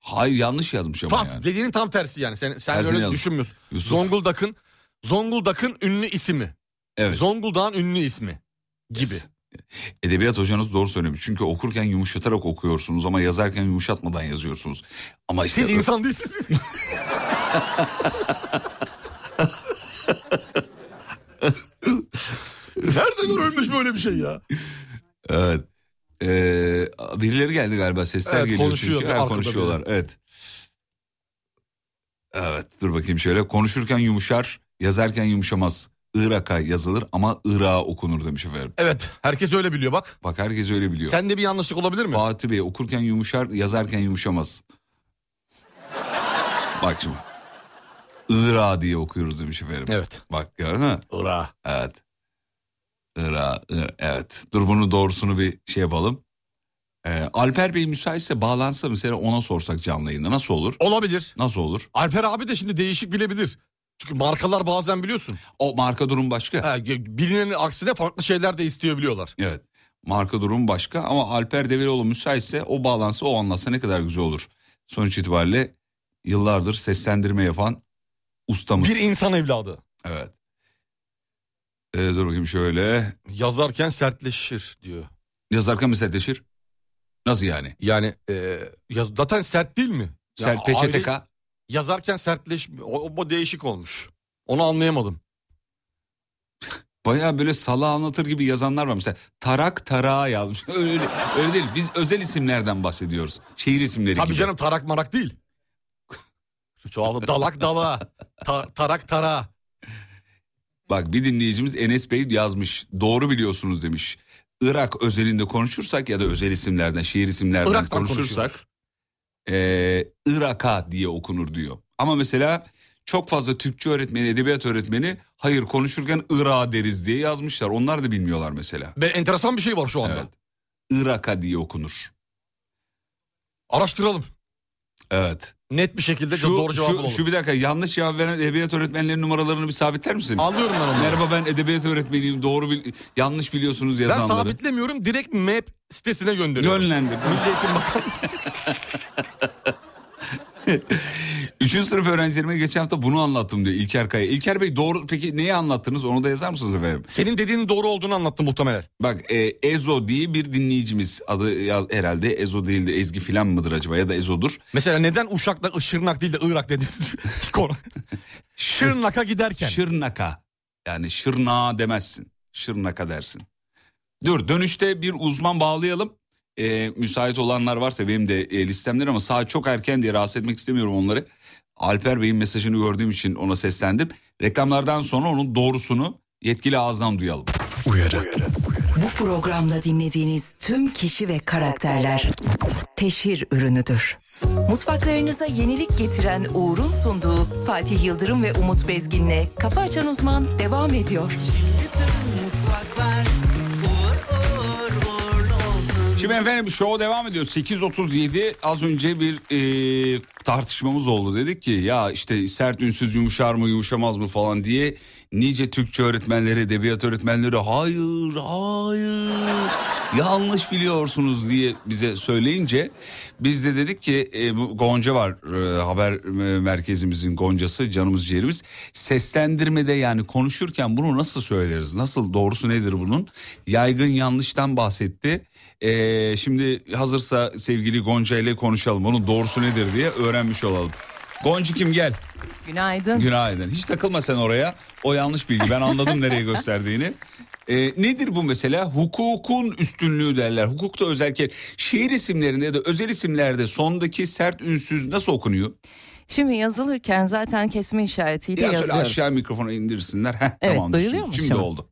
[SPEAKER 3] Hayır yanlış yazmış ama
[SPEAKER 4] Fatih
[SPEAKER 3] yani.
[SPEAKER 4] dediğinin tam tersi yani. Sen, sen
[SPEAKER 3] Tersini
[SPEAKER 4] öyle
[SPEAKER 3] yazdım.
[SPEAKER 4] düşünmüyorsun.
[SPEAKER 3] Yusuf.
[SPEAKER 4] Zonguldak'ın Zonguldak'ın ünlü ismi.
[SPEAKER 3] Evet.
[SPEAKER 4] Zonguldak'ın ünlü ismi gibi.
[SPEAKER 3] Yes. Edebiyat hocanız doğru söylemiş. Çünkü okurken yumuşatarak okuyorsunuz ama yazarken yumuşatmadan yazıyorsunuz. Ama işte
[SPEAKER 4] Siz insan değilsiniz. Nerede görülmüş böyle bir şey ya?
[SPEAKER 3] Evet. Ee, birileri geldi galiba sesler
[SPEAKER 4] Evet,
[SPEAKER 3] geliyor
[SPEAKER 4] konuşuyor
[SPEAKER 3] çünkü.
[SPEAKER 4] bir
[SPEAKER 3] Evet,
[SPEAKER 4] arkada
[SPEAKER 3] konuşuyorlar. Evet. Evet dur bakayım şöyle. Konuşurken yumuşar, yazarken yumuşamaz. Irak'a yazılır ama Irak'a okunur demiş efendim.
[SPEAKER 4] Evet, herkes öyle biliyor bak.
[SPEAKER 3] Bak herkes öyle biliyor.
[SPEAKER 4] Sende bir yanlışlık olabilir mi?
[SPEAKER 3] Fatih Bey okurken yumuşar, yazarken yumuşamaz. Bak şimdi. Irak diye okuyoruz demiş efendim.
[SPEAKER 4] Evet.
[SPEAKER 3] Bak gördün mü?
[SPEAKER 4] Ura.
[SPEAKER 3] Evet. Irak, Irak, evet. Dur bunu doğrusunu bir şey yapalım. Ee, Alper Bey müsaitse bağlansa mesela ona sorsak canlı yayında nasıl olur?
[SPEAKER 4] Olabilir.
[SPEAKER 3] Nasıl olur?
[SPEAKER 4] Alper abi de şimdi değişik bilebilir. Çünkü markalar bazen biliyorsun.
[SPEAKER 3] O marka durum başka.
[SPEAKER 4] Ha, bilinenin aksine farklı şeyler de isteyebiliyorlar.
[SPEAKER 3] Evet. Marka durum başka ama Alper Develioğlu müsaitse o bağlansa o anlatsa ne kadar güzel olur. Sonuç itibariyle yıllardır seslendirme yapan ustamız.
[SPEAKER 4] Bir insan evladı.
[SPEAKER 3] evet. Ee, dur bakayım şöyle.
[SPEAKER 4] Yazarken sertleşir diyor.
[SPEAKER 3] Yazarken mi sertleşir? Nasıl yani?
[SPEAKER 4] Yani e, yaz, zaten sert değil mi? Ya
[SPEAKER 3] Sert peçeteka.
[SPEAKER 4] aile- Yazarken sertleş... O, o, bu değişik olmuş. Onu anlayamadım.
[SPEAKER 3] Baya böyle sala anlatır gibi yazanlar var. Mesela Tarak Tarağa yazmış. öyle, öyle değil. Biz özel isimlerden bahsediyoruz. Şehir isimleri
[SPEAKER 4] Tabii
[SPEAKER 3] gibi.
[SPEAKER 4] canım tarak marak değil. Çoğaldı dalak dala. ta- tarak tara.
[SPEAKER 3] Bak bir dinleyicimiz Enes Bey yazmış. Doğru biliyorsunuz demiş. Irak özelinde konuşursak ya da özel isimlerden, şehir isimlerden
[SPEAKER 4] Irak'tan
[SPEAKER 3] konuşursak
[SPEAKER 4] konuşuyoruz.
[SPEAKER 3] eee Irak'a diye okunur diyor. Ama mesela çok fazla Türkçe öğretmeni, edebiyat öğretmeni hayır konuşurken Irak deriz diye yazmışlar. Onlar da bilmiyorlar mesela.
[SPEAKER 4] Ben enteresan bir şey var şu anda.
[SPEAKER 3] Evet. Iraka diye okunur.
[SPEAKER 4] Araştıralım.
[SPEAKER 3] Evet.
[SPEAKER 4] Net bir şekilde
[SPEAKER 3] Şu,
[SPEAKER 4] doğru cevabı
[SPEAKER 3] şu,
[SPEAKER 4] bulalım.
[SPEAKER 3] şu bir dakika yanlış cevap veren edebiyat öğretmenlerinin numaralarını bir sabitler misin?
[SPEAKER 4] Anlıyorum ben onu.
[SPEAKER 3] Merhaba ben edebiyat öğretmeniyim. Doğru bil- yanlış biliyorsunuz
[SPEAKER 4] Ben
[SPEAKER 3] yazanları.
[SPEAKER 4] sabitlemiyorum direkt map sitesine gönderiyorum.
[SPEAKER 3] Yönlendir.
[SPEAKER 4] Milli Eğitim Bakanlığı.
[SPEAKER 3] Üçüncü sınıf öğrencilerime geçen hafta bunu anlattım diyor İlker Kaya. İlker Bey doğru peki neyi anlattınız onu da yazar mısınız efendim?
[SPEAKER 4] Senin dediğinin doğru olduğunu anlattım muhtemelen.
[SPEAKER 3] Bak e, Ezo diye bir dinleyicimiz adı ya- herhalde Ezo değil de Ezgi filan mıdır acaba ya da Ezo'dur.
[SPEAKER 4] Mesela neden Uşak'la Şırnak değil de Irak dediniz? Konu. Şırnak'a giderken.
[SPEAKER 3] Şırnaka yani şırna demezsin şırnaka dersin. Dur dönüşte bir uzman bağlayalım. E, müsait olanlar varsa benim de e, listemler ama saat çok erken diye rahatsız etmek istemiyorum onları. Alper Bey'in mesajını gördüğüm için ona seslendim. Reklamlardan sonra onun doğrusunu yetkili ağızdan duyalım.
[SPEAKER 1] Bu programda dinlediğiniz tüm kişi ve karakterler teşhir ürünüdür. Mutfaklarınıza yenilik getiren Uğur'un sunduğu Fatih Yıldırım ve Umut Bezgin'le Kafa Açan Uzman devam ediyor.
[SPEAKER 3] Şimdi efendim show devam ediyor. 8.37 az önce bir e, tartışmamız oldu. Dedik ki ya işte sert ünsüz yumuşar mı yumuşamaz mı falan diye nice Türkçe öğretmenleri, edebiyat öğretmenleri hayır hayır yanlış biliyorsunuz diye bize söyleyince biz de dedik ki e, bu Gonca var e, haber e, merkezimizin Goncası canımız ciğerimiz seslendirmede yani konuşurken bunu nasıl söyleriz nasıl doğrusu nedir bunun yaygın yanlıştan bahsetti. Ee, şimdi hazırsa sevgili Gonca ile konuşalım. Onun doğrusu nedir diye öğrenmiş olalım. Gonca kim gel.
[SPEAKER 10] Günaydın.
[SPEAKER 3] Günaydın. Hiç takılma sen oraya. O yanlış bilgi. Ben anladım nereye gösterdiğini. Ee, nedir bu mesela? Hukukun üstünlüğü derler. Hukukta özellikle şehir isimlerinde ya da özel isimlerde sondaki sert ünsüz nasıl okunuyor?
[SPEAKER 10] Şimdi yazılırken zaten kesme işaretiyle
[SPEAKER 3] Biraz şöyle
[SPEAKER 10] yazıyoruz.
[SPEAKER 3] aşağı mikrofona indirsinler. Heh,
[SPEAKER 10] Evet,
[SPEAKER 3] tamamdır.
[SPEAKER 10] duyuluyor mu
[SPEAKER 3] Şimdi
[SPEAKER 10] şu an?
[SPEAKER 3] oldu.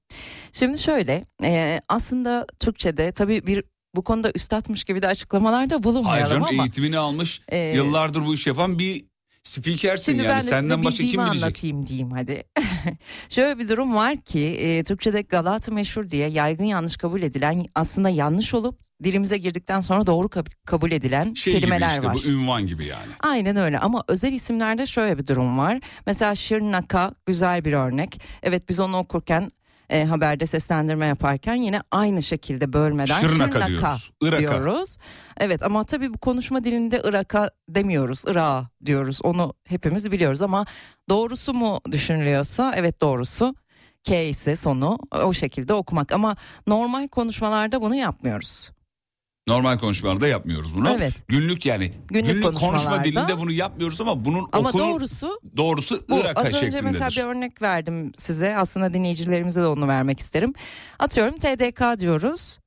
[SPEAKER 10] Şimdi şöyle e, aslında Türkçe'de tabii bir bu konuda üstatmış gibi de açıklamalarda
[SPEAKER 3] Hayır
[SPEAKER 10] bulunmayalım
[SPEAKER 3] canım,
[SPEAKER 10] ama.
[SPEAKER 3] eğitimini almış,
[SPEAKER 10] Ee,
[SPEAKER 3] yıllardır bu iş yapan bir spikersin
[SPEAKER 10] Şimdi
[SPEAKER 3] yani.
[SPEAKER 10] ben de size
[SPEAKER 3] Senden başka kim
[SPEAKER 10] bildiğimi
[SPEAKER 3] bilecek?
[SPEAKER 10] anlatayım diyeyim hadi. Şöyle bir durum var ki e, Türkçe'de Galata meşhur diye yaygın yanlış kabul edilen aslında yanlış olup dilimize girdikten sonra doğru kab- kabul edilen
[SPEAKER 3] şey
[SPEAKER 10] kelimeler
[SPEAKER 3] gibi işte
[SPEAKER 10] var.
[SPEAKER 3] bu ünvan gibi yani.
[SPEAKER 10] Aynen öyle ama özel isimlerde şöyle bir durum var. Mesela Şırnaka güzel bir örnek. Evet biz onu okurken e, haberde seslendirme yaparken yine aynı şekilde bölmeden
[SPEAKER 3] Şırnaka
[SPEAKER 10] Şırnaka,
[SPEAKER 3] diyoruz,
[SPEAKER 10] diyoruz.
[SPEAKER 3] Irak'a.
[SPEAKER 10] Evet ama tabii bu konuşma dilinde Irak'a demiyoruz. Irak'a diyoruz. Onu hepimiz biliyoruz ama doğrusu mu düşünülüyorsa evet doğrusu. K ise sonu o şekilde okumak ama normal konuşmalarda bunu yapmıyoruz.
[SPEAKER 3] Normal konuşmalarda yapmıyoruz bunu.
[SPEAKER 10] Evet.
[SPEAKER 3] Günlük yani günlük,
[SPEAKER 10] Günlük
[SPEAKER 3] konuşma
[SPEAKER 10] konuşmalarda-
[SPEAKER 3] dilinde bunu yapmıyoruz ama bunun
[SPEAKER 10] Ama
[SPEAKER 3] okunur
[SPEAKER 10] doğrusu
[SPEAKER 3] doğrusu
[SPEAKER 10] Bu
[SPEAKER 3] Irak'a
[SPEAKER 10] az önce
[SPEAKER 3] şeklindedir.
[SPEAKER 10] mesela bir örnek verdim size. Aslında dinleyicilerimize de onu vermek isterim. Atıyorum TDK diyoruz.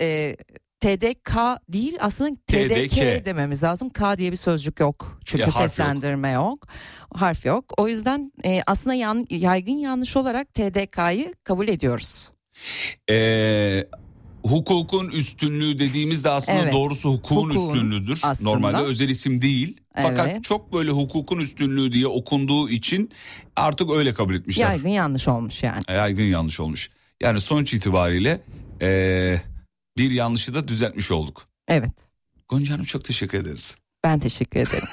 [SPEAKER 10] Ee, TDK değil aslında TDK,
[SPEAKER 3] TDK.
[SPEAKER 10] dememiz lazım. K diye bir sözcük yok. Çünkü
[SPEAKER 3] Ya harf yok.
[SPEAKER 10] seslendirme yok. Harf yok. O yüzden e, aslında yan- yaygın yanlış olarak TDK'yı kabul ediyoruz.
[SPEAKER 3] Ee, hukukun üstünlüğü dediğimizde aslında
[SPEAKER 10] Evet.
[SPEAKER 3] doğrusu hukukun,
[SPEAKER 10] Hukukun
[SPEAKER 3] üstünlüğüdür.
[SPEAKER 10] aslında.
[SPEAKER 3] Normalde özel isim değil. Fakat
[SPEAKER 10] Evet.
[SPEAKER 3] çok böyle hukukun üstünlüğü diye okunduğu için artık öyle kabul etmişler.
[SPEAKER 10] Yaygın yanlış olmuş yani.
[SPEAKER 3] Yaygın yanlış olmuş. Yani sonuç itibariyle ee, bir yanlışı da düzeltmiş olduk.
[SPEAKER 10] Evet.
[SPEAKER 3] Gonca Hanım çok teşekkür ederiz.
[SPEAKER 10] Ben teşekkür ederim.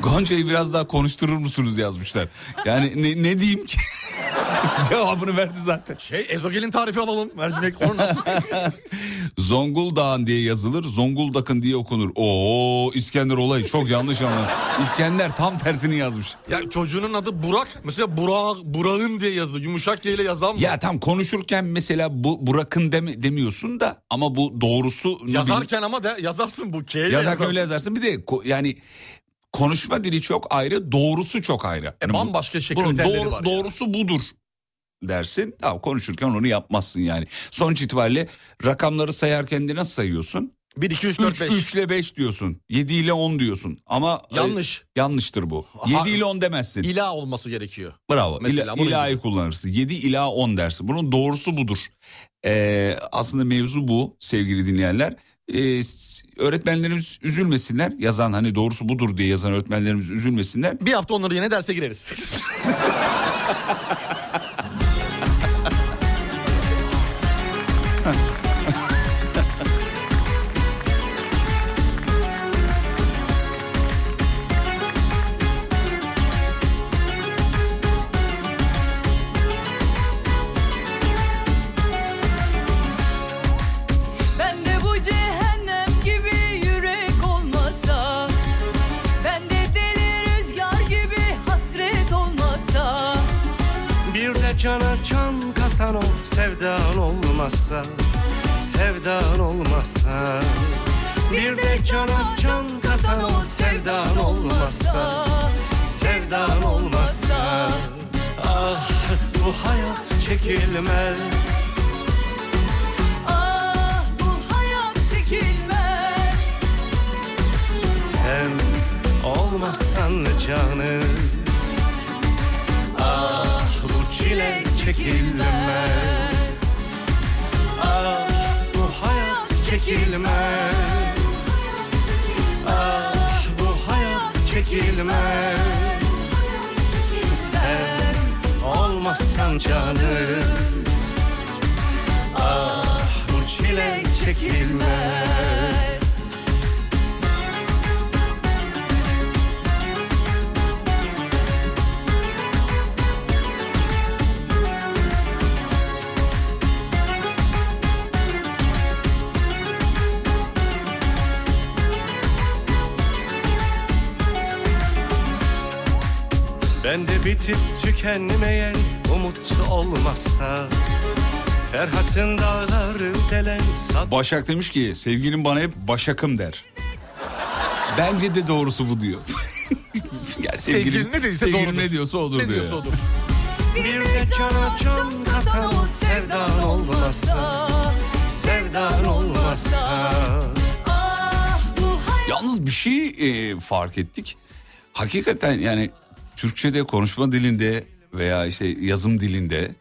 [SPEAKER 3] Gonca'yı biraz daha konuşturur musunuz yazmışlar. Yani ne, ne diyeyim ki? Cevabını verdi zaten.
[SPEAKER 4] Şey ezogelin tarifi alalım. Mercimek onu nasıl?
[SPEAKER 3] Zonguldak'ın diye yazılır, Zonguldak'ın diye okunur. Oo İskender olayı çok yanlış anladım. İskender tam tersini yazmış.
[SPEAKER 4] ya çocuğunun adı Burak. Mesela Burak, Burak'ın diye yazdı. Yumuşak Y ile yazan mı?
[SPEAKER 3] Ya tam konuşurken mesela bu Burak'ın deme- demiyorsun da ama bu doğrusu
[SPEAKER 4] Yazarken ama de, yazarsın bu K ile
[SPEAKER 3] yazarken
[SPEAKER 4] yazarsın.
[SPEAKER 3] öyle yazarsın. Bir de ko- yani konuşma dili çok ayrı, doğrusu çok ayrı.
[SPEAKER 4] E,
[SPEAKER 3] Yani bu-
[SPEAKER 4] bambaşka şekil
[SPEAKER 3] Bunun
[SPEAKER 4] kriterleri
[SPEAKER 3] doğru-
[SPEAKER 4] var. ya.
[SPEAKER 3] doğrusu budur dersin. Ya konuşurken onu yapmazsın yani. Sonuç itibariyle rakamları sayarken de nasıl sayıyorsun?
[SPEAKER 4] 1, 2, 3, 4,
[SPEAKER 3] 3,
[SPEAKER 4] 5.
[SPEAKER 3] 3 ile 5 diyorsun. 7 ile 10 diyorsun. Ama e,
[SPEAKER 4] Yanlış.
[SPEAKER 3] yanlıştır bu.
[SPEAKER 4] Ha-
[SPEAKER 3] 7 ile 10 demezsin.
[SPEAKER 4] İla olması gerekiyor.
[SPEAKER 3] Bravo.
[SPEAKER 4] Mesela
[SPEAKER 3] İla,
[SPEAKER 4] bunu
[SPEAKER 3] ilahi kullanırsın. 7 ila E, 10 dersin. Bunun doğrusu budur. Ee, aslında mevzu bu sevgili dinleyenler. e, s- öğretmenlerimiz üzülmesinler. Yazan hani doğrusu budur diye yazan öğretmenlerimiz üzülmesinler.
[SPEAKER 4] Bir hafta onları yine derse gireriz.
[SPEAKER 5] Ben de bu cehennem gibi yürek olmasa Ben de deli rüzgar gibi hasret olmasa
[SPEAKER 11] Bir de cana can katan o sevdan olmazsa Sevdan olmazsa Bir de cana can katan o sevdan olmazsa Sevdan olmazsa Ah bu hayat çekilmez
[SPEAKER 5] Ah bu hayat çekilmez
[SPEAKER 11] Sen olmazsan canım Ah bu çile çekilmez Ah bu hayat çekilmez Ah bu hayat çekilmez Sen olmazsan canım Ah bu çile çekilmez Ben de bitip tükenmeyen umut olmasa Ferhat'ın dağları delen sat
[SPEAKER 3] Başak demiş ki sevgilim bana hep başakım der. Bence de doğrusu bu diyor. ya
[SPEAKER 4] Sevgilin ne dediyse
[SPEAKER 3] sevgilim
[SPEAKER 4] doğrudur.
[SPEAKER 3] ne diyorsa odur
[SPEAKER 4] ne
[SPEAKER 3] diyor.
[SPEAKER 4] diyorsa odur.
[SPEAKER 11] Bir de cana can katan o sevdan olmasa Sevdan olmasa
[SPEAKER 3] Yalnız bir şey e, fark ettik. Hakikaten yani Türkçe'de konuşma dilinde veya işte yazım dilinde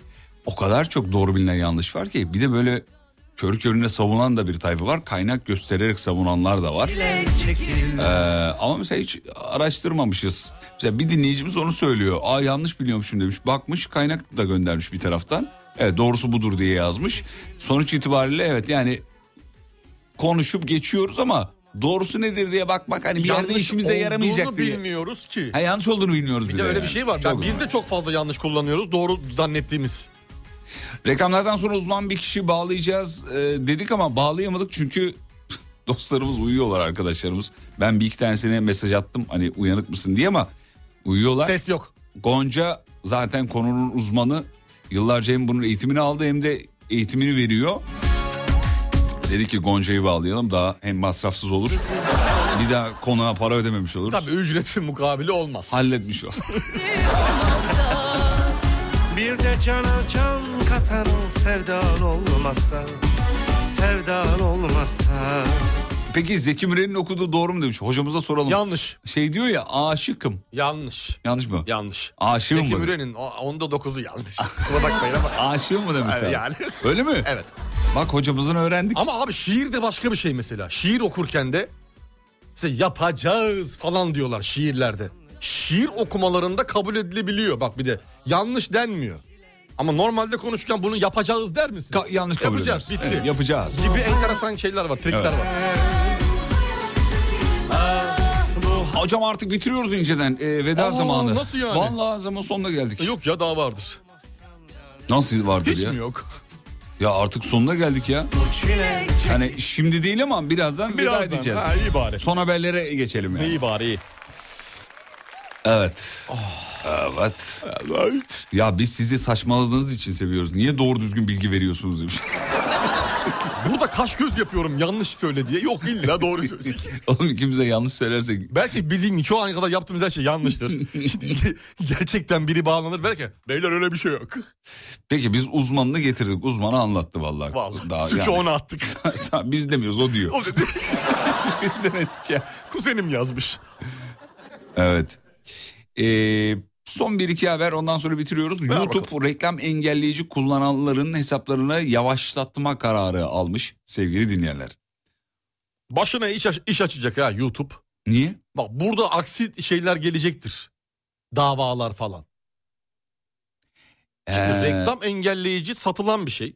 [SPEAKER 3] o kadar çok doğru bilinen yanlış var ki. Bir de böyle kör körüne savunan da bir tayfa var. Kaynak göstererek savunanlar da var. Ee, ama mesela hiç araştırmamışız. Mesela bir dinleyicimiz onu söylüyor. Aa yanlış biliyormuşum demiş. Bakmış kaynak da göndermiş bir taraftan. Evet doğrusu budur diye yazmış. Sonuç itibariyle evet yani konuşup geçiyoruz ama doğrusu nedir diye bakmak hani bir yerde
[SPEAKER 4] Yanlış
[SPEAKER 3] işimize yaramayacak
[SPEAKER 4] olduğunu
[SPEAKER 3] diye.
[SPEAKER 4] bilmiyoruz ki.
[SPEAKER 3] Ha, yanlış olduğunu bilmiyoruz
[SPEAKER 4] Bir de öyle
[SPEAKER 3] yani.
[SPEAKER 4] bir şey var.
[SPEAKER 3] Çok
[SPEAKER 4] Ben- biz de çok fazla yanlış kullanıyoruz. Doğru zannettiğimiz.
[SPEAKER 3] Reklamlardan sonra uzman bir kişi bağlayacağız e, dedik ama bağlayamadık çünkü dostlarımız uyuyorlar arkadaşlarımız. Ben bir iki tanesine mesaj attım hani uyanık mısın diye ama uyuyorlar.
[SPEAKER 4] Ses yok.
[SPEAKER 3] Gonca zaten konunun uzmanı. Yıllarca hem bunun eğitimini aldı hem de eğitimini veriyor. Dedi ki Gonca'yı bağlayalım daha hem masrafsız olur. Bir daha konuğa para ödememiş oluruz.
[SPEAKER 4] Tabii ücretin mukabili olmaz.
[SPEAKER 3] Halletmiş olur.
[SPEAKER 11] Bir de cana can katan o sevdan olmasa Sevdan olmasa
[SPEAKER 3] Peki Zeki Müren'in okuduğu doğru mu demiş. Hocamıza soralım.
[SPEAKER 4] Yanlış.
[SPEAKER 3] şey diyor ya aşıkım.
[SPEAKER 4] Yanlış.
[SPEAKER 3] Yanlış mı?
[SPEAKER 4] Yanlış.
[SPEAKER 3] Aşığım
[SPEAKER 4] Zeki
[SPEAKER 3] mı?
[SPEAKER 4] Müren'in o- onda dokuzu yanlış. Kusura bakmayın ama.
[SPEAKER 3] Aşığım mı demiş sen?
[SPEAKER 4] Yani.
[SPEAKER 3] Öyle mi?
[SPEAKER 4] Evet.
[SPEAKER 3] Bak hocamızdan öğrendik.
[SPEAKER 4] Ama abi şiir de başka bir şey mesela. Şiir okurken de işte yapacağız falan diyorlar şiirlerde. Şiir okumalarında kabul edilebiliyor bak bir de. Yanlış denmiyor. Ama normalde konuşurken bunu yapacağız der misin?
[SPEAKER 3] Ka- yanlış kabul
[SPEAKER 4] Yapacağız
[SPEAKER 3] ederiz.
[SPEAKER 4] bitti.
[SPEAKER 3] Evet, yapacağız.
[SPEAKER 4] gibi enteresan şeyler var, trikler
[SPEAKER 3] Evet.
[SPEAKER 4] var.
[SPEAKER 3] Hocam artık bitiriyoruz inceden. Ee, veda
[SPEAKER 4] Aa,
[SPEAKER 3] zamanı.
[SPEAKER 4] nasıl yani?
[SPEAKER 3] Vallahi zaman sonuna geldik.
[SPEAKER 4] Yok ya daha vardır.
[SPEAKER 3] Nasıl vardır
[SPEAKER 4] Hiç
[SPEAKER 3] ya?
[SPEAKER 4] mi yok?
[SPEAKER 3] Ya artık sonuna geldik ya. Hani şimdi değil ama birazdan, veda
[SPEAKER 4] Birazdan.
[SPEAKER 3] edeceğiz.
[SPEAKER 4] Ha, iyi bari.
[SPEAKER 3] Son haberlere geçelim yani.
[SPEAKER 4] İyi bari iyi.
[SPEAKER 3] Evet. Evet. Ya biz sizi saçmaladığınız için seviyoruz. Niye doğru düzgün bilgi veriyorsunuz demiş.
[SPEAKER 4] Burada kaş göz yapıyorum yanlış söyle diye. Yok illa doğru söyleyecek.
[SPEAKER 3] Oğlum ikimiz de yanlış söylersek.
[SPEAKER 4] Belki bizim şu ana kadar yaptığımız her şey yanlıştır. Gerçekten biri bağlanır belki. Beyler öyle bir şey yok.
[SPEAKER 3] Peki biz uzmanını getirdik. Uzmanı anlattı vallahi.
[SPEAKER 4] Vallahi
[SPEAKER 3] Daha
[SPEAKER 4] suçu
[SPEAKER 3] yani-
[SPEAKER 4] ona attık.
[SPEAKER 3] biz demiyoruz o diyor.
[SPEAKER 4] O dedi,
[SPEAKER 3] biz demedik ya.
[SPEAKER 4] kuzenim yazmış.
[SPEAKER 3] Evet. Ee, son bir iki haber ondan sonra bitiriyoruz.
[SPEAKER 4] Ver
[SPEAKER 3] YouTube
[SPEAKER 4] bakalım.
[SPEAKER 3] reklam engelleyici kullananların hesaplarını yavaşlatma kararı almış sevgili dinleyenler.
[SPEAKER 4] Başına iş, aç- iş açacak ha YouTube.
[SPEAKER 3] Niye?
[SPEAKER 4] Bak burada aksi şeyler gelecektir. Davalar falan. Şimdi
[SPEAKER 3] Ee,
[SPEAKER 4] reklam engelleyici satılan bir şey.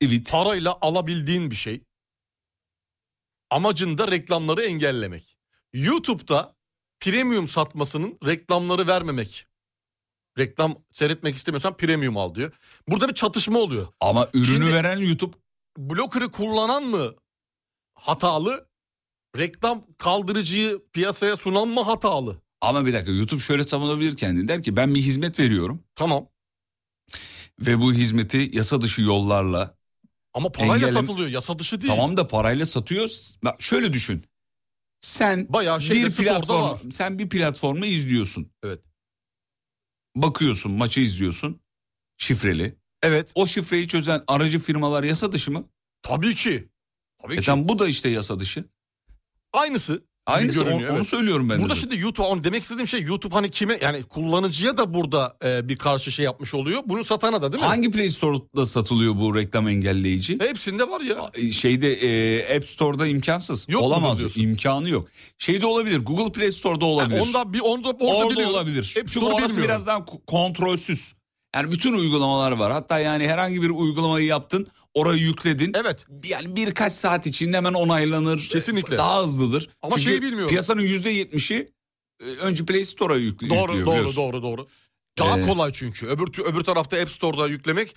[SPEAKER 3] Evet.
[SPEAKER 4] Parayla alabildiğin bir şey. Amacında reklamları engellemek. YouTube'da premium satmasının reklamları vermemek. Reklam seyretmek istemiyorsan premium al diyor. Burada bir çatışma oluyor.
[SPEAKER 3] Ama ürünü
[SPEAKER 4] Şimdi-
[SPEAKER 3] veren YouTube
[SPEAKER 4] Blocker'ı kullanan mı hatalı? Reklam kaldırıcıyı piyasaya sunan mı hatalı?
[SPEAKER 3] ama bir dakika YouTube şöyle savunabilir kendini. Der ki ben bir hizmet veriyorum
[SPEAKER 4] Tamam.
[SPEAKER 3] ve bu hizmeti yasa dışı yollarla
[SPEAKER 4] Ama parayla
[SPEAKER 3] Engellem-
[SPEAKER 4] satılıyor. Yasa dışı değil.
[SPEAKER 3] Tamam da parayla satıyoruz. Bak şöyle düşün. Sen
[SPEAKER 4] Bayağı şeyde
[SPEAKER 3] bir
[SPEAKER 4] sporda
[SPEAKER 3] platform
[SPEAKER 4] var.
[SPEAKER 3] sen bir platformu izliyorsun.
[SPEAKER 4] Evet.
[SPEAKER 3] Bakıyorsun, maçı izliyorsun. Şifreli.
[SPEAKER 4] Evet.
[SPEAKER 3] O şifreyi çözen aracı firmalar yasa dışı mı?
[SPEAKER 4] Tabii ki. Tabii
[SPEAKER 3] E
[SPEAKER 4] ki.
[SPEAKER 3] tamam bu da işte yasa dışı.
[SPEAKER 4] Aynısı.
[SPEAKER 3] Aynısı
[SPEAKER 4] görünüyor,
[SPEAKER 3] onu,
[SPEAKER 4] evet.
[SPEAKER 3] onu söylüyorum ben
[SPEAKER 4] Burada
[SPEAKER 3] de.
[SPEAKER 4] şimdi YouTube on demek istediğim şey YouTube hani kime yani kullanıcıya da burada e, bir karşı şey yapmış oluyor. Bunu satana da değil mi?
[SPEAKER 3] Hangi Play Store'da satılıyor bu reklam engelleyici?
[SPEAKER 4] Hepsinde var ya.
[SPEAKER 3] E, Şeyde e, App Store'da imkansız.
[SPEAKER 4] Yok mu
[SPEAKER 3] Olamaz.
[SPEAKER 4] diyorsun?
[SPEAKER 3] imkanı yok. Şeyde olabilir. Google Play Store'da olabilir.
[SPEAKER 4] Onda bir onda orada,
[SPEAKER 3] Orada
[SPEAKER 4] biliyorum.
[SPEAKER 3] olabilir.
[SPEAKER 4] Hep
[SPEAKER 3] Çünkü
[SPEAKER 4] doğru
[SPEAKER 3] orası
[SPEAKER 4] bilmiyorum.
[SPEAKER 3] biraz daha k- kontrolsüz. Yani bütün uygulamalar var. Hatta yani herhangi bir uygulamayı yaptın, orayı yükledin.
[SPEAKER 4] Evet.
[SPEAKER 3] Yani birkaç saat içinde hemen onaylanır.
[SPEAKER 4] Kesinlikle.
[SPEAKER 3] Daha hızlıdır.
[SPEAKER 4] Ama
[SPEAKER 3] Çünkü
[SPEAKER 4] şeyi bilmiyorum.
[SPEAKER 3] Piyasanın yüzde yetmişi e, önce Play Store'a yükle- yüklüyor.
[SPEAKER 4] Doğru doğru
[SPEAKER 3] biliyorsun.
[SPEAKER 4] doğru doğru. Daha
[SPEAKER 3] Ee,
[SPEAKER 4] kolay çünkü. Öbür tü- öbür tarafta App Store'da yüklemek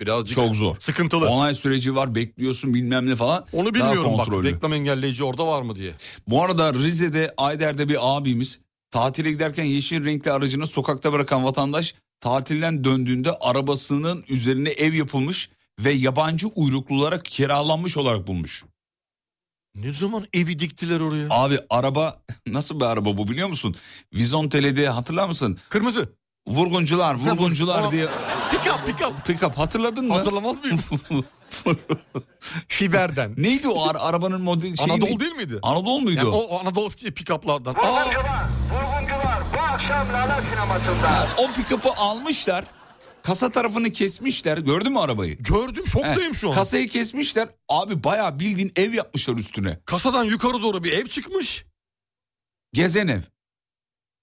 [SPEAKER 4] birazcık
[SPEAKER 3] Çok zor.
[SPEAKER 4] sıkıntılı.
[SPEAKER 3] Onay süreci var, bekliyorsun bilmem ne falan.
[SPEAKER 4] Onu
[SPEAKER 3] Daha
[SPEAKER 4] bilmiyorum bak.
[SPEAKER 3] kontrollü.
[SPEAKER 4] Reklam engelleyici orada var mı diye.
[SPEAKER 3] Bu arada Rize'de Ayder'de bir abimiz tatile giderken yeşil renkli aracını sokakta bırakan vatandaş tatilden döndüğünde arabasının üzerine ev yapılmış ve yabancı uyruklulara kiralanmış olarak bulmuş.
[SPEAKER 4] Ne zaman evi diktiler oraya?
[SPEAKER 3] Abi araba nasıl bir araba bu biliyor musun? Vizontele'de hatırlar mısın?
[SPEAKER 4] Kırmızı.
[SPEAKER 3] Vurguncular, vurguncular
[SPEAKER 4] Aa.
[SPEAKER 3] diye
[SPEAKER 4] Pick up pick up.
[SPEAKER 3] pick-up hatırladın mı?
[SPEAKER 4] Hatırlamaz mıyım? Fiberden.
[SPEAKER 3] Neydi o ara- arabanın modeli şeyi?
[SPEAKER 4] Anadolu
[SPEAKER 3] neydi?
[SPEAKER 4] değil miydi?
[SPEAKER 3] Anadolu muydu?
[SPEAKER 4] Yani
[SPEAKER 3] o?
[SPEAKER 4] o Anadolu pick-up'lardan. Aa,
[SPEAKER 3] O pick-up'ı almışlar. Kasa tarafını kesmişler. Gördün mü arabayı?
[SPEAKER 4] gördüm
[SPEAKER 3] He,
[SPEAKER 4] şoktayım şu an.
[SPEAKER 3] Kasayı kesmişler. Abi bayağı bildiğin ev yapmışlar üstüne.
[SPEAKER 4] Kasadan yukarı doğru bir ev çıkmış.
[SPEAKER 3] Gezen ev.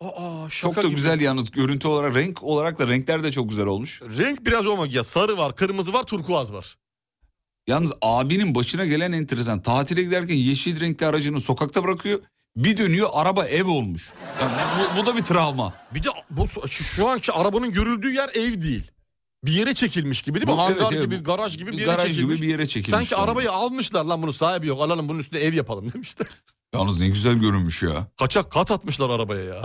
[SPEAKER 4] Aa,
[SPEAKER 3] Çok
[SPEAKER 4] şaka
[SPEAKER 3] da
[SPEAKER 4] gibi.
[SPEAKER 3] güzel yalnız görüntü olarak renk olarak da renkler de çok güzel olmuş.
[SPEAKER 4] Renk biraz olmak ya. Sarı var, kırmızı var, turkuaz var.
[SPEAKER 3] Yalnız abinin başına gelen enteresan. Tatile giderken yeşil renkli aracını sokakta bırakıyor. Bir dönüyor araba ev olmuş. Yani bu, bu da bir travma.
[SPEAKER 4] Bir de bu şu, şu anki arabanın görüldüğü yer ev değil. Bir yere çekilmiş gibi değil mi?
[SPEAKER 3] Bu-
[SPEAKER 4] Hangar
[SPEAKER 3] evet, evet,
[SPEAKER 4] gibi,
[SPEAKER 3] bu-
[SPEAKER 4] garaj gibi bir,
[SPEAKER 3] bir
[SPEAKER 4] yere
[SPEAKER 3] garaj
[SPEAKER 4] çekilmiş.
[SPEAKER 3] gibi bir yere çekilmiş.
[SPEAKER 4] Sanki
[SPEAKER 3] galiba.
[SPEAKER 4] arabayı almışlar lan bunun sahibi yok. Alalım bunun üstüne ev yapalım demişler.
[SPEAKER 3] Yalnız ne güzel görünmüş ya.
[SPEAKER 4] Kaçak kat atmışlar arabaya ya.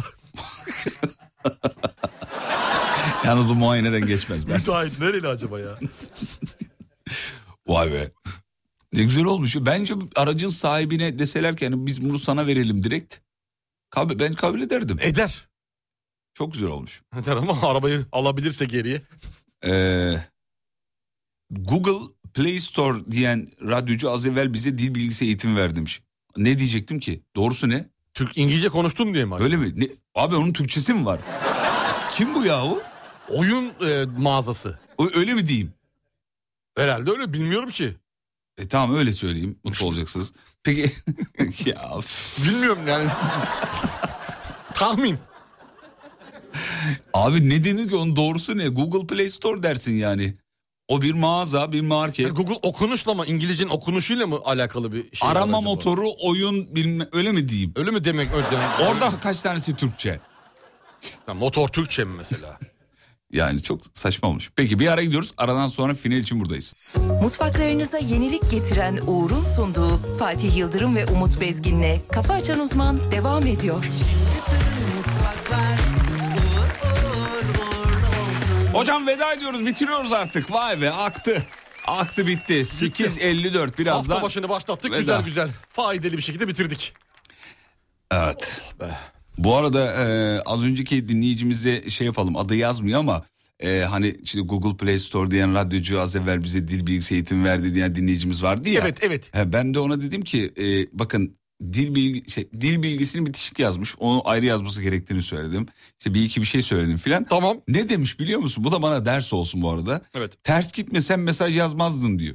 [SPEAKER 3] Yalnız bu muayeneden geçmez. ben size
[SPEAKER 4] Müteahhit nereli acaba ya?
[SPEAKER 3] Vay be. Ne güzel olmuş. Bence aracın sahibine deseler ki hani biz bunu sana verelim direkt. Kabul, ben kabul ederdim.
[SPEAKER 4] Eder.
[SPEAKER 3] Çok güzel olmuş.
[SPEAKER 4] Eder ama arabayı alabilirse geriye.
[SPEAKER 3] Ee, Google Play Store diyen radyocu az evvel bize dil bilgisi eğitimi verdi demiş. Ne diyecektim ki? Doğrusu ne?
[SPEAKER 4] Türk İngilizce konuştum diye mi? acaba?
[SPEAKER 3] Öyle mi? Ne? Abi onun Türkçesi mi var? Kim bu yahu?
[SPEAKER 4] Oyun e, mağazası.
[SPEAKER 3] Ö- Öyle mi diyeyim?
[SPEAKER 4] Herhalde öyle bilmiyorum ki.
[SPEAKER 3] E tamam öyle söyleyeyim. Mutlu olacaksınız. Peki ya üf.
[SPEAKER 4] Bilmiyorum yani. Tahmin.
[SPEAKER 3] abi ne denir ki onun doğrusu ne? Google Play Store dersin yani. O bir mağaza, bir market.
[SPEAKER 4] E, Google okunuşla mı İngilizcenin okunuşuyla mı alakalı bir şey? var
[SPEAKER 3] Arama
[SPEAKER 4] acaba?
[SPEAKER 3] motoru, oyun bilme öyle mi diyeyim?
[SPEAKER 4] Öyle mi demek? Öyle demek.
[SPEAKER 3] Orada kaç tanesi Türkçe?
[SPEAKER 4] Ya motor Türkçe mi mesela?
[SPEAKER 3] Yani çok saçma olmuş. Peki bir ara gidiyoruz. Aradan sonra final için buradayız.
[SPEAKER 1] Mutfaklarınıza yenilik getiren Uğur'un sunduğu Fatih Yıldırım ve Umut Bezgin'le Kafa Açan Uzman devam ediyor.
[SPEAKER 3] Hocam veda ediyoruz bitiriyoruz artık vay be aktı. Aktı bitti 8.54
[SPEAKER 4] Hafta
[SPEAKER 3] birazdan.
[SPEAKER 4] başını başlattık
[SPEAKER 3] Veda.
[SPEAKER 4] güzel güzel. Faydalı bir şekilde bitirdik.
[SPEAKER 3] Evet.
[SPEAKER 4] Oh
[SPEAKER 3] Bu arada e, az önceki dinleyicimize şey yapalım adı yazmıyor ama e, hani şimdi Google Play Store diyen radyocu az evvel bize dil bilgisi eğitimi verdi diyen dinleyicimiz vardı ya.
[SPEAKER 4] Evet e- evet.
[SPEAKER 3] He, ben de ona dedim ki e, bakın dil bilgi şey, dil bilgisini bitişik yazmış. Onu ayrı yazması gerektiğini söyledim. İşte bir iki bir şey söyledim filan.
[SPEAKER 4] Tamam.
[SPEAKER 3] Ne demiş biliyor musun? Bu da bana ders olsun bu arada.
[SPEAKER 4] Evet.
[SPEAKER 3] Ters gitmesen mesaj yazmazdın diyor.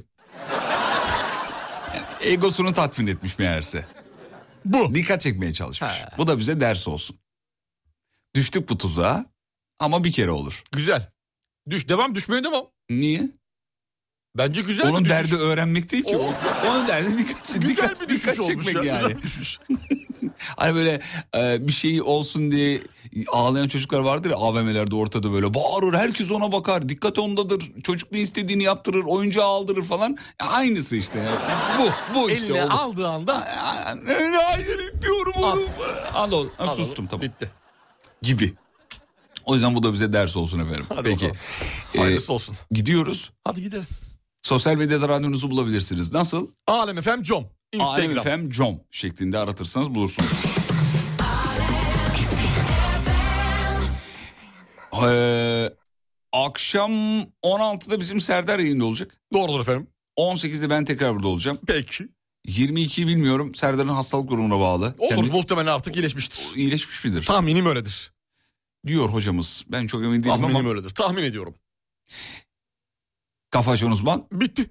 [SPEAKER 3] Yani Egosunu tatmin etmiş meğerse. Bu. Dikkat çekmeye çalışmış. Bu da bize ders olsun. Düştük bu tuzağa ama bir kere olur.
[SPEAKER 4] Güzel. Düş devam düşmeye devam.
[SPEAKER 3] Niye?
[SPEAKER 4] Bence güzel
[SPEAKER 3] Onun
[SPEAKER 4] bir düşüş.
[SPEAKER 3] derdi öğrenmek değil ki.
[SPEAKER 4] Olsun.
[SPEAKER 3] Onun derdi dikkat,
[SPEAKER 4] Güzel
[SPEAKER 3] dikkat,
[SPEAKER 4] bir düşüş
[SPEAKER 3] dikkat
[SPEAKER 4] olmuş
[SPEAKER 3] çekmek
[SPEAKER 4] ya,
[SPEAKER 3] yani.
[SPEAKER 4] güzel düşüş.
[SPEAKER 3] Hani böyle e, bir şey olsun diye ağlayan çocuklar vardır ya AVM'lerde ortada böyle bağırır herkes ona bakar dikkat ondadır çocuk ne istediğini yaptırır oyuncağı aldırır falan Ya aynısı işte ya. bu bu işte
[SPEAKER 4] Eline
[SPEAKER 3] oldu.
[SPEAKER 4] aldığı anda
[SPEAKER 3] Hayır diyorum
[SPEAKER 4] Al.
[SPEAKER 3] oğlum. Al oğlum. Ha,
[SPEAKER 4] Al oğlum,
[SPEAKER 3] sustum tamam.
[SPEAKER 4] Bitti.
[SPEAKER 3] Gibi. O yüzden bu da bize ders olsun efendim.
[SPEAKER 4] Hadi
[SPEAKER 3] Peki. Ee,
[SPEAKER 4] bakalım. Hayırlısı olsun.
[SPEAKER 3] Gidiyoruz.
[SPEAKER 4] Hadi gidelim.
[SPEAKER 3] Sosyal medyada radyonuzu bulabilirsiniz. Nasıl?
[SPEAKER 4] Alem efem com. Instagram.
[SPEAKER 3] AFM.com şeklinde aratırsanız bulursunuz. Ee, akşam 16'da bizim Serdar yayında olacak.
[SPEAKER 4] Doğrudur efendim.
[SPEAKER 3] 18'de ben tekrar burada olacağım.
[SPEAKER 4] Peki.
[SPEAKER 3] 22'yi bilmiyorum. Serdar'ın hastalık durumuna bağlı.
[SPEAKER 4] Olur
[SPEAKER 3] Kendi-
[SPEAKER 4] muhtemelen artık iyileşmiştir.
[SPEAKER 3] iyileşmiş midir?
[SPEAKER 4] Tahminim öyledir.
[SPEAKER 3] Diyor hocamız. Ben çok emin değilim
[SPEAKER 4] Tahminim
[SPEAKER 3] ama
[SPEAKER 4] öyledir. Tahmin ediyorum.
[SPEAKER 3] kafa açan uzman.
[SPEAKER 4] Bitti.